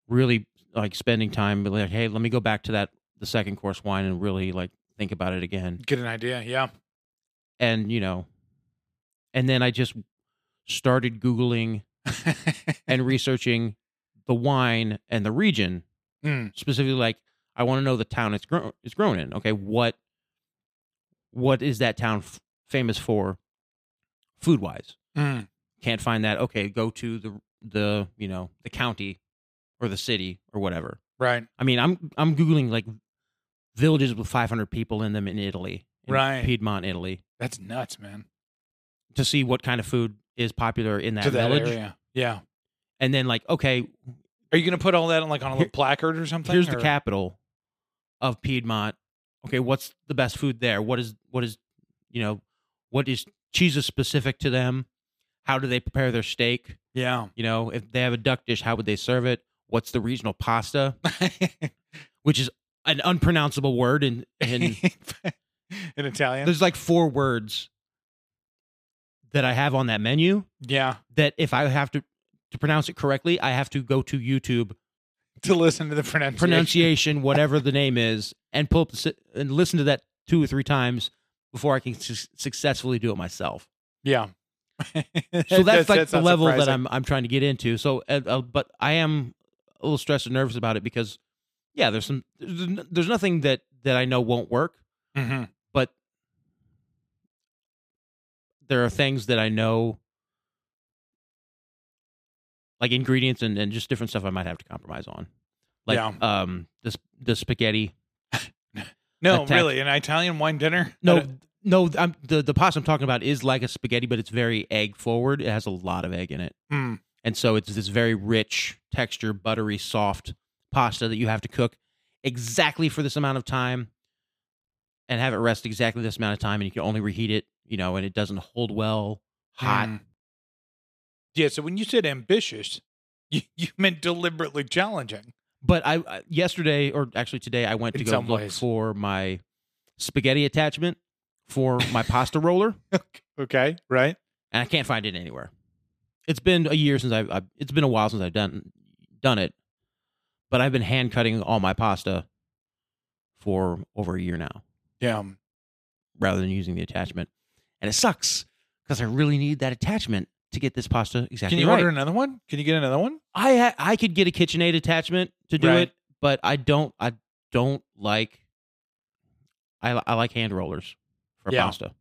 [SPEAKER 3] Really like spending time, like, hey, let me go back to that the second course wine and really like think about it again.
[SPEAKER 2] Get an idea. Yeah. [laughs]
[SPEAKER 3] And you know, and then I just started googling and researching the wine and the region
[SPEAKER 2] Mm,
[SPEAKER 3] specifically like I want to know the town it's grown it's grown in. Okay, what what is that town f- famous for food wise?
[SPEAKER 2] mm,
[SPEAKER 3] Can't find that. Okay, go to the the you know the county or the city or whatever.
[SPEAKER 2] right.
[SPEAKER 3] I mean, I'm I'm googling like villages with 500 people in them in Italy, in
[SPEAKER 2] Right.
[SPEAKER 3] Piedmont, Italy,
[SPEAKER 2] That's nuts, man.
[SPEAKER 3] to see what kind of food is popular in that
[SPEAKER 2] to that
[SPEAKER 3] village,
[SPEAKER 2] area. Yeah.
[SPEAKER 3] and then like okay,
[SPEAKER 2] Are you going to put all that on like on a little
[SPEAKER 3] Here-
[SPEAKER 2] placard or something?
[SPEAKER 3] here's the
[SPEAKER 2] or-
[SPEAKER 3] capital of Piedmont. Okay, what's the best food there? What is what is you know what is cheeses specific to them? How do they prepare their steak?
[SPEAKER 2] Yeah.
[SPEAKER 3] You know, if they have a duck dish, how would they serve it? What's the regional
[SPEAKER 2] [laughs]
[SPEAKER 3] pasta, which is an unpronounceable word in [laughs]
[SPEAKER 2] [laughs]
[SPEAKER 3] in
[SPEAKER 2] in Italian.
[SPEAKER 3] there's like four words that I have on that menu
[SPEAKER 2] yeah.
[SPEAKER 3] that if I have to to pronounce it correctly, I have to go to YouTube
[SPEAKER 2] To listen to the
[SPEAKER 3] [laughs]
[SPEAKER 2] pronunciation.
[SPEAKER 3] pronunciation, whatever the name is, and pull up the, si- and listen to that two or three times before I can su- successfully do it myself. [laughs]
[SPEAKER 2] Yeah. so
[SPEAKER 3] So that's, like the level that I'm I'm trying to get into. So, uh, uh, but I am a little stressed and nervous about it because, yeah, there's some there's n- there's nothing that that I know won't work, Mm-hmm.
[SPEAKER 2] hmm
[SPEAKER 3] but there are things that I know, like ingredients and, and just different stuff I might have to compromise on, like
[SPEAKER 2] Yeah.
[SPEAKER 3] um this the spaghetti
[SPEAKER 2] No,
[SPEAKER 3] attack.
[SPEAKER 2] really, an Italian wine dinner.
[SPEAKER 3] No,
[SPEAKER 2] But, uh,
[SPEAKER 3] no. I'm, the the pasta I'm talking about is like a spaghetti, but it's very egg forward. It has a lot of egg in it,
[SPEAKER 2] mm,
[SPEAKER 3] and so it's this very rich texture, buttery, soft pasta that you have to cook exactly for this amount of time, and have it rest exactly this amount of time, and you can only reheat it. You know, and it doesn't hold well hot.
[SPEAKER 2] mm. Yeah. So when you said ambitious, you, you meant deliberately challenging.
[SPEAKER 3] But I I- yesterday, or actually today, I went to
[SPEAKER 2] In
[SPEAKER 3] go
[SPEAKER 2] some
[SPEAKER 3] look
[SPEAKER 2] ways.
[SPEAKER 3] for my spaghetti attachment for my pasta roller.
[SPEAKER 2] Okay. Right.
[SPEAKER 3] and I can't find it anywhere. It's been a year since I've, I've it's been a while since I've done done it, but I've been hand cutting all my pasta for over a year now,
[SPEAKER 2] Yeah.
[SPEAKER 3] rather than using the attachment, and it sucks because I really need that attachment to get this pasta exactly
[SPEAKER 2] Can you
[SPEAKER 3] right.
[SPEAKER 2] order another one? Can you get another one?
[SPEAKER 3] I ha- I could get a KitchenAid attachment to do
[SPEAKER 2] Right.
[SPEAKER 3] it, but I don't I don't like I li- I like hand rollers for
[SPEAKER 2] Yeah.
[SPEAKER 3] pasta.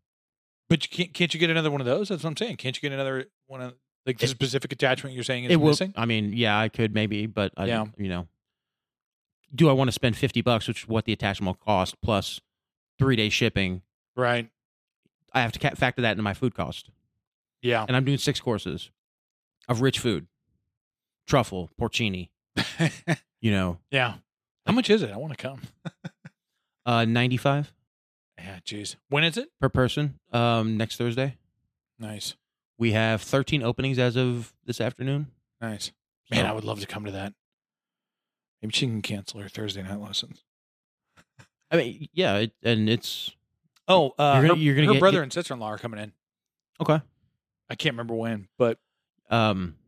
[SPEAKER 2] But you can't, can't you get another one of those? That's what I'm saying. Can't you get another one of like the
[SPEAKER 3] It-
[SPEAKER 2] specific attachment you're saying is
[SPEAKER 3] it will.
[SPEAKER 2] missing?
[SPEAKER 3] I mean, yeah, I could maybe, but I,
[SPEAKER 2] Yeah.
[SPEAKER 3] you know, do I want to spend fifty bucks, which is what the attachment will cost, plus three day shipping?
[SPEAKER 2] Right.
[SPEAKER 3] I have to ca- factor that into my food cost,
[SPEAKER 2] Yeah.
[SPEAKER 3] and I'm doing six courses of rich food, truffle,
[SPEAKER 2] [laughs]
[SPEAKER 3] porcini. You know,
[SPEAKER 2] yeah. How much is it? I want to come.
[SPEAKER 3] uh, ninety five
[SPEAKER 2] Yeah. Jeez. When is it?
[SPEAKER 3] per person. Um, next Thursday
[SPEAKER 2] Nice.
[SPEAKER 3] we have thirteen openings as of this afternoon.
[SPEAKER 2] Nice. Man,
[SPEAKER 3] So-
[SPEAKER 2] I would love to come to that. Maybe she can cancel her Thursday night lessons.
[SPEAKER 3] I mean, yeah, it, and it's
[SPEAKER 2] Oh, uh,
[SPEAKER 3] You're gonna-
[SPEAKER 2] her,
[SPEAKER 3] you're gonna
[SPEAKER 2] her
[SPEAKER 3] get-
[SPEAKER 2] brother
[SPEAKER 3] get-
[SPEAKER 2] and sister in law are coming in.
[SPEAKER 3] okay.
[SPEAKER 2] I can't remember when, but
[SPEAKER 3] Um,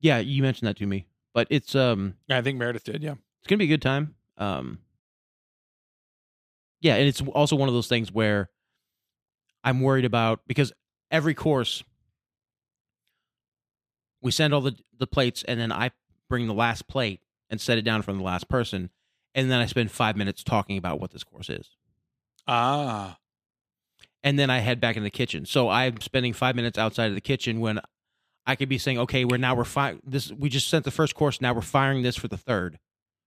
[SPEAKER 3] yeah, you mentioned that to me, but it's um.
[SPEAKER 2] I think Meredith did. Yeah.
[SPEAKER 3] it's gonna be a good time. Um, yeah, and it's also one of those things where I'm worried about because every course we send all the the plates, and then I bring the last plate and set it down from the last person, and then I spend five minutes talking about what this course is,
[SPEAKER 2] Ah.
[SPEAKER 3] and then I head back in the kitchen. So I'm spending five minutes outside of the kitchen when I could be saying, "Okay, we're now we're fi- this. We just sent the first course. Now we're firing this for the third.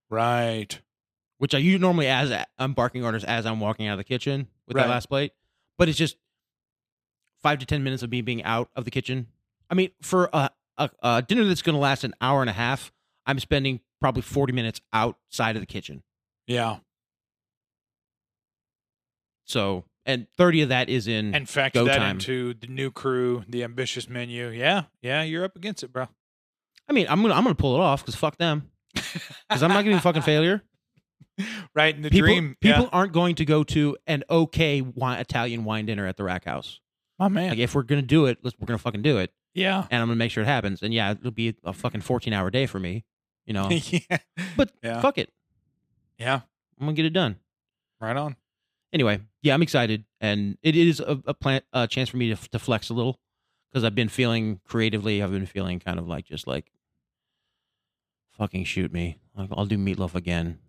[SPEAKER 2] Right.
[SPEAKER 3] which I usually normally as I'm barking orders as I'm walking out of the kitchen with
[SPEAKER 2] Right.
[SPEAKER 3] that last plate. But it's just five to ten minutes of me being out of the kitchen. I mean, for a, a, a dinner that's going to last an hour and a half, I'm spending probably forty minutes outside of the kitchen.
[SPEAKER 2] Yeah.
[SPEAKER 3] So, and thirty of that is in.
[SPEAKER 2] And factor
[SPEAKER 3] Hmm. Go
[SPEAKER 2] that
[SPEAKER 3] time.
[SPEAKER 2] into the new crew, the ambitious menu. Yeah. Yeah. You're up against it, bro. [laughs]
[SPEAKER 3] I mean, I'm gonna I'm gonna pull it off because fuck them because I'm not giving a fucking failure.
[SPEAKER 2] right? In [laughs] the
[SPEAKER 3] people,
[SPEAKER 2] dream,
[SPEAKER 3] people
[SPEAKER 2] yeah.
[SPEAKER 3] aren't going to go to an okay wine, Italian wine dinner at the Rack House.
[SPEAKER 2] my man,
[SPEAKER 3] Like, if we're gonna do it, let's, we're gonna fucking do it,
[SPEAKER 2] [laughs] yeah,
[SPEAKER 3] and I'm gonna make sure it happens. And yeah, it'll be a fucking 14 hour day for me, you know.
[SPEAKER 2] [laughs] yeah,
[SPEAKER 3] Oh. But
[SPEAKER 2] Yeah.
[SPEAKER 3] fuck it,
[SPEAKER 2] yeah,
[SPEAKER 3] I'm gonna get it done. [laughs]
[SPEAKER 2] right on. [laughs]
[SPEAKER 3] Anyway, yeah, I'm excited, and it is a, a plan, a chance for me to, to flex a little because I've been feeling creatively. I've been feeling kind of like just like fucking shoot me. Like, I'll do meatloaf again,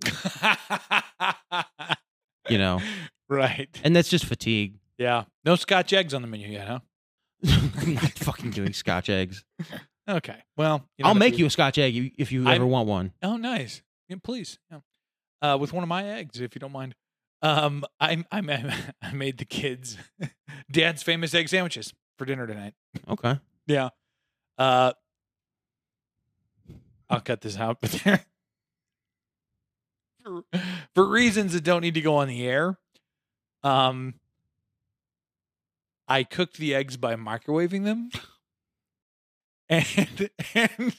[SPEAKER 3] you
[SPEAKER 2] [laughs]
[SPEAKER 3] know.
[SPEAKER 2] right?
[SPEAKER 3] and that's just fatigue. [laughs]
[SPEAKER 2] Yeah. No Scotch eggs on the menu yet, huh?
[SPEAKER 3] I'm not fucking doing Scotch eggs.
[SPEAKER 2] Okay. Well,
[SPEAKER 3] I'll make you a Scotch egg you- if you
[SPEAKER 2] I'm-
[SPEAKER 3] ever want one.
[SPEAKER 2] Oh, nice. Yeah, please. Yeah. Uh, with one of my eggs, if you don't mind. Um, I I ma- [laughs] I made the kids [laughs] dad's famous egg sandwiches for dinner tonight.
[SPEAKER 3] Okay.
[SPEAKER 2] Yeah. Uh, I'll cut this out, but there, for, for reasons that don't need to go on the air, um, I cooked the eggs by microwaving them, [laughs] and and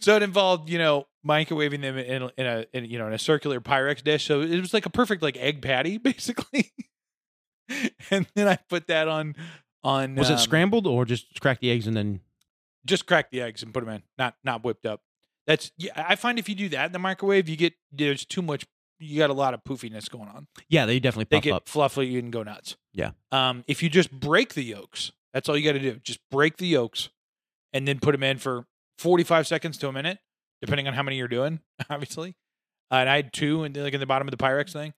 [SPEAKER 2] so it involved you know microwaving them in in a in, you know in a circular Pyrex dish, so it was like a perfect like egg patty [laughs] basically, and then I put that on on
[SPEAKER 3] Was it
[SPEAKER 2] um,
[SPEAKER 3] scrambled or just crack the eggs and then?
[SPEAKER 2] just crack the eggs and put them in, not not whipped up. That's yeah, I find if you do that in the microwave, you get there's too much. You got a lot of poofiness going on.
[SPEAKER 3] Yeah, they definitely
[SPEAKER 2] They
[SPEAKER 3] puff
[SPEAKER 2] get
[SPEAKER 3] up.
[SPEAKER 2] fluffy and go nuts.
[SPEAKER 3] Yeah.
[SPEAKER 2] Um, if you just break the yolks, that's all you got to do. Just break the yolks, and then put them in for 45 seconds to a minute, depending on how many you're doing, [laughs] obviously. Uh, and I had two, and like in the bottom of the Pyrex thing,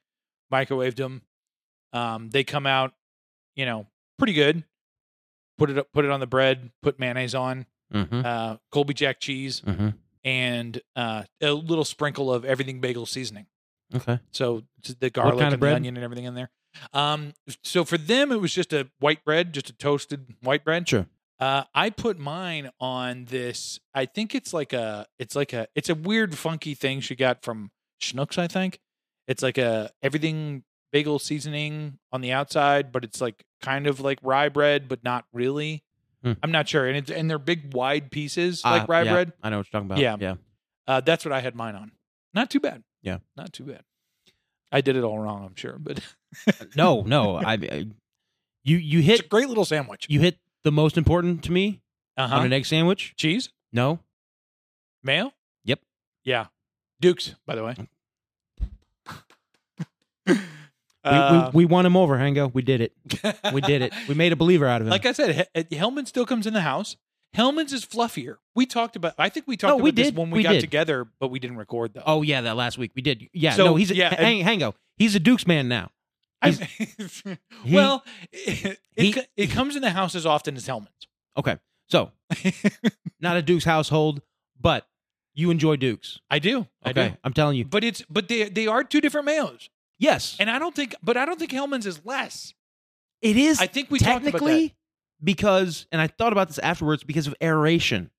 [SPEAKER 2] microwaved them. Um, they come out, you know, pretty good. Put it up, put it on the bread. Put mayonnaise on
[SPEAKER 3] Mm-hmm.
[SPEAKER 2] uh, Colby Jack cheese,
[SPEAKER 3] Mm-hmm.
[SPEAKER 2] and uh, a little sprinkle of everything bagel seasoning.
[SPEAKER 3] Okay.
[SPEAKER 2] So t- the garlic
[SPEAKER 3] kind of
[SPEAKER 2] and
[SPEAKER 3] bread?
[SPEAKER 2] the onion and everything in there. Um, so for them, it was just a white bread, just a toasted white bread.
[SPEAKER 3] Sure.
[SPEAKER 2] Uh, I put mine on this. I think it's like a, it's like a, it's a weird funky thing she got from Schnucks. I think it's like a everything bagel seasoning on the outside, but it's like kind of like rye bread, but not really.
[SPEAKER 3] Hmm.
[SPEAKER 2] I'm not sure. And it's and they're big wide pieces like
[SPEAKER 3] Ah,
[SPEAKER 2] rye
[SPEAKER 3] yeah,
[SPEAKER 2] bread.
[SPEAKER 3] I know what you're talking about.
[SPEAKER 2] Yeah.
[SPEAKER 3] Yeah.
[SPEAKER 2] Uh, that's what I had mine on. Not too bad.
[SPEAKER 3] Yeah.
[SPEAKER 2] Not too bad. I did it all wrong, I'm sure,
[SPEAKER 3] [laughs]
[SPEAKER 2] but
[SPEAKER 3] [laughs] No, no. I, I you you
[SPEAKER 2] it's a
[SPEAKER 3] hit
[SPEAKER 2] great little sandwich.
[SPEAKER 3] you hit the most important to me
[SPEAKER 2] Uh-huh.
[SPEAKER 3] on an egg sandwich.
[SPEAKER 2] Cheese?
[SPEAKER 3] No.
[SPEAKER 2] Mayo?
[SPEAKER 3] Yep. Mm.
[SPEAKER 2] Yeah. Dukes, by the way. [laughs]
[SPEAKER 3] We,
[SPEAKER 2] Uh, Um,
[SPEAKER 3] we, we won him over, Hango. We did it. We did it. We
[SPEAKER 2] [laughs]
[SPEAKER 3] made a believer out of him.
[SPEAKER 2] like I said, He- Hellman still comes in the house. Hellman's is fluffier. We talked about I think we talked
[SPEAKER 3] No,
[SPEAKER 2] about
[SPEAKER 3] we
[SPEAKER 2] this
[SPEAKER 3] did.
[SPEAKER 2] when we,
[SPEAKER 3] We
[SPEAKER 2] got
[SPEAKER 3] did.
[SPEAKER 2] together, but we didn't record though.
[SPEAKER 3] oh yeah, that last week we did. Yeah.
[SPEAKER 2] So,
[SPEAKER 3] no, he's a,
[SPEAKER 2] yeah,
[SPEAKER 3] Hang- Hango. He's a Duke's man now.
[SPEAKER 2] I, [laughs]
[SPEAKER 3] He-
[SPEAKER 2] well, it,
[SPEAKER 3] he-
[SPEAKER 2] it, it comes in the house as often as Hellman's.
[SPEAKER 3] Okay.
[SPEAKER 2] [laughs]
[SPEAKER 3] So, not a Duke's household, but you enjoy Duke's.
[SPEAKER 2] I do. I
[SPEAKER 3] Okay.
[SPEAKER 2] do.
[SPEAKER 3] I'm telling you.
[SPEAKER 2] But it's but they they are two different mayos,
[SPEAKER 3] Yes.
[SPEAKER 2] and I don't think but I don't think Hellman's is less.
[SPEAKER 3] it is
[SPEAKER 2] I think we talked about that.
[SPEAKER 3] technically because and I thought about this afterwards because of aeration.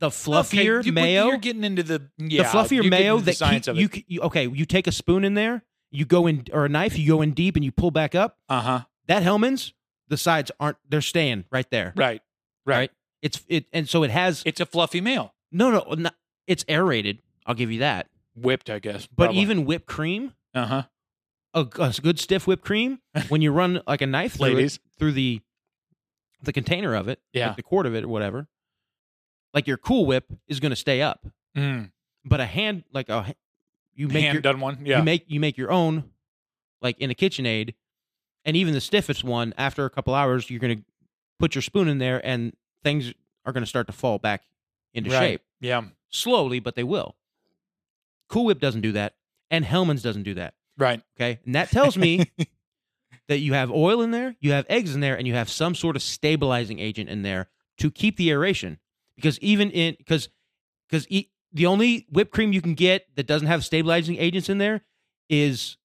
[SPEAKER 3] The
[SPEAKER 2] Okay,
[SPEAKER 3] fluffier
[SPEAKER 2] you- but
[SPEAKER 3] mayo,
[SPEAKER 2] You're getting into the yeah,
[SPEAKER 3] the fluffier
[SPEAKER 2] you're getting
[SPEAKER 3] mayo
[SPEAKER 2] into the
[SPEAKER 3] that
[SPEAKER 2] science
[SPEAKER 3] keep-
[SPEAKER 2] of
[SPEAKER 3] you,
[SPEAKER 2] it.
[SPEAKER 3] c- you okay, you take a spoon in there, you go in or a knife, you go in deep and you pull back up.
[SPEAKER 2] Uh huh.
[SPEAKER 3] That Hellman's, the sides aren't they're staying right there.
[SPEAKER 2] Right.
[SPEAKER 3] Right. It's it and so it has
[SPEAKER 2] It's a fluffy mayo,
[SPEAKER 3] no no, no it's aerated. I'll give you that.
[SPEAKER 2] whipped, I guess.
[SPEAKER 3] But even whipped cream,
[SPEAKER 2] uh huh.
[SPEAKER 3] a, a good stiff whipped
[SPEAKER 2] [laughs]
[SPEAKER 3] cream when you run like a knife through, it,
[SPEAKER 2] Ladies.
[SPEAKER 3] through the the container of it,
[SPEAKER 2] Yeah.
[SPEAKER 3] like the quart of it or whatever. Like your Cool Whip is going to stay up,
[SPEAKER 2] Mm.
[SPEAKER 3] but a hand like a h- you make
[SPEAKER 2] Hand
[SPEAKER 3] your,
[SPEAKER 2] done one. Yeah.
[SPEAKER 3] you make you make your own, like in a KitchenAid, and even the stiffest one after a couple hours you're going to put your spoon in there and things are going to start to fall back into
[SPEAKER 2] Right.
[SPEAKER 3] shape
[SPEAKER 2] yeah.
[SPEAKER 3] slowly, but they will. Cool Whip doesn't do that, and Hellman's doesn't do that.
[SPEAKER 2] Right.
[SPEAKER 3] Okay. And that tells
[SPEAKER 2] [laughs]
[SPEAKER 3] me that you have oil in there, you have eggs in there, and you have some sort of stabilizing agent in there to keep the aeration. Because even in, because, because e- the only whipped cream you can get that doesn't have stabilizing agents in there is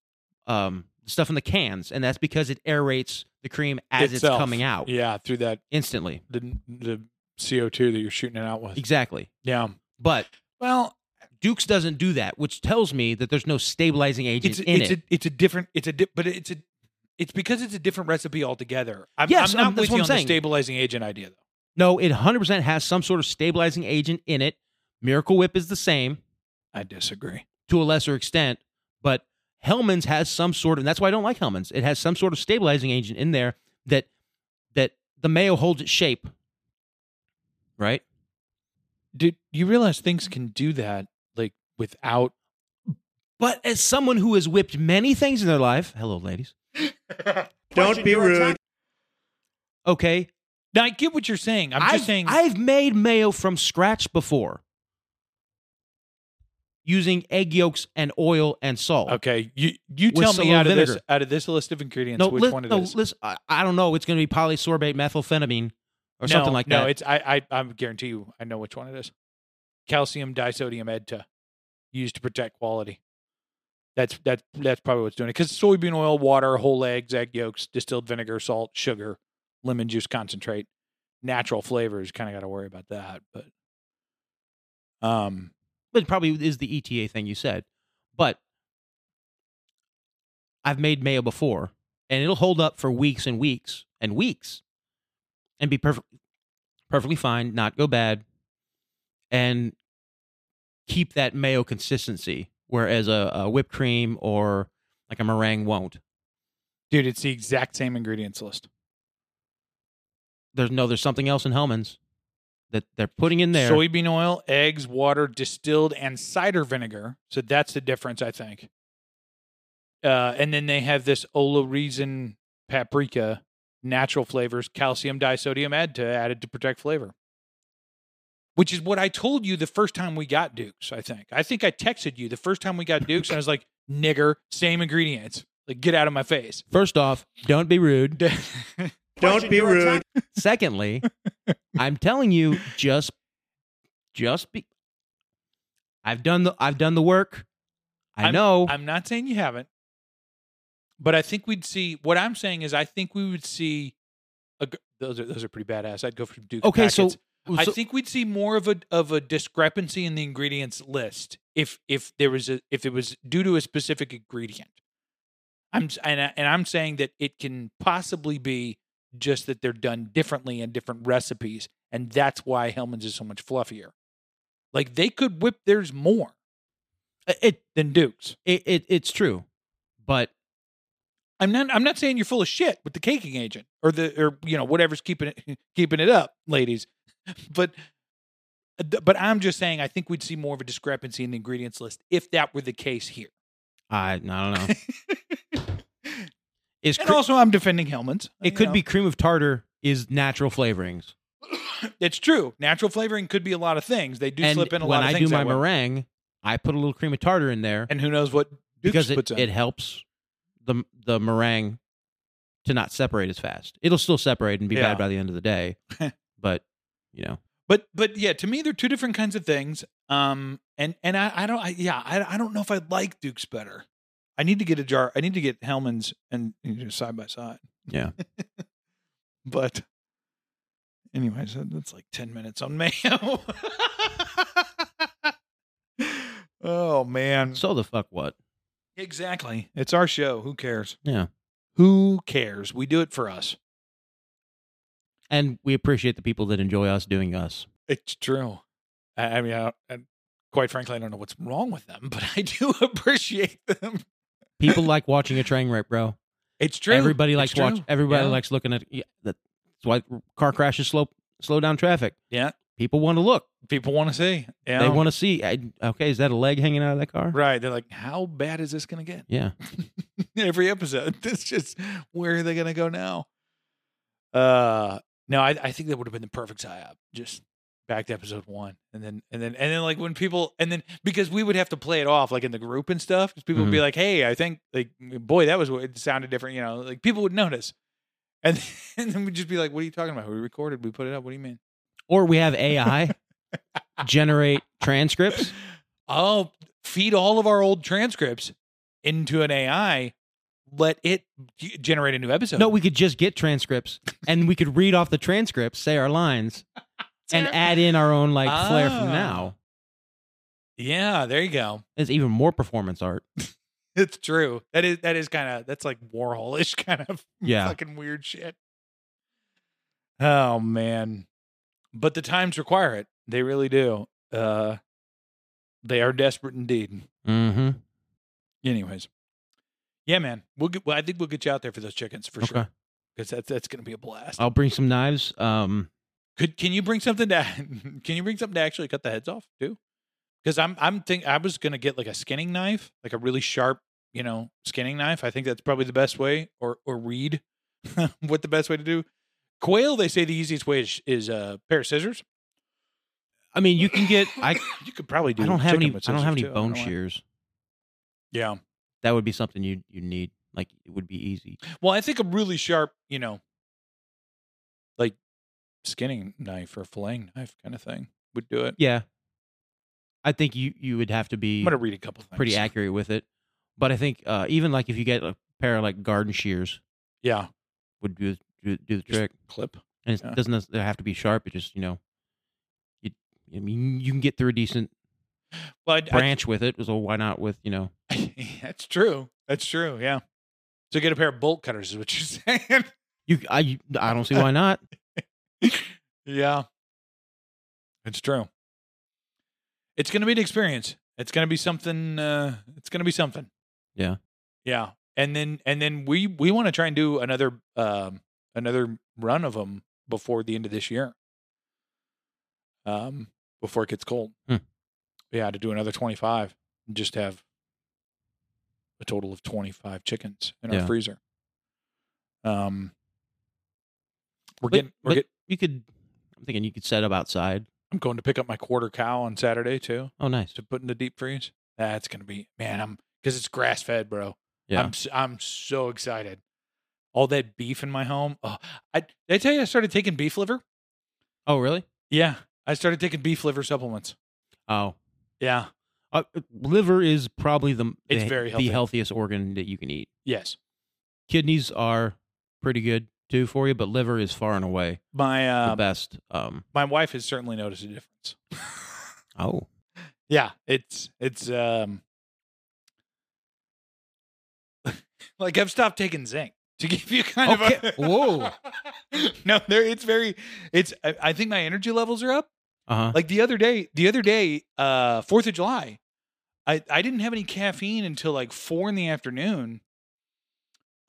[SPEAKER 3] um, stuff in the cans. And that's because it aerates the cream as
[SPEAKER 2] Itself.
[SPEAKER 3] it's coming out
[SPEAKER 2] Yeah, through that
[SPEAKER 3] instantly.
[SPEAKER 2] the the CO two that you're shooting it out with.
[SPEAKER 3] Exactly.
[SPEAKER 2] Yeah.
[SPEAKER 3] But
[SPEAKER 2] Well,
[SPEAKER 3] Duke's doesn't do that, which tells me that there's no stabilizing agent
[SPEAKER 2] it's a,
[SPEAKER 3] in
[SPEAKER 2] it's
[SPEAKER 3] it.
[SPEAKER 2] a it's a different it's a di- but it's a it's because it's a different recipe altogether. I'm,
[SPEAKER 3] Yes,
[SPEAKER 2] I'm not
[SPEAKER 3] um, that's
[SPEAKER 2] with
[SPEAKER 3] what
[SPEAKER 2] you
[SPEAKER 3] I'm
[SPEAKER 2] on
[SPEAKER 3] saying.
[SPEAKER 2] the stabilizing agent idea though.
[SPEAKER 3] no, it 100% has some sort of stabilizing agent in it. Miracle Whip is the same.
[SPEAKER 2] I disagree.
[SPEAKER 3] to a lesser extent, but Hellman's has some sort of, and that's why I don't like Hellman's. It has some sort of stabilizing agent in there that that the mayo holds its shape, right?
[SPEAKER 2] Dude, you realize things can do that like without
[SPEAKER 3] But as someone who has whipped many things in their life, hello, ladies.
[SPEAKER 4] Don't be rude.
[SPEAKER 3] Okay,
[SPEAKER 2] Now I get what you're saying. I'm
[SPEAKER 3] have
[SPEAKER 2] just saying
[SPEAKER 3] I've made mayo from scratch before using egg yolks and oil and salt.
[SPEAKER 2] Okay, you you
[SPEAKER 3] With
[SPEAKER 2] tell
[SPEAKER 3] some
[SPEAKER 2] me out of
[SPEAKER 3] little
[SPEAKER 2] this
[SPEAKER 3] vinegar.
[SPEAKER 2] out of this list of ingredients
[SPEAKER 3] No,
[SPEAKER 2] which
[SPEAKER 3] lis-
[SPEAKER 2] one it
[SPEAKER 3] no,
[SPEAKER 2] is.
[SPEAKER 3] lis- I, I don't know. It's going to be polysorbate methylphenamine or something
[SPEAKER 2] no,
[SPEAKER 3] like
[SPEAKER 2] no,
[SPEAKER 3] that.
[SPEAKER 2] it's I I I guarantee you I know which one it is. Calcium disodium edta, used to protect quality. That's that's that's probably what's doing it because soybean oil, water, whole eggs, egg yolks, distilled vinegar, salt, sugar, lemon juice concentrate, natural flavors. Kind of got to worry about that, but um,
[SPEAKER 3] but it probably is the ETA thing you said. But I've made mayo before, and it'll hold up for weeks and weeks and weeks, and be perfect, perfectly fine, not go bad, and keep that mayo consistency. Whereas a, a whipped cream or like a meringue won't.
[SPEAKER 2] dude, it's the exact same ingredients list.
[SPEAKER 3] There's no, there's something else in Hellman's that they're putting in there.
[SPEAKER 2] Soybean oil, eggs, water, distilled, and cider vinegar. So that's the difference, I think. Uh, and then they have this Olorezin paprika, natural flavors, calcium disodium add to added to protect flavor. Which is what I told you the first time we got Dukes, I think. I think I texted you the first time we got Dukes, and I was like, nigger, same ingredients. Like, get out of my face.
[SPEAKER 3] First off, don't be rude.
[SPEAKER 2] [laughs]
[SPEAKER 4] Don't be rude.
[SPEAKER 3] Secondly, I'm telling you, just just be I've done the I've done the work. I
[SPEAKER 2] I'm-
[SPEAKER 3] know.
[SPEAKER 2] I'm not saying you haven't, but I think we'd see. What I'm saying is, I think we would see. A, g- those are those are pretty badass. I'd go for Duke.
[SPEAKER 3] okay, so,
[SPEAKER 2] packets. I
[SPEAKER 3] so-
[SPEAKER 2] think we'd see more of a of a discrepancy in the ingredients list if if there was a if it was due to a specific ingredient. I'm s- and I, and I'm saying that it can possibly be just that they're done differently in different recipes, and that's why Hellman's is so much fluffier. Like they could whip theirs more uh,
[SPEAKER 3] it,
[SPEAKER 2] than Duke's.
[SPEAKER 3] it it it's true. But
[SPEAKER 2] I'm not. I'm not saying you're full of shit with the caking agent or the or you know whatever's keeping it [laughs] keeping it up, ladies. [laughs] But but I'm just saying I think we'd see more of a discrepancy in the ingredients list if that were the case here.
[SPEAKER 3] I I don't know.
[SPEAKER 2] [laughs]
[SPEAKER 3] is
[SPEAKER 2] And
[SPEAKER 3] cre-
[SPEAKER 2] also, I'm defending Hellman's.
[SPEAKER 3] it
[SPEAKER 2] you
[SPEAKER 3] could
[SPEAKER 2] know.
[SPEAKER 3] be cream of tartar is natural flavorings.
[SPEAKER 2] It's true. Natural flavoring could be a lot of things. They do
[SPEAKER 3] and
[SPEAKER 2] slip in a
[SPEAKER 3] when
[SPEAKER 2] lot of
[SPEAKER 3] I
[SPEAKER 2] things.
[SPEAKER 3] do my
[SPEAKER 2] that way.
[SPEAKER 3] meringue, I put a little cream of tartar in there
[SPEAKER 2] and who knows what Dukes
[SPEAKER 3] because it,
[SPEAKER 2] puts in.
[SPEAKER 3] it helps the the meringue to not separate as fast. It'll still separate and be
[SPEAKER 2] Yeah.
[SPEAKER 3] bad by the end of the
[SPEAKER 2] [laughs]
[SPEAKER 3] day, but you know,
[SPEAKER 2] But but yeah, to me they're two different kinds of things. Um, and and I, I don't I, yeah I, I don't know if I like Duke's better. I need to get a jar. I need to get Hellman's and you know, side by side.
[SPEAKER 3] Yeah.
[SPEAKER 2] [laughs] but anyways, that- that's like ten minutes on [laughs] mayo. oh man,
[SPEAKER 3] so the fuck what?
[SPEAKER 2] exactly. It's our show. Who cares?
[SPEAKER 3] Yeah.
[SPEAKER 2] Who cares? We do it for us.
[SPEAKER 3] And we appreciate the people that enjoy us doing us.
[SPEAKER 2] It's true. I, I mean, I, I- quite frankly, I don't know what's wrong with them, [laughs] but I do appreciate them.
[SPEAKER 3] People like watching a train wreck, bro.
[SPEAKER 2] It's true.
[SPEAKER 3] Everybody likes
[SPEAKER 2] It's
[SPEAKER 3] watch.
[SPEAKER 2] true.
[SPEAKER 3] Everybody
[SPEAKER 2] Yeah.
[SPEAKER 3] likes looking at. Yeah, that- that's why car crashes slow slow down traffic.
[SPEAKER 2] Yeah.
[SPEAKER 3] people want to look.
[SPEAKER 2] People want to see. Yeah.
[SPEAKER 3] They want to see. I, okay, is that a leg hanging out of that car?
[SPEAKER 2] Right. They're like, how bad is this going to get?
[SPEAKER 3] Yeah,
[SPEAKER 2] [laughs] Every episode. It's just, where are they going to go now? Uh, no, I, I think that would have been the perfect tie up. Just back to episode one. And then, and then, and then like when people, and then because we would have to play it off like in the group and stuff, 'cause people would be like, hey, I think like, boy, that was what it sounded different. You know, like people would notice. And [laughs] then, and then we'd just be like, what are you talking about? We recorded, we put it up. What do you mean?
[SPEAKER 3] or we have
[SPEAKER 2] [laughs]
[SPEAKER 3] AI generate transcripts.
[SPEAKER 2] I'll feed all of our old transcripts into an AI, let it g- generate a new episode.
[SPEAKER 3] No, we could just get transcripts and we could read off the transcripts, say our [laughs] lines, and add in our own like flair from
[SPEAKER 2] Ah.
[SPEAKER 3] now.
[SPEAKER 2] yeah, there you go. [laughs]
[SPEAKER 3] It's even more performance art.
[SPEAKER 2] It's true. That is that is kind of that's like Warhol-ish [laughs] kind of
[SPEAKER 3] Yeah.
[SPEAKER 2] fucking weird shit. Oh man, but the times require it. They really do. Uh, they are desperate indeed.
[SPEAKER 3] Mm-hmm.
[SPEAKER 2] Anyways, yeah, man, we'll get. Well, I think we'll get you out there for those chickens for
[SPEAKER 3] Okay.
[SPEAKER 2] sure. Because that's that's gonna be a blast.
[SPEAKER 3] I'll bring some knives. Um,
[SPEAKER 2] Could can you bring something to [laughs] can you bring something to actually cut the heads off too? Because I'm I'm think I was gonna get like a skinning knife, like a really sharp, you know, skinning knife. I think that's probably the best way, or or read [laughs] what the best way to do. Quail, they say the easiest way is, is a pair of scissors.
[SPEAKER 3] I mean, you can [laughs] get. I
[SPEAKER 2] You could probably do.
[SPEAKER 3] I don't have
[SPEAKER 2] chicken
[SPEAKER 3] any.
[SPEAKER 2] with
[SPEAKER 3] I don't have
[SPEAKER 2] scissors,
[SPEAKER 3] any
[SPEAKER 2] too.
[SPEAKER 3] bone
[SPEAKER 2] don't know why.
[SPEAKER 3] shears.
[SPEAKER 2] Yeah.
[SPEAKER 3] That would be something you you need. Like it would be easy.
[SPEAKER 2] Well, I think a really sharp, you know, like skinning knife or filleting knife kind of thing would do it.
[SPEAKER 3] Yeah. I think you you would have to be
[SPEAKER 2] I'm gonna read a couple things.
[SPEAKER 3] pretty accurate with it, but I think uh, even like if you get a pair of like garden shears
[SPEAKER 2] Yeah.
[SPEAKER 3] would do do, do the
[SPEAKER 2] Just
[SPEAKER 3] trick.
[SPEAKER 2] Clip.
[SPEAKER 3] And it
[SPEAKER 2] Yeah.
[SPEAKER 3] doesn't necessarily have to be sharp. It just you know, you I mean you can get through a decent
[SPEAKER 2] But I-
[SPEAKER 3] branch with it. So why not with you know?
[SPEAKER 2] [laughs] That's true. That's true. Yeah. So get a pair of bolt cutters is what you're [laughs] saying.
[SPEAKER 3] You I you- I don't see
[SPEAKER 2] Uh,
[SPEAKER 3] why
[SPEAKER 2] [laughs]
[SPEAKER 3] not.
[SPEAKER 2] yeah. It's true. It's going to be an experience. It's going to be something uh it's going to be something.
[SPEAKER 3] Yeah.
[SPEAKER 2] Yeah. And then and then we we want to try and do another um another run of them before the end of this year. Um before it gets cold.
[SPEAKER 3] Hmm.
[SPEAKER 2] Yeah, to do another 25 and just have a total of 25 chickens in
[SPEAKER 3] Yeah.
[SPEAKER 2] our freezer. Um we're
[SPEAKER 3] But-
[SPEAKER 2] getting we're
[SPEAKER 3] but
[SPEAKER 2] get,
[SPEAKER 3] you could. I'm thinking you could set up outside.
[SPEAKER 2] I'm going to pick up my quarter cow on Saturday too
[SPEAKER 3] Oh, nice.
[SPEAKER 2] to put in the deep freeze. That's gonna be man. I'm because it's grass fed, bro.
[SPEAKER 3] Yeah.
[SPEAKER 2] I'm s- I'm so excited. All that beef in my home. Oh, I did I tell you I started taking beef liver.
[SPEAKER 3] Oh, really?
[SPEAKER 2] Yeah, I started taking beef liver supplements.
[SPEAKER 3] Oh,
[SPEAKER 2] Yeah.
[SPEAKER 3] Uh, liver is probably the
[SPEAKER 2] It's
[SPEAKER 3] the,
[SPEAKER 2] very
[SPEAKER 3] the
[SPEAKER 2] healthy.
[SPEAKER 3] healthiest organ that you can eat.
[SPEAKER 2] Yes.
[SPEAKER 3] Kidneys are pretty good too for you, but liver is far and away
[SPEAKER 2] My
[SPEAKER 3] the
[SPEAKER 2] uh,
[SPEAKER 3] best. Um,
[SPEAKER 2] my wife has certainly noticed a difference.
[SPEAKER 3] oh,
[SPEAKER 2] Yeah, it's it's um [laughs] like I've stopped taking zinc to give you kind of
[SPEAKER 3] Okay,
[SPEAKER 2] a
[SPEAKER 3] whoa.
[SPEAKER 2] [laughs] no, there it's very it's I, I think my energy levels are up.
[SPEAKER 3] uh huh.
[SPEAKER 2] Like the other day, the other day, uh Fourth of July, I I didn't have any caffeine until like four in the afternoon.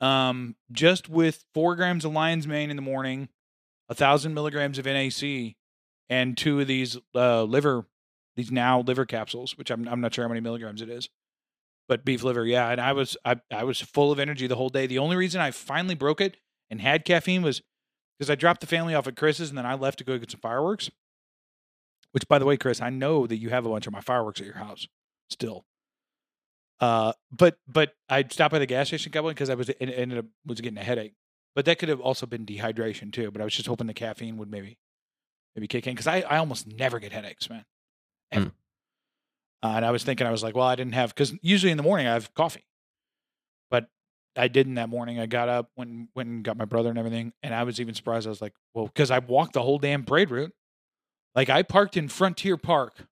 [SPEAKER 2] Um, just with four grams of lion's mane in the morning, a thousand milligrams of NAC, and two of these uh liver, these now liver capsules, which I'm I'm not sure how many milligrams it is, but beef liver, yeah. And I was I I was full of energy the whole day. The only reason I finally broke it and had caffeine was because I dropped the family off at Chris's and then I left to go get some fireworks. Which, by the way, Chris, I know that you have a bunch of my fireworks at your house still. Uh, but but I stopped by the gas station got one because I was en- ended up was getting a headache. But that could have also been dehydration too. But I was just hoping the caffeine would maybe maybe kick in because I I almost never get headaches, man. Ever.
[SPEAKER 3] Mm.
[SPEAKER 2] Uh, and I was thinking I was like, well, I didn't have because usually in the morning I have coffee, but I didn't that morning. I got up when went and got my brother and everything, and I was even surprised. I was like, well, because I walked the whole damn parade route. Like I parked in Frontier Park,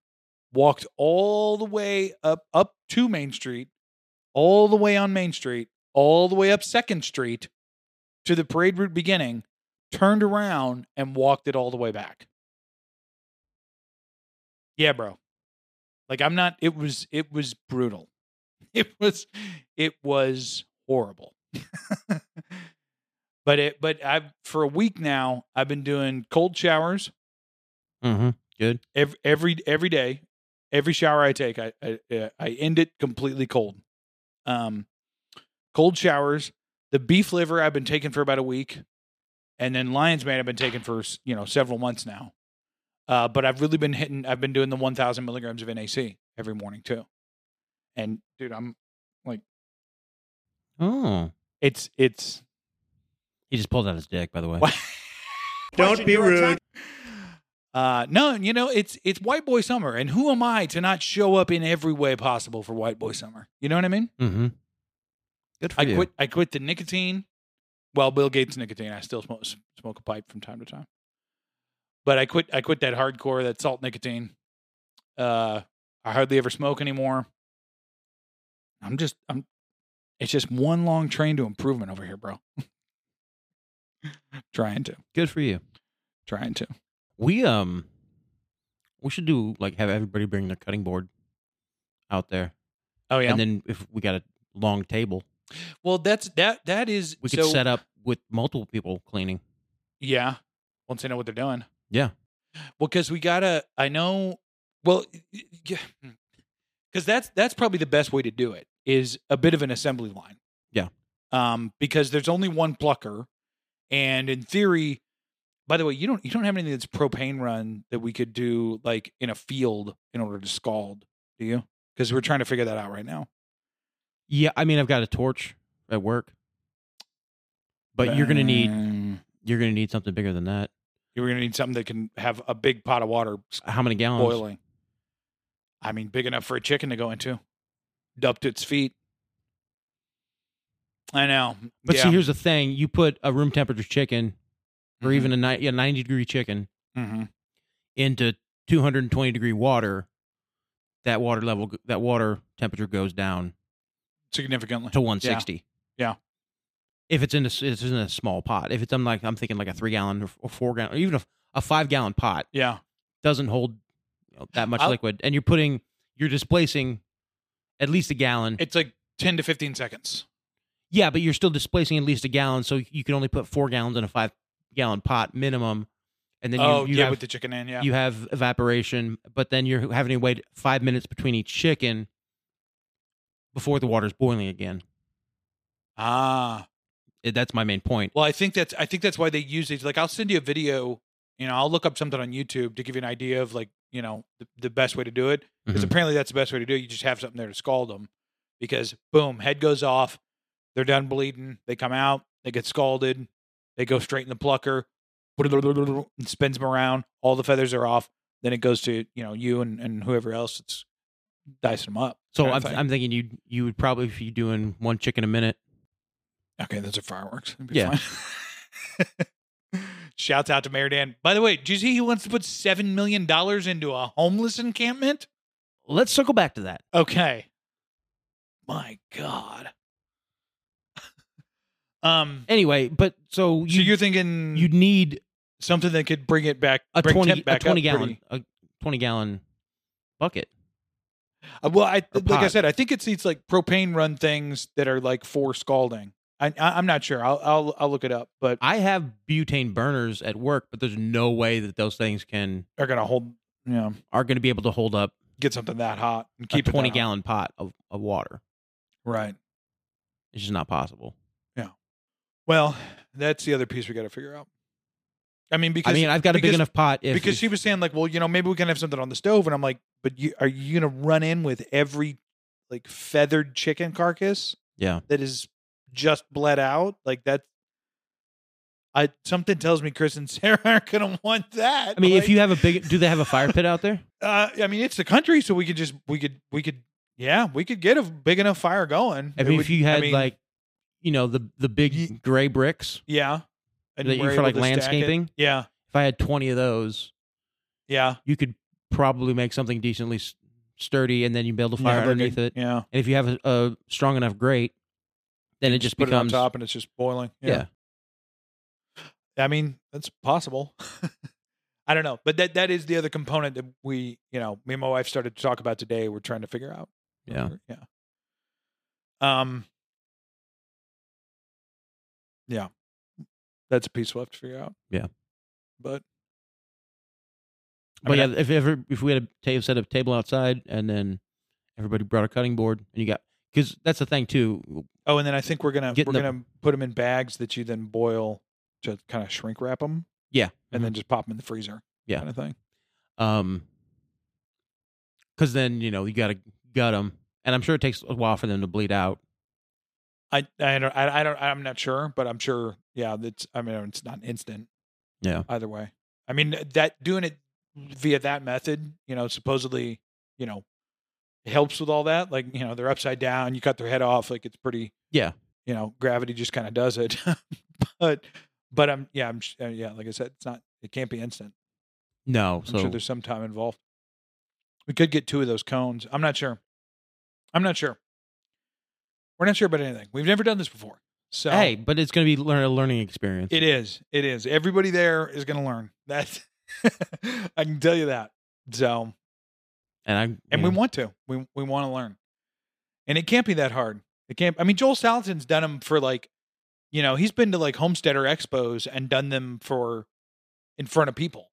[SPEAKER 2] walked all the way up up to Main Street, all the way on Main Street, all the way up Second Street to the parade route beginning, turned around and walked it all the way back. Yeah, bro. Like I'm not it was it was brutal. [laughs] It was it was horrible. [laughs] but it but I've for a week now I've been doing cold showers
[SPEAKER 3] Mm-hmm. Good.
[SPEAKER 2] every every every day, every shower I take, I I, uh, I end it completely cold. Um, cold showers. The beef liver I've been taking for about a week, and then lion's mane I've been taking for you know several months now. Uh, but I've really been hitting. I've been doing the 1,000 milligrams of NAC every morning too. And dude, I'm
[SPEAKER 3] Oh,
[SPEAKER 2] it's it's
[SPEAKER 3] he just pulled out his dick. By the way.
[SPEAKER 4] Don't be rude.
[SPEAKER 2] Uh, no, and you know it's it's white boy summer, and who am I to not show up in every way possible for white boy summer? You know what I mean?
[SPEAKER 3] Mm-hmm. Good for
[SPEAKER 2] I
[SPEAKER 3] you.
[SPEAKER 2] quit. I quit the nicotine. Well, Bill Gates nicotine. I still smoke smoke a pipe from time to time, but I quit. I quit that hardcore, that salt nicotine. Uh, I hardly ever smoke anymore. I'm just. I'm. It's just one long train to improvement over
[SPEAKER 3] [laughs]
[SPEAKER 2] here, bro. trying to,
[SPEAKER 3] Good for you.
[SPEAKER 2] trying to.
[SPEAKER 3] We um, we should do like have everybody bring their cutting board out there
[SPEAKER 2] Oh yeah.
[SPEAKER 3] and then if we got a long table,
[SPEAKER 2] well, that's that. That is.
[SPEAKER 3] we could
[SPEAKER 2] so,
[SPEAKER 3] set up with multiple people cleaning.
[SPEAKER 2] Yeah. Once they know what they're doing.
[SPEAKER 3] Yeah.
[SPEAKER 2] Well, because we gotta. I know. Well, yeah. Because that's that's probably the best way to do it is a bit of an assembly line.
[SPEAKER 3] Yeah.
[SPEAKER 2] Um, because there's only one plucker, and in theory, by the way, you don't you don't have anything that's propane run that we could do like in a field in order to scald, do you? Because we're trying to figure that out right now.
[SPEAKER 3] Yeah, I mean, I've got a torch at work, but you're gonna need
[SPEAKER 2] Um,
[SPEAKER 3] you're gonna need something bigger than that.
[SPEAKER 2] you're gonna need something that can have a big pot of water
[SPEAKER 3] How many gallons?
[SPEAKER 2] boiling. I mean, big enough for a chicken to go into, dumped its feet. I know,
[SPEAKER 3] But
[SPEAKER 2] yeah.
[SPEAKER 3] see, here's the thing: you put a room temperature chicken, or
[SPEAKER 2] Mhm.
[SPEAKER 3] even a ni- yeah, 90 degree chicken,
[SPEAKER 2] Mhm.
[SPEAKER 3] into 220 degree water, that water level, g- that water temperature goes down
[SPEAKER 2] significantly.
[SPEAKER 3] to 160.
[SPEAKER 2] Yeah.
[SPEAKER 3] If it's in a, s- it's in a small pot. If it's I'm like I'm thinking like a three gallon or, or four gallon or even a, a five gallon pot
[SPEAKER 2] Yeah,
[SPEAKER 3] doesn't hold you know, that much
[SPEAKER 2] I'll-
[SPEAKER 3] liquid, and you're putting you're displacing at least a gallon.
[SPEAKER 2] it's like ten to fifteen seconds.
[SPEAKER 3] yeah, but you're still displacing at least a gallon, so you can only put four gallons in a five gallon pot minimum, and then you,
[SPEAKER 2] oh
[SPEAKER 3] you
[SPEAKER 2] yeah,
[SPEAKER 3] have
[SPEAKER 2] with the chicken in. Yeah,
[SPEAKER 3] you have evaporation, but then you're having to wait five minutes between each chicken before the water's boiling again.
[SPEAKER 2] ah.
[SPEAKER 3] It- That's my main point.
[SPEAKER 2] Well, I think that's I think that's why they use these. Like, I'll send you a video. You know, I'll look up something on YouTube to give you an idea of like you know the, the best way to do it. Because
[SPEAKER 3] Mhm.
[SPEAKER 2] apparently that's the best way to do it. You just have something there to scald them. Because boom, head goes off. They're done bleeding. They come out. They get scalded. They go straight in the plucker. [laughs] And spins them around. All the feathers are off. Then it goes to you know you and, and whoever else that's dicing them up.
[SPEAKER 3] So
[SPEAKER 2] kinda
[SPEAKER 3] I'm,
[SPEAKER 2] thing.
[SPEAKER 3] I'm thinking you you would probably if you're doing one chicken a minute.
[SPEAKER 2] Okay, those are fireworks. It'd be
[SPEAKER 3] Yeah.
[SPEAKER 2] fine. [laughs] Shouts out to Mayor Dan. By the way, do you see he wants to put seven million dollars into a homeless encampment?
[SPEAKER 3] Let's circle back to that.
[SPEAKER 2] Okay. My God. [laughs] um.
[SPEAKER 3] Anyway, but so
[SPEAKER 2] so
[SPEAKER 3] you
[SPEAKER 2] you're thinking
[SPEAKER 3] you need
[SPEAKER 2] something that could bring it back
[SPEAKER 3] a
[SPEAKER 2] bring
[SPEAKER 3] twenty
[SPEAKER 2] temp
[SPEAKER 3] a
[SPEAKER 2] back
[SPEAKER 3] twenty
[SPEAKER 2] up
[SPEAKER 3] gallon
[SPEAKER 2] pretty-
[SPEAKER 3] a twenty gallon bucket.
[SPEAKER 2] Uh, well, I
[SPEAKER 3] or
[SPEAKER 2] like I
[SPEAKER 3] pot.
[SPEAKER 2] said, I think it's these like propane run things that are like for scalding. I, I I'm not sure. I'll I'll I'll look it up, but
[SPEAKER 3] I have butane burners at work, but there's no way that those things can
[SPEAKER 2] are gonna hold. You know,
[SPEAKER 3] are going to be able to hold up
[SPEAKER 2] get something that hot and
[SPEAKER 3] a
[SPEAKER 2] keep it that
[SPEAKER 3] twenty
[SPEAKER 2] hot.
[SPEAKER 3] gallon pot of, of water.
[SPEAKER 2] Right.
[SPEAKER 3] It's just not possible.
[SPEAKER 2] Well, that's the other piece we got to figure out. I mean, because
[SPEAKER 3] I mean, I've got a big
[SPEAKER 2] because-
[SPEAKER 3] enough pot. If,
[SPEAKER 2] because
[SPEAKER 3] if-
[SPEAKER 2] she was saying like, well, you know, maybe we can have something on the stove, and I'm like, but you are you gonna run in with every like feathered chicken carcass
[SPEAKER 3] yeah,
[SPEAKER 2] that is just bled out? Like that, I something tells me Chris and Sarah [laughs] aren't gonna want that.
[SPEAKER 3] I mean, if
[SPEAKER 2] Like,
[SPEAKER 3] you have a big, do they have a fire pit out
[SPEAKER 2] [laughs]
[SPEAKER 3] there?
[SPEAKER 2] uh, I mean, it's the country, so we could just we could we could yeah, we could get a big enough fire going.
[SPEAKER 3] I
[SPEAKER 2] It
[SPEAKER 3] mean,
[SPEAKER 2] would-
[SPEAKER 3] if you had
[SPEAKER 2] mean,
[SPEAKER 3] like, you know, the the
[SPEAKER 2] Ye-
[SPEAKER 3] big gray bricks.
[SPEAKER 2] yeah, and
[SPEAKER 3] that you-
[SPEAKER 2] we're
[SPEAKER 3] for,
[SPEAKER 2] able
[SPEAKER 3] like,
[SPEAKER 2] to stack it.
[SPEAKER 3] landscaping?
[SPEAKER 2] yeah,
[SPEAKER 3] If I had twenty of those,
[SPEAKER 2] yeah.
[SPEAKER 3] you could probably make something decently s- sturdy, and then you build a fire
[SPEAKER 2] Yeah, like a-
[SPEAKER 3] underneath it.
[SPEAKER 2] Yeah.
[SPEAKER 3] And if you have a, a strong enough grate, then it just
[SPEAKER 2] Put
[SPEAKER 3] becomes
[SPEAKER 2] it on top and it's just boiling.
[SPEAKER 3] yeah.
[SPEAKER 2] I mean, that's possible. [laughs] I don't know. But that that is the other component that we, you know, me and my wife started to talk about today. We're trying to figure out.
[SPEAKER 3] Yeah.
[SPEAKER 2] Yeah. Um Yeah. That's a piece we'll have to figure out.
[SPEAKER 3] Yeah.
[SPEAKER 2] But I
[SPEAKER 3] But
[SPEAKER 2] mean,
[SPEAKER 3] yeah, if ever if we had a ta- set up a table outside and then everybody brought a cutting board and you got because that's the thing too.
[SPEAKER 2] oh, and then I think we're gonna we're
[SPEAKER 3] Getting the-
[SPEAKER 2] gonna put them in bags that you then boil to kind of shrink wrap them
[SPEAKER 3] Yeah,
[SPEAKER 2] and then just pop them in the freezer.
[SPEAKER 3] Mm-hmm. Yeah.
[SPEAKER 2] Kind of thing.
[SPEAKER 3] um, because then you know you got to gut them, and I'm sure it takes a while for them to bleed out.
[SPEAKER 2] I I don't I, I don't I'm not sure, but I'm sure. Yeah, that's I mean it's not instant
[SPEAKER 3] Yeah,
[SPEAKER 2] either way. I mean that doing it via that method, you know, supposedly, you know, helps with all that. Like you know, they're upside down. You cut their head off. Like it's pretty.
[SPEAKER 3] Yeah.
[SPEAKER 2] You know, gravity just kind of does it. [laughs] but but I'm yeah I'm sh- uh, yeah like I said, it's not it can't be instant.
[SPEAKER 3] no,
[SPEAKER 2] I'm
[SPEAKER 3] so
[SPEAKER 2] sure there's some time involved. We could get two of those cones. I'm not sure. I'm not sure. We're not sure about anything. We've never done this before. So
[SPEAKER 3] hey, but it's gonna be learn, a learning experience.
[SPEAKER 2] it is. It is. Everybody there is going to learn. That's [laughs] I can tell you that. So,
[SPEAKER 3] and I
[SPEAKER 2] and
[SPEAKER 3] you
[SPEAKER 2] we
[SPEAKER 3] know,
[SPEAKER 2] want to. We we want to learn. And it can't be that hard. It can't. I mean, Joel Salatin's done them for like, you know, he's been to like homesteader expos and done them for in front of people.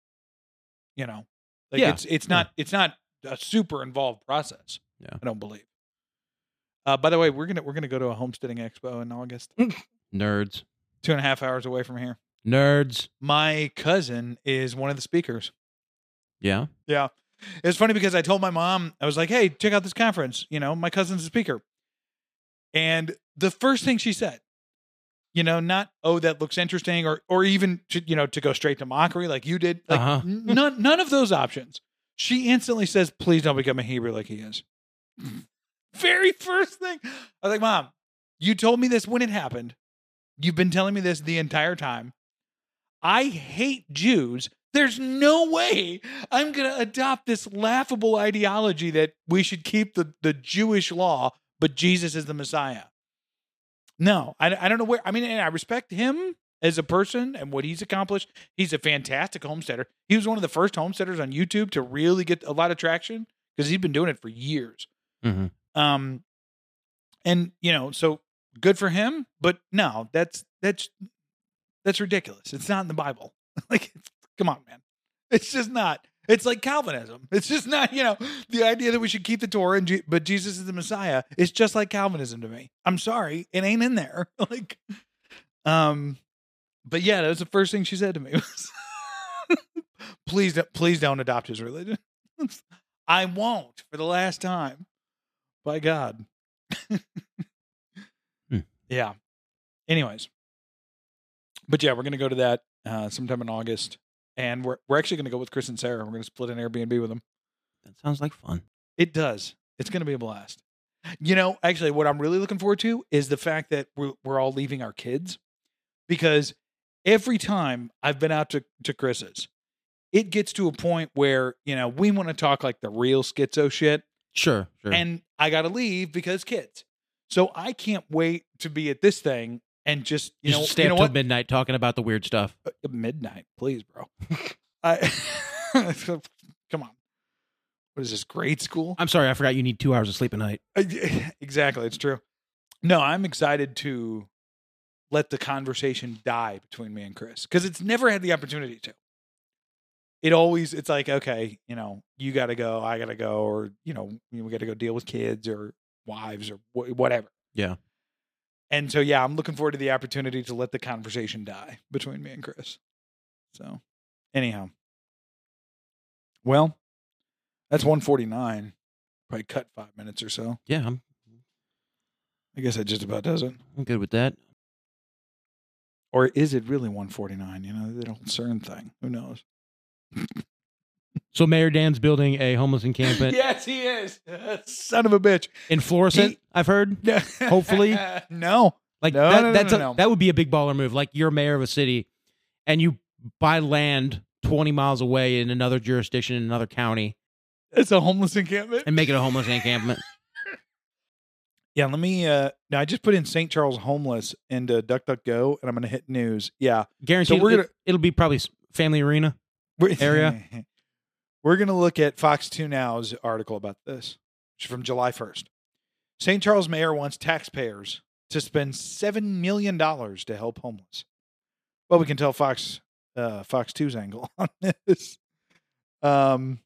[SPEAKER 2] You know, like
[SPEAKER 3] Yeah.
[SPEAKER 2] it's it's not it's not a super involved process.
[SPEAKER 3] Yeah.
[SPEAKER 2] I don't believe. Uh, by the way, we're gonna we're gonna go to a homesteading expo in August,
[SPEAKER 3] Mm. Nerds.
[SPEAKER 2] two and a half hours away from here.
[SPEAKER 3] Nerds.
[SPEAKER 2] My cousin is one of the speakers.
[SPEAKER 3] Yeah.
[SPEAKER 2] Yeah. It was funny because I told my mom, I was like, hey, check out this conference. You know, my cousin's a speaker. And the first thing she said, you know, not, oh, that looks interesting, or or even to, you know, to go straight to mockery like you did. Like
[SPEAKER 3] Uh-huh.
[SPEAKER 2] n- Mm-hmm. none none of those options. She instantly says, please don't become a Hebrew like he is. [laughs] Very first thing. I was like, Mom, you told me this when it happened. You've been telling me this the entire time. I hate Jews. There's no way I'm going to adopt this laughable ideology that we should keep the, the Jewish law, but Jesus is the Messiah. No, I, I don't know where. I mean, and I respect him as a person and what he's accomplished. He's a fantastic homesteader. He was one of the first homesteaders on YouTube to really get a lot of traction because he'd been doing it for years.
[SPEAKER 3] Mhm.
[SPEAKER 2] Um, and you know, so good for him. But no, that's that's that's ridiculous. It's not in the Bible. [laughs] like, it's- come on, man. It's just not. It's like Calvinism. It's just not, you know, the idea that we should keep the Torah, and Je- but Jesus is the Messiah. It's just like Calvinism to me. I'm sorry, it ain't in there. [laughs] like, um, but yeah, that was the first thing she said to me. [laughs] Was, please, don't, please don't adopt his religion. [laughs] I won't for the last time. By God.
[SPEAKER 3] Hmm.
[SPEAKER 2] Yeah. Anyways, but yeah, we're gonna go to that uh, sometime in August, and we're we're actually gonna go with Chris and Sarah. We're gonna split an Airbnb with them.
[SPEAKER 3] That sounds like fun.
[SPEAKER 2] It does. It's going to be a blast. You know, actually, what I'm really looking forward to is the fact that we're, we're all leaving our kids because every time I've been out to, to Chris's, it gets to a point where, you know, we want to talk like the real schizo shit
[SPEAKER 3] Sure. Sure.
[SPEAKER 2] and I got to leave because kids. So I can't wait to be at this thing and just, you
[SPEAKER 3] Just
[SPEAKER 2] know,
[SPEAKER 3] stay
[SPEAKER 2] you know
[SPEAKER 3] up till
[SPEAKER 2] what?
[SPEAKER 3] midnight talking about the weird stuff.
[SPEAKER 2] Uh, midnight, please, bro. [laughs] I, [laughs] come on. What is this, grade school?
[SPEAKER 3] I'm sorry, I forgot you need two hours of sleep a night.
[SPEAKER 2] Uh, yeah, [laughs] exactly it's true no i'm excited to let the conversation die between me and chris because it's never had the opportunity to it always it's like okay you know you gotta go i gotta go or you know we gotta go deal with kids or wives or wh- whatever
[SPEAKER 3] Yeah.
[SPEAKER 2] and so yeah i'm looking forward to the opportunity to let the conversation die between me and chris so anyhow well that's 149 probably cut five minutes or so
[SPEAKER 3] Yeah, I'm,
[SPEAKER 2] I guess that just about does it.
[SPEAKER 3] I'm good with that.
[SPEAKER 2] Or is it really 149? You know, that old CERN thing. Who knows?
[SPEAKER 3] So Mayor Dan's building a homeless encampment
[SPEAKER 2] [laughs] yes, he is. Son of a bitch. [laughs]
[SPEAKER 3] in Florissant.
[SPEAKER 2] He-
[SPEAKER 3] I've heard. Hopefully.
[SPEAKER 2] no.
[SPEAKER 3] Like
[SPEAKER 2] No,
[SPEAKER 3] that,
[SPEAKER 2] no, no,
[SPEAKER 3] that's
[SPEAKER 2] no,
[SPEAKER 3] a-
[SPEAKER 2] no.
[SPEAKER 3] that would be a big baller move. Like you're mayor of a city, and you buy land twenty miles away in another jurisdiction in another county,
[SPEAKER 2] It's a homeless encampment.
[SPEAKER 3] and make it a homeless
[SPEAKER 2] [laughs]
[SPEAKER 3] encampment.
[SPEAKER 2] Yeah, let me. Uh, now, I just put in St. Charles homeless into DuckDuckGo and I'm going to hit news. Yeah.
[SPEAKER 3] Guaranteed,
[SPEAKER 2] we're gonna-
[SPEAKER 3] it, will be probably s- family arena.
[SPEAKER 2] We're-
[SPEAKER 3] Area?
[SPEAKER 2] [laughs] We're going to look at Fox 2 Now's article about this, which is from July 1st. St. Charles mayor wants taxpayers to spend $7 million to help homeless. Well, we can tell Fox uh, Fox 2's angle [laughs] on this. Um,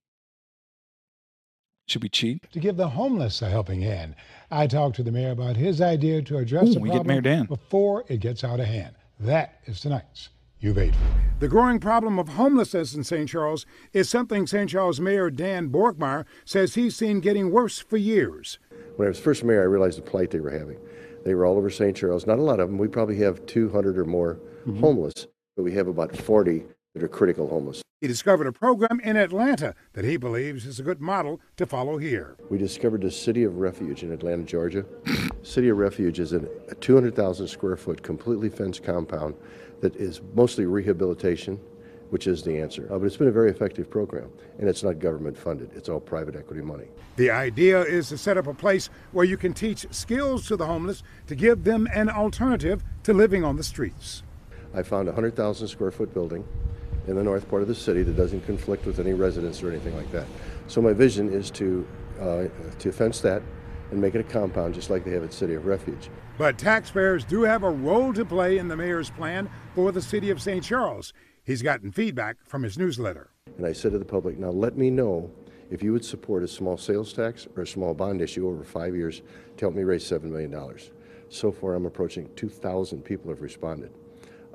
[SPEAKER 2] should we cheat?
[SPEAKER 5] to give the homeless a helping hand. I talked to the mayor about his idea to address
[SPEAKER 2] Ooh,
[SPEAKER 5] the
[SPEAKER 2] we get
[SPEAKER 5] problem
[SPEAKER 2] Mayor Dan.
[SPEAKER 5] before it gets out of hand. That is tonight's You've Aid.
[SPEAKER 6] The growing problem of homelessness in St. Charles is something St. Charles Mayor Dan Borgmeyer says he's seen getting worse for years.
[SPEAKER 7] When I was first mayor, I realized the plight they were having. They were all over St. Charles. Not a lot of them. We probably have 200 or more homeless, but we have about 40 that are critical homeless.
[SPEAKER 6] He discovered a program in Atlanta that he believes is a good model to follow here.
[SPEAKER 7] We discovered the City of Refuge in Atlanta, Georgia. City of Refuge is an- a 200,000 square foot, completely fenced compound that is mostly rehabilitation, which is the answer. Uh, but it's been a very effective program, and it's not government funded, it's all private equity money.
[SPEAKER 6] The idea is to set up a place where you can teach skills to the homeless to give them an alternative to living on the streets.
[SPEAKER 7] I found a 100,000 square foot building in the north part of the city that doesn't conflict with any residents or anything like that. So my vision is to, uh, to fence that, and make it a compound just like they have at City of Refuge.
[SPEAKER 6] But taxpayers do have a role to play in the mayor's plan for the city of St. Charles. He's gotten feedback from his newsletter.
[SPEAKER 7] And I said to the public, now let me know if you would support a small sales tax or a small bond issue over five years to help me raise $7 million. So far, I'm approaching 2,000 people have responded.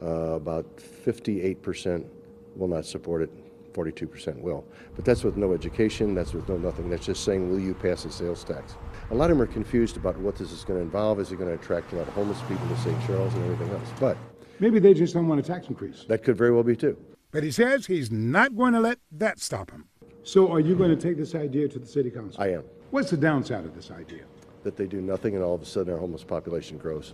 [SPEAKER 7] Uh, about 58% will not support it, 42% will. But that's with no education, that's with no nothing. That's just saying, will you pass a sales tax? A lot of them are confused about what this is going to involve. Is it going to attract a lot of homeless people to St. Charles and everything else? But
[SPEAKER 6] Maybe they just don't want a tax increase.
[SPEAKER 7] that could very well be too.
[SPEAKER 6] But he says he's not going to let that stop him. So are you going to take this idea to the city council?
[SPEAKER 7] I am.
[SPEAKER 6] What's the downside of this idea?
[SPEAKER 7] That they do nothing and all of a sudden our homeless population grows.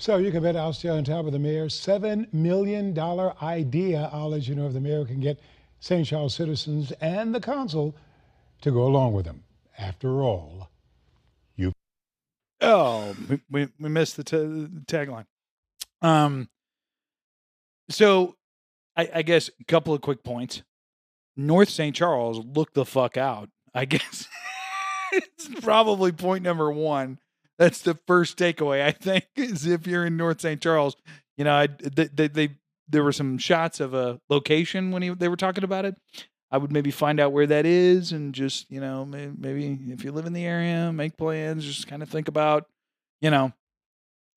[SPEAKER 5] So you can bet I'll stay on top of the mayor's $7 million idea. I'll let you know if the mayor can get St. Charles citizens and the council to go along with him. After all, you.
[SPEAKER 2] Oh, we, we, we missed the, t- the tagline. Um, so I, I guess a couple of quick points. North St. Charles, look the fuck out. I [laughs] guess it's probably point number one. That's the first takeaway I think is if you're in North St. Charles, you know, I, they, they, they there were some shots of a location when he, they were talking about it. I would maybe find out where that is and just, you know, may- maybe if you live in the area, make plans, just kind of think about, you know,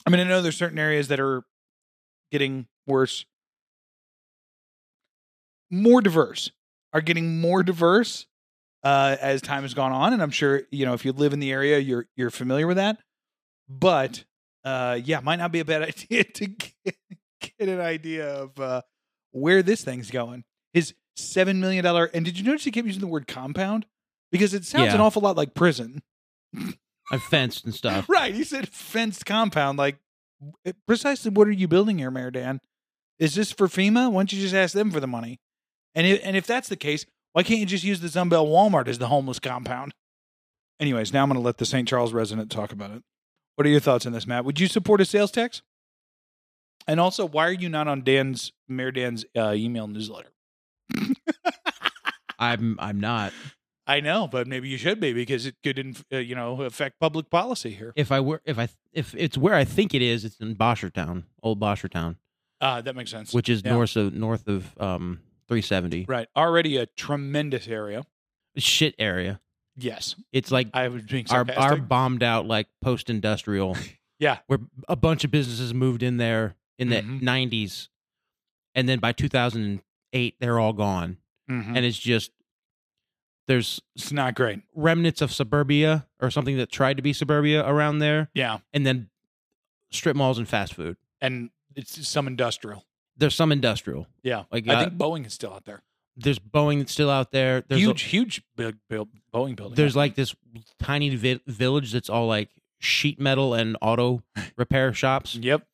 [SPEAKER 2] I mean, I know there's certain areas that are getting worse, more diverse, are getting more diverse uh, as time has gone on. And I'm sure, you know, if you live in the area, you're, you're familiar with that. But uh, yeah, might not be a bad [laughs] idea to get, get an idea of uh, where this thing's going. His $7 million. And did you notice he kept using the word compound? Because it sounds
[SPEAKER 3] Yeah.
[SPEAKER 2] an awful lot like prison.
[SPEAKER 3] I'm fenced and stuff.
[SPEAKER 2] Right. He said fenced compound. Like, precisely what are you building here, Mayor Dan? Is this for FEMA? Why don't you just ask them for the money? And if, and if that's the case, why can't you just use the Sunbelt Walmart as the homeless compound? Anyways, now I'm going to let the St. Charles resident talk about it. What are your thoughts on this, Matt? Would you support a sales tax? And also, why are you not on Dan's Mayor Dan's uh, email newsletter?
[SPEAKER 3] I'm I'm not.
[SPEAKER 2] I know, but maybe you should be because it could, inf- uh, you know, affect public policy here.
[SPEAKER 3] If I were if I if it's where I think it is, it's in Boshertown, old Boshertown,
[SPEAKER 2] Uh, that makes sense.
[SPEAKER 3] which is
[SPEAKER 2] Yeah.
[SPEAKER 3] north of north of um 370.
[SPEAKER 2] Right. Already a tremendous area.
[SPEAKER 3] Shit area.
[SPEAKER 2] Yes.
[SPEAKER 3] It's like
[SPEAKER 2] I was being
[SPEAKER 3] our our
[SPEAKER 2] sarcastic.
[SPEAKER 3] bombed out like post
[SPEAKER 2] [laughs]
[SPEAKER 3] industrial.
[SPEAKER 2] Yeah.
[SPEAKER 3] where a bunch of businesses moved in there in the
[SPEAKER 2] Mhm.
[SPEAKER 3] 90s, and then by 2008 they're all gone,
[SPEAKER 2] Mhm.
[SPEAKER 3] and it's just there's
[SPEAKER 2] it's not great.
[SPEAKER 3] remnants of suburbia or something that tried to be suburbia around there,
[SPEAKER 2] Yeah.
[SPEAKER 3] and then strip malls and fast food.
[SPEAKER 2] And it's some industrial.
[SPEAKER 3] There's some industrial.
[SPEAKER 2] Yeah.
[SPEAKER 3] Like,
[SPEAKER 2] I
[SPEAKER 3] uh,
[SPEAKER 2] think Boeing is still out there.
[SPEAKER 3] There's Boeing that's still out there. There's a-
[SPEAKER 2] huge, huge big build, Boeing building.
[SPEAKER 3] there's like this tiny vi- village that's all like sheet metal and
[SPEAKER 2] [laughs]
[SPEAKER 3] auto repair shops.
[SPEAKER 2] Yep.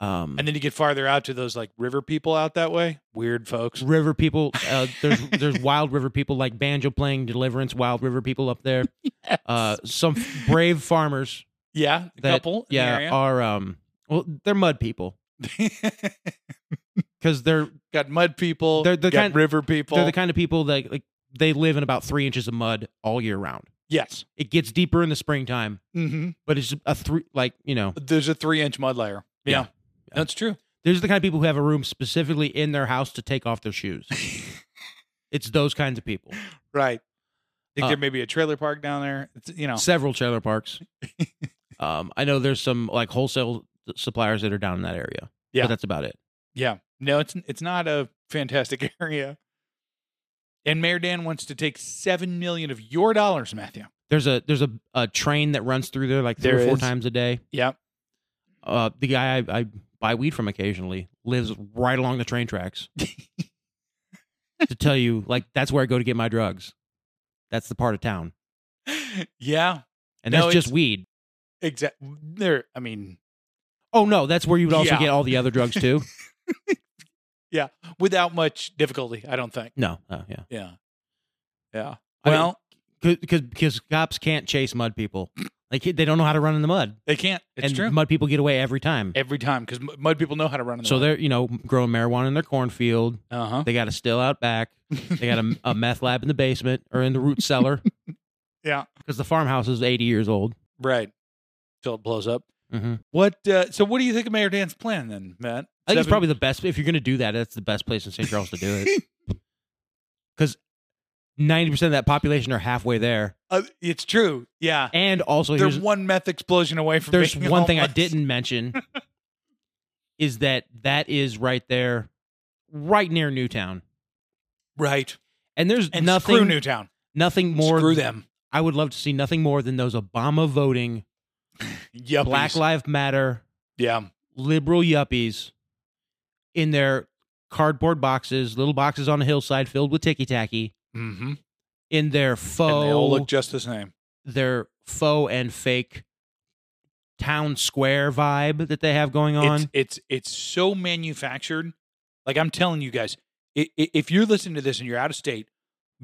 [SPEAKER 3] Um,
[SPEAKER 2] Mm. And then you get farther out to those like river people out that way. Weird folks.
[SPEAKER 3] river people. Uh, there's there's wild river people like banjo playing Deliverance. Wild river people up
[SPEAKER 2] [laughs]
[SPEAKER 3] there. Uh, some f- brave farmers
[SPEAKER 2] Yeah. A
[SPEAKER 3] that
[SPEAKER 2] couple. in the
[SPEAKER 3] yeah
[SPEAKER 2] area.
[SPEAKER 3] are um well they're mud people
[SPEAKER 2] [laughs]
[SPEAKER 3] because they're
[SPEAKER 2] got mud people.
[SPEAKER 3] They're the
[SPEAKER 2] got
[SPEAKER 3] kind-
[SPEAKER 2] river people.
[SPEAKER 3] they're the kind of people that like they live in about three inches of mud all year round.
[SPEAKER 2] yes.
[SPEAKER 3] It gets deeper in the springtime,
[SPEAKER 2] hmm
[SPEAKER 3] but it's a three like you know
[SPEAKER 2] There's a three inch mud layer. Yeah.
[SPEAKER 3] Yeah.
[SPEAKER 2] That's true.
[SPEAKER 3] These are the kind of people who have a room specifically in their house to take off their shoes.
[SPEAKER 2] [laughs]
[SPEAKER 3] it's those kinds of people.
[SPEAKER 2] Right. I think
[SPEAKER 3] Uh,
[SPEAKER 2] there may be a trailer park down there. It's, you know.
[SPEAKER 3] Several trailer parks. um, I know there's some like wholesale suppliers that are down in that area.
[SPEAKER 2] Yeah.
[SPEAKER 3] But that's about it.
[SPEAKER 2] Yeah. No, it's it's not a fantastic [laughs] area. And Mayor Dan wants to take seven million of your dollars, Matthew.
[SPEAKER 3] There's a there's a, a train that runs through there like three
[SPEAKER 2] There
[SPEAKER 3] or four
[SPEAKER 2] is.
[SPEAKER 3] times a day.
[SPEAKER 2] Yep.
[SPEAKER 3] Uh, the guy I, I buy weed from occasionally lives right along the train
[SPEAKER 2] [laughs]
[SPEAKER 3] tracks. to tell you, like that's where I go to get my drugs. That's the part of town,
[SPEAKER 2] [laughs] Yeah.
[SPEAKER 3] and
[SPEAKER 2] No,
[SPEAKER 3] that's just
[SPEAKER 2] it's-
[SPEAKER 3] weed.
[SPEAKER 2] Exactly. There. I mean,
[SPEAKER 3] Oh no, that's where you would also
[SPEAKER 2] Yeah.
[SPEAKER 3] get all the other drugs too.
[SPEAKER 2] without much difficulty, I don't think.
[SPEAKER 3] no, oh, yeah.
[SPEAKER 2] Yeah. Yeah.
[SPEAKER 3] I mean,
[SPEAKER 2] Well,
[SPEAKER 3] because because cops can't chase mud people. Like they don't know how to run in the mud,
[SPEAKER 2] they can't. It's
[SPEAKER 3] and
[SPEAKER 2] true.
[SPEAKER 3] mud people get away every time.
[SPEAKER 2] Every time, because mud people know how to run. In the
[SPEAKER 3] so uh-huh. they're you know growing marijuana in their cornfield.
[SPEAKER 2] Uh huh.
[SPEAKER 3] They got
[SPEAKER 2] [laughs]
[SPEAKER 3] a still out back. They got a, a meth lab in the basement or in the root cellar.
[SPEAKER 2] Yeah.
[SPEAKER 3] because the farmhouse is 80 years old.
[SPEAKER 2] Right. Till it blows up.
[SPEAKER 3] Mm-hmm.
[SPEAKER 2] What? Uh, so, what do you think of Mayor Dan's plan then, Matt?
[SPEAKER 3] I think it's
[SPEAKER 2] Seven-
[SPEAKER 3] probably the best. If you're going to do that, that's the best place in St. Charles to do it.
[SPEAKER 2] [laughs]
[SPEAKER 3] Because 90% of that population are halfway there.
[SPEAKER 2] Uh, it's true. Yeah.
[SPEAKER 3] And also,
[SPEAKER 2] They're
[SPEAKER 3] here's,
[SPEAKER 2] one meth explosion away from.
[SPEAKER 3] there's
[SPEAKER 2] being
[SPEAKER 3] one thing I
[SPEAKER 2] homeless.
[SPEAKER 3] didn't
[SPEAKER 2] [laughs]
[SPEAKER 3] mention is that that is right there, right near Newtown.
[SPEAKER 2] Right.
[SPEAKER 3] And there's
[SPEAKER 2] And
[SPEAKER 3] nothing,
[SPEAKER 2] screw Newtown.
[SPEAKER 3] nothing more.
[SPEAKER 2] Screw them.
[SPEAKER 3] I would love to see nothing more than those Obama voting,
[SPEAKER 2] Yuppies.
[SPEAKER 3] Black Lives Matter,
[SPEAKER 2] Yeah.
[SPEAKER 3] liberal yuppies in their cardboard boxes, little boxes on a hillside filled with ticky tacky,
[SPEAKER 2] Mm-hmm.
[SPEAKER 3] in their
[SPEAKER 2] And they all
[SPEAKER 3] faux,
[SPEAKER 2] look just the same.
[SPEAKER 3] their faux and fake town square vibe that they have going on.
[SPEAKER 2] It's, it's it's so manufactured. Like I'm telling you guys, i- i- if you're listening to this and you're out of state,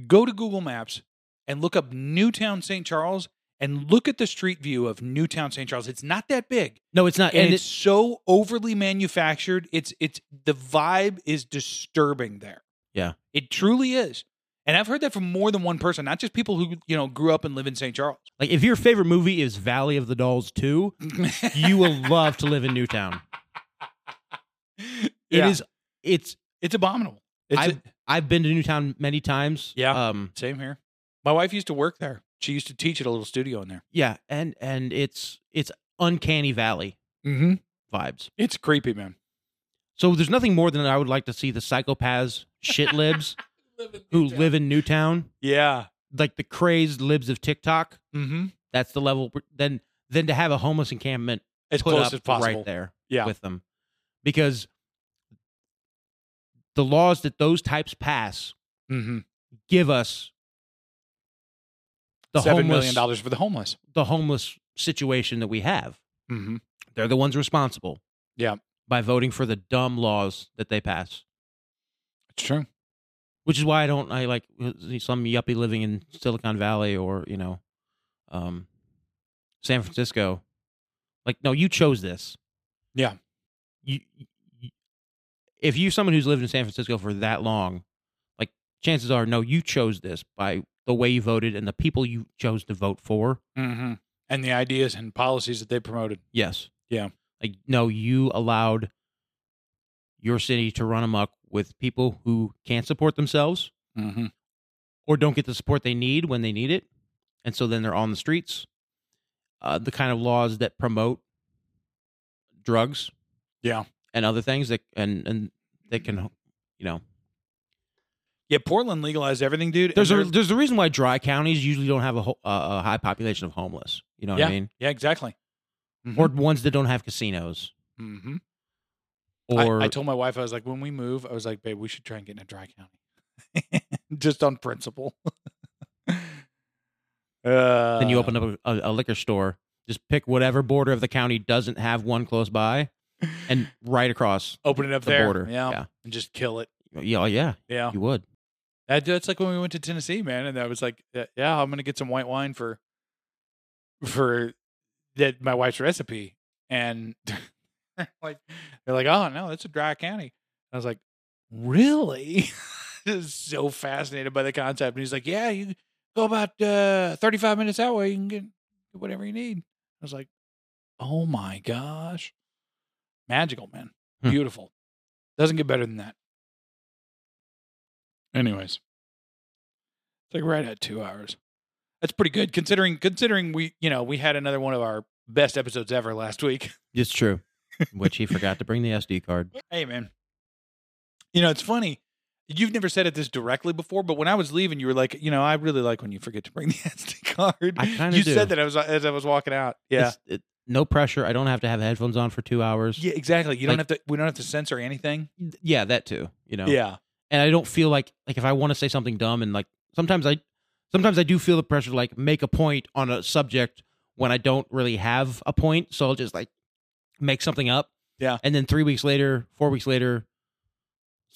[SPEAKER 2] go to Google Maps and look up Newtown St. Charles and look at the street view of Newtown St. Charles. It's not that big.
[SPEAKER 3] no, it's not.
[SPEAKER 2] And,
[SPEAKER 3] And,
[SPEAKER 2] it's
[SPEAKER 3] it,
[SPEAKER 2] so overly manufactured. It's it's the vibe is disturbing there.
[SPEAKER 3] Yeah.
[SPEAKER 2] It truly is. And I've heard that from more than one person, not just people who, you know, grew up and live in St. Charles. [laughs]
[SPEAKER 3] like if your favorite movie is Valley of the Dolls 2, you [laughs] will love to live in Newtown.
[SPEAKER 2] Yeah.
[SPEAKER 3] It is it's
[SPEAKER 2] it's abominable. It's
[SPEAKER 3] I've I've been to Newtown many times.
[SPEAKER 2] Yeah.
[SPEAKER 3] Um
[SPEAKER 2] Same here. My wife used to work there. She used to teach at a little studio in there.
[SPEAKER 3] yeah, and and it's it's uncanny valley
[SPEAKER 2] Mm-hmm.
[SPEAKER 3] vibes.
[SPEAKER 2] It's creepy, man.
[SPEAKER 3] So there's nothing more than I would like to see the psychopaths, shit libs who [laughs] live in Newtown,
[SPEAKER 2] Yeah.
[SPEAKER 3] like the crazed libs of TikTok.
[SPEAKER 2] Mm-hmm.
[SPEAKER 3] That's the level. Then then to have a homeless encampment
[SPEAKER 2] As
[SPEAKER 3] put
[SPEAKER 2] close
[SPEAKER 3] up
[SPEAKER 2] as possible.
[SPEAKER 3] right there
[SPEAKER 2] Yeah.
[SPEAKER 3] with them, because the laws that those types pass
[SPEAKER 2] Mm-hmm.
[SPEAKER 3] give us the
[SPEAKER 2] Seven
[SPEAKER 3] homeless
[SPEAKER 2] million dollars for the homeless.
[SPEAKER 3] the homeless situation that we have.
[SPEAKER 2] Mm-hmm.
[SPEAKER 3] They're the ones responsible.
[SPEAKER 2] Yeah.
[SPEAKER 3] By voting for the dumb laws that they pass.
[SPEAKER 2] It's true.
[SPEAKER 3] which is why I don't I like uh, some yuppie living in Silicon Valley or you know, um, San Francisco. Like, no, you chose this.
[SPEAKER 2] Yeah.
[SPEAKER 3] You, you- if you're someone who's lived in San Francisco for that long, like chances are, no, you chose this by the way you voted and the people you chose to vote for.
[SPEAKER 2] Mm-hmm. And the ideas and policies that they promoted.
[SPEAKER 3] Yes.
[SPEAKER 2] Yeah.
[SPEAKER 3] Like, no, you allowed your city to run amok with people who can't support themselves.
[SPEAKER 2] Mm-hmm.
[SPEAKER 3] or don't get the support they need when they need it, and so then they're on the streets. Uh, the kind of laws that promote drugs,
[SPEAKER 2] Yeah.
[SPEAKER 3] and other things that and and that can, you know,
[SPEAKER 2] Yeah, Portland legalized everything, dude. and
[SPEAKER 3] there's a
[SPEAKER 2] they're-
[SPEAKER 3] there's a reason why dry counties usually don't have a ho- uh, a high population of homeless. You know what I mean?
[SPEAKER 2] yeah, exactly. Mhm.
[SPEAKER 3] Or ones that don't have casinos.
[SPEAKER 2] Mhm. I-
[SPEAKER 3] Or
[SPEAKER 2] I, told my wife, I was like, when we move, I was like, babe, we should try and get in a dry county, [laughs] just on principle. [laughs] uh,
[SPEAKER 3] then you open up a, a, a liquor store. Just pick whatever border of the county doesn't have one close by, and right across
[SPEAKER 2] open it up
[SPEAKER 3] the
[SPEAKER 2] there,
[SPEAKER 3] border.
[SPEAKER 2] yeah,
[SPEAKER 3] yeah,
[SPEAKER 2] and just kill it.
[SPEAKER 3] yeah, oh, yeah.
[SPEAKER 2] Yeah,
[SPEAKER 3] You would.
[SPEAKER 2] That, that's like when we went to Tennessee, man, and I was like, yeah, yeah, I'm gonna get some white wine for, for that my wife's recipe, and [laughs] like they're like, oh no, that's a dry county. I was like, really? [laughs] Just so fascinated by the concept, and he's like, yeah, you go about uh, 35 minutes that way, you can get whatever you need. I was like, oh my gosh, magical, man,
[SPEAKER 3] Hmm.
[SPEAKER 2] beautiful. Doesn't get better than that. Anyways, it's like right at two hours. That's pretty good considering considering we you know we had another one of our best episodes ever last week. [laughs]
[SPEAKER 3] It's true. Which he forgot to bring the SD card.
[SPEAKER 2] Hey man, you know it's funny. You've never said it this directly before, but when I was leaving, you were like, you know, I really like when you forget to bring the [laughs] SD card.
[SPEAKER 3] I kinda
[SPEAKER 2] you
[SPEAKER 3] do.
[SPEAKER 2] said that I was as I was walking out. Yeah,
[SPEAKER 3] It's- it- no pressure. I don't have to have headphones on for two hours.
[SPEAKER 2] yeah, exactly. You don't
[SPEAKER 3] Like-
[SPEAKER 2] have to. We don't have to censor anything.
[SPEAKER 3] Yeah, that too. You know.
[SPEAKER 2] Yeah,
[SPEAKER 3] And I don't feel like like if I want to say something dumb and like sometimes I sometimes I do feel the pressure to like make a point on a subject when I don't really have a point, so I'll just like make something up.
[SPEAKER 2] Yeah.
[SPEAKER 3] And then three weeks later, four weeks later,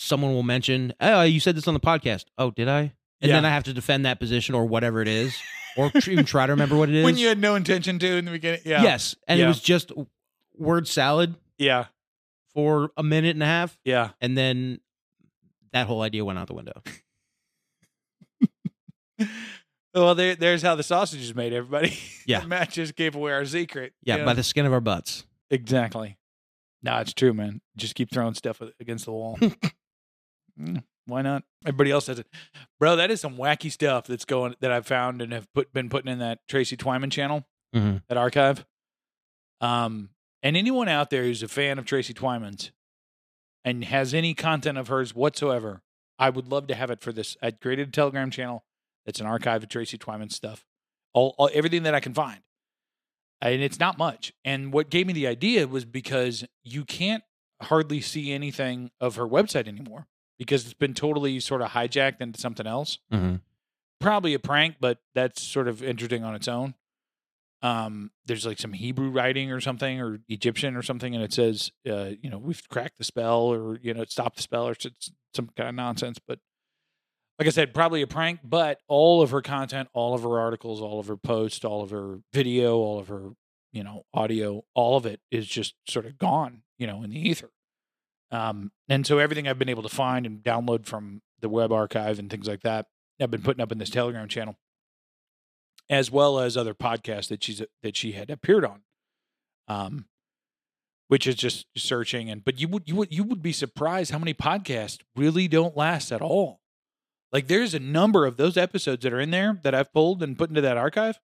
[SPEAKER 3] someone will mention, "Oh, you said this on the podcast." Oh, did I? And
[SPEAKER 2] Yeah.
[SPEAKER 3] then I have to defend that position or whatever it is, or tr- even try to remember what it is.
[SPEAKER 2] [laughs] when you had no intention to in the beginning. Yeah,
[SPEAKER 3] Yes, and
[SPEAKER 2] Yeah.
[SPEAKER 3] it was just word salad
[SPEAKER 2] yeah,
[SPEAKER 3] for a minute and a half,
[SPEAKER 2] yeah.
[SPEAKER 3] and then that whole idea went out the window.
[SPEAKER 2] Well, there, there's how the sausage is made, everybody. [laughs]
[SPEAKER 3] Yeah.
[SPEAKER 2] Matt just gave away our secret.
[SPEAKER 3] Yeah,
[SPEAKER 2] you know?
[SPEAKER 3] by the skin of our butts.
[SPEAKER 2] Exactly. No, it's true, man. Just keep throwing stuff against
[SPEAKER 3] [laughs]
[SPEAKER 2] the wall. Mm, Why not? Everybody else has it, bro. That is some wacky stuff that's going that I've found and have put been putting in that Tracy Twyman channel,
[SPEAKER 3] Mhm.
[SPEAKER 2] that archive. Um, and anyone out there who's a fan of Tracy Twyman's and has any content of hers whatsoever, I would love to have it for this. I created a Telegram channel that's an archive of Tracy Twyman stuff, all, all everything that I can find and it's not much. And what gave me the idea was because you can't hardly see anything of her website anymore because it's been totally sort of hijacked into something else.
[SPEAKER 3] Mhm.
[SPEAKER 2] Probably a prank, but that's sort of interesting on its own. Um, there's like some Hebrew writing or something, or Egyptian or something, and it says, uh, you know, we've cracked the spell, or you know, stop the spell, or s- s- some kind of nonsense. But like I said, probably a prank, but all of her content, all of her articles, all of her posts, all of her video, all of her, you know, audio, all of it is just sort of gone, you know, in the ether. Um, and so everything I've been able to find and download from the web archive and things like that, I've been putting up in this Telegram channel, as well as other podcasts that she's that she had appeared on. Um, which is just searching and but you would you would you would be surprised how many podcasts really don't last at all. Like there's a number of those episodes that are in there that I've pulled and put into that archive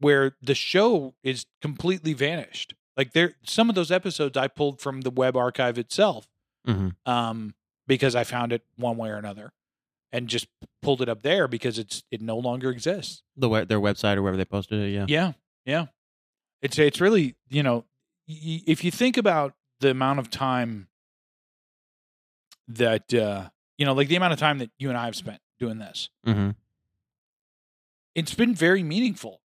[SPEAKER 2] where the show is completely vanished. Like there some of those episodes I pulled from the web archive itself
[SPEAKER 3] Mhm.
[SPEAKER 2] um because I found it one way or another and just pulled it up there because it's it no longer exists.
[SPEAKER 3] The we- their website or wherever they posted it. Yeah.
[SPEAKER 2] Yeah. Yeah. It's it's really, you know, y- if you think about the amount of time that uh you know, like the amount of time that you and I have spent doing this
[SPEAKER 3] Mm-hmm.
[SPEAKER 2] it's been very meaningful.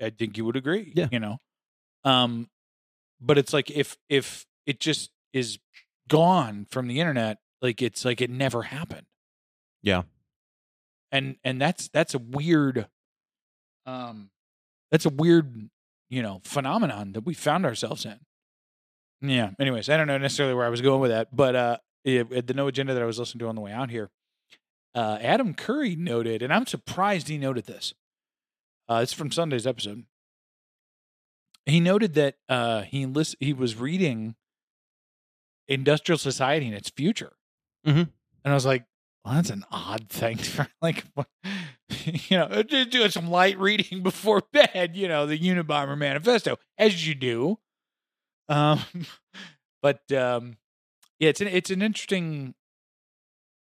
[SPEAKER 2] I think you would agree.
[SPEAKER 3] Yeah.
[SPEAKER 2] You know, um, but it's like if if it just is gone from the internet, like it's like it never happened,
[SPEAKER 3] Yeah.
[SPEAKER 2] and and that's that's a weird, um, that's a weird you know phenomenon that we found ourselves in. Yeah. Anyways, I don't know necessarily where I was going with that, but uh, it, at the no agenda that I was listening to on the way out here, uh, Adam Curry noted, and I'm surprised he noted this. Uh, it's from Sunday's episode. He noted that uh, he list- he was reading Industrial Society and Its Future,
[SPEAKER 3] Mhm.
[SPEAKER 2] and I was like, well, "That's an odd thing [laughs] for like, what- you know, just doing some light reading [laughs] before bed. You know, the Unabomber Manifesto, as you do." Um, [laughs] but um, yeah, it's an it's an interesting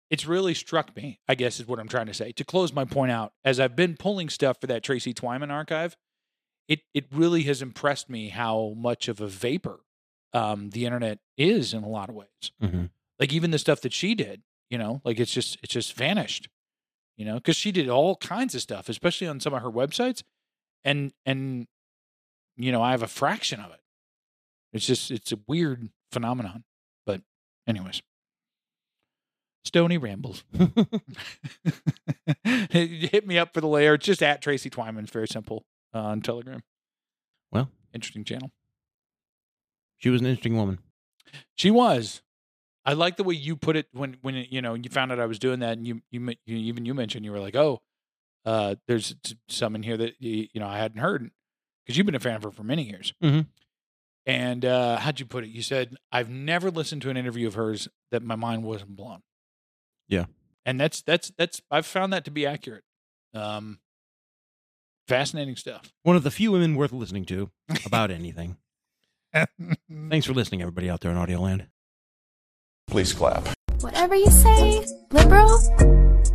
[SPEAKER 2] it's really struck me, I guess is what I'm trying to say. To close my point out, as I've been pulling stuff for that Tracy Twyman archive, it it really has impressed me how much of a vapor um, the internet is in a lot of ways.
[SPEAKER 3] Mhm.
[SPEAKER 2] Like even the stuff that she did, you know, like it's just it's just vanished. You know, because she did all kinds of stuff, especially on some of her websites, and and you know I have a fraction of it. It's just it's a weird phenomenon. But anyways, Stony rambles. [laughs] Hit me up for the layer. It's just at Tracy Twyman. It's very simple uh, on Telegram.
[SPEAKER 3] Well.
[SPEAKER 2] interesting channel.
[SPEAKER 3] She was an interesting woman.
[SPEAKER 2] She was. I like the way you put it when when it, you know you found out I was doing that, and you you, men- you even you mentioned you were like, oh, uh, there's s- some in here that you, you know I hadn't heard because you've been a fan of her for many years.
[SPEAKER 3] Mhm.
[SPEAKER 2] And uh, how'd you put it? You said I've never listened to an interview of hers that my mind wasn't blown.
[SPEAKER 3] Yeah.
[SPEAKER 2] and that's that's that's I've found that to be accurate. Um, fascinating stuff.
[SPEAKER 3] One of the few women worth listening to about
[SPEAKER 2] [laughs]
[SPEAKER 3] anything. Thanks for listening, everybody out there in Audio Land.
[SPEAKER 8] Please clap.
[SPEAKER 9] Whatever you say, liberal.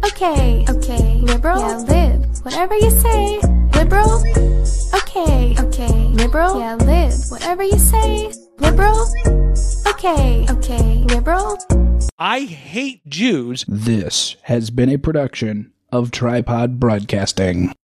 [SPEAKER 9] Okay, okay, liberal. Yeah, live. Whatever you say, liberal. Okay, okay, liberal. Yeah, live. Whatever you say, liberal. Okay, okay, liberal.
[SPEAKER 2] I hate Jews.
[SPEAKER 10] This has been a production of Tripod Broadcasting.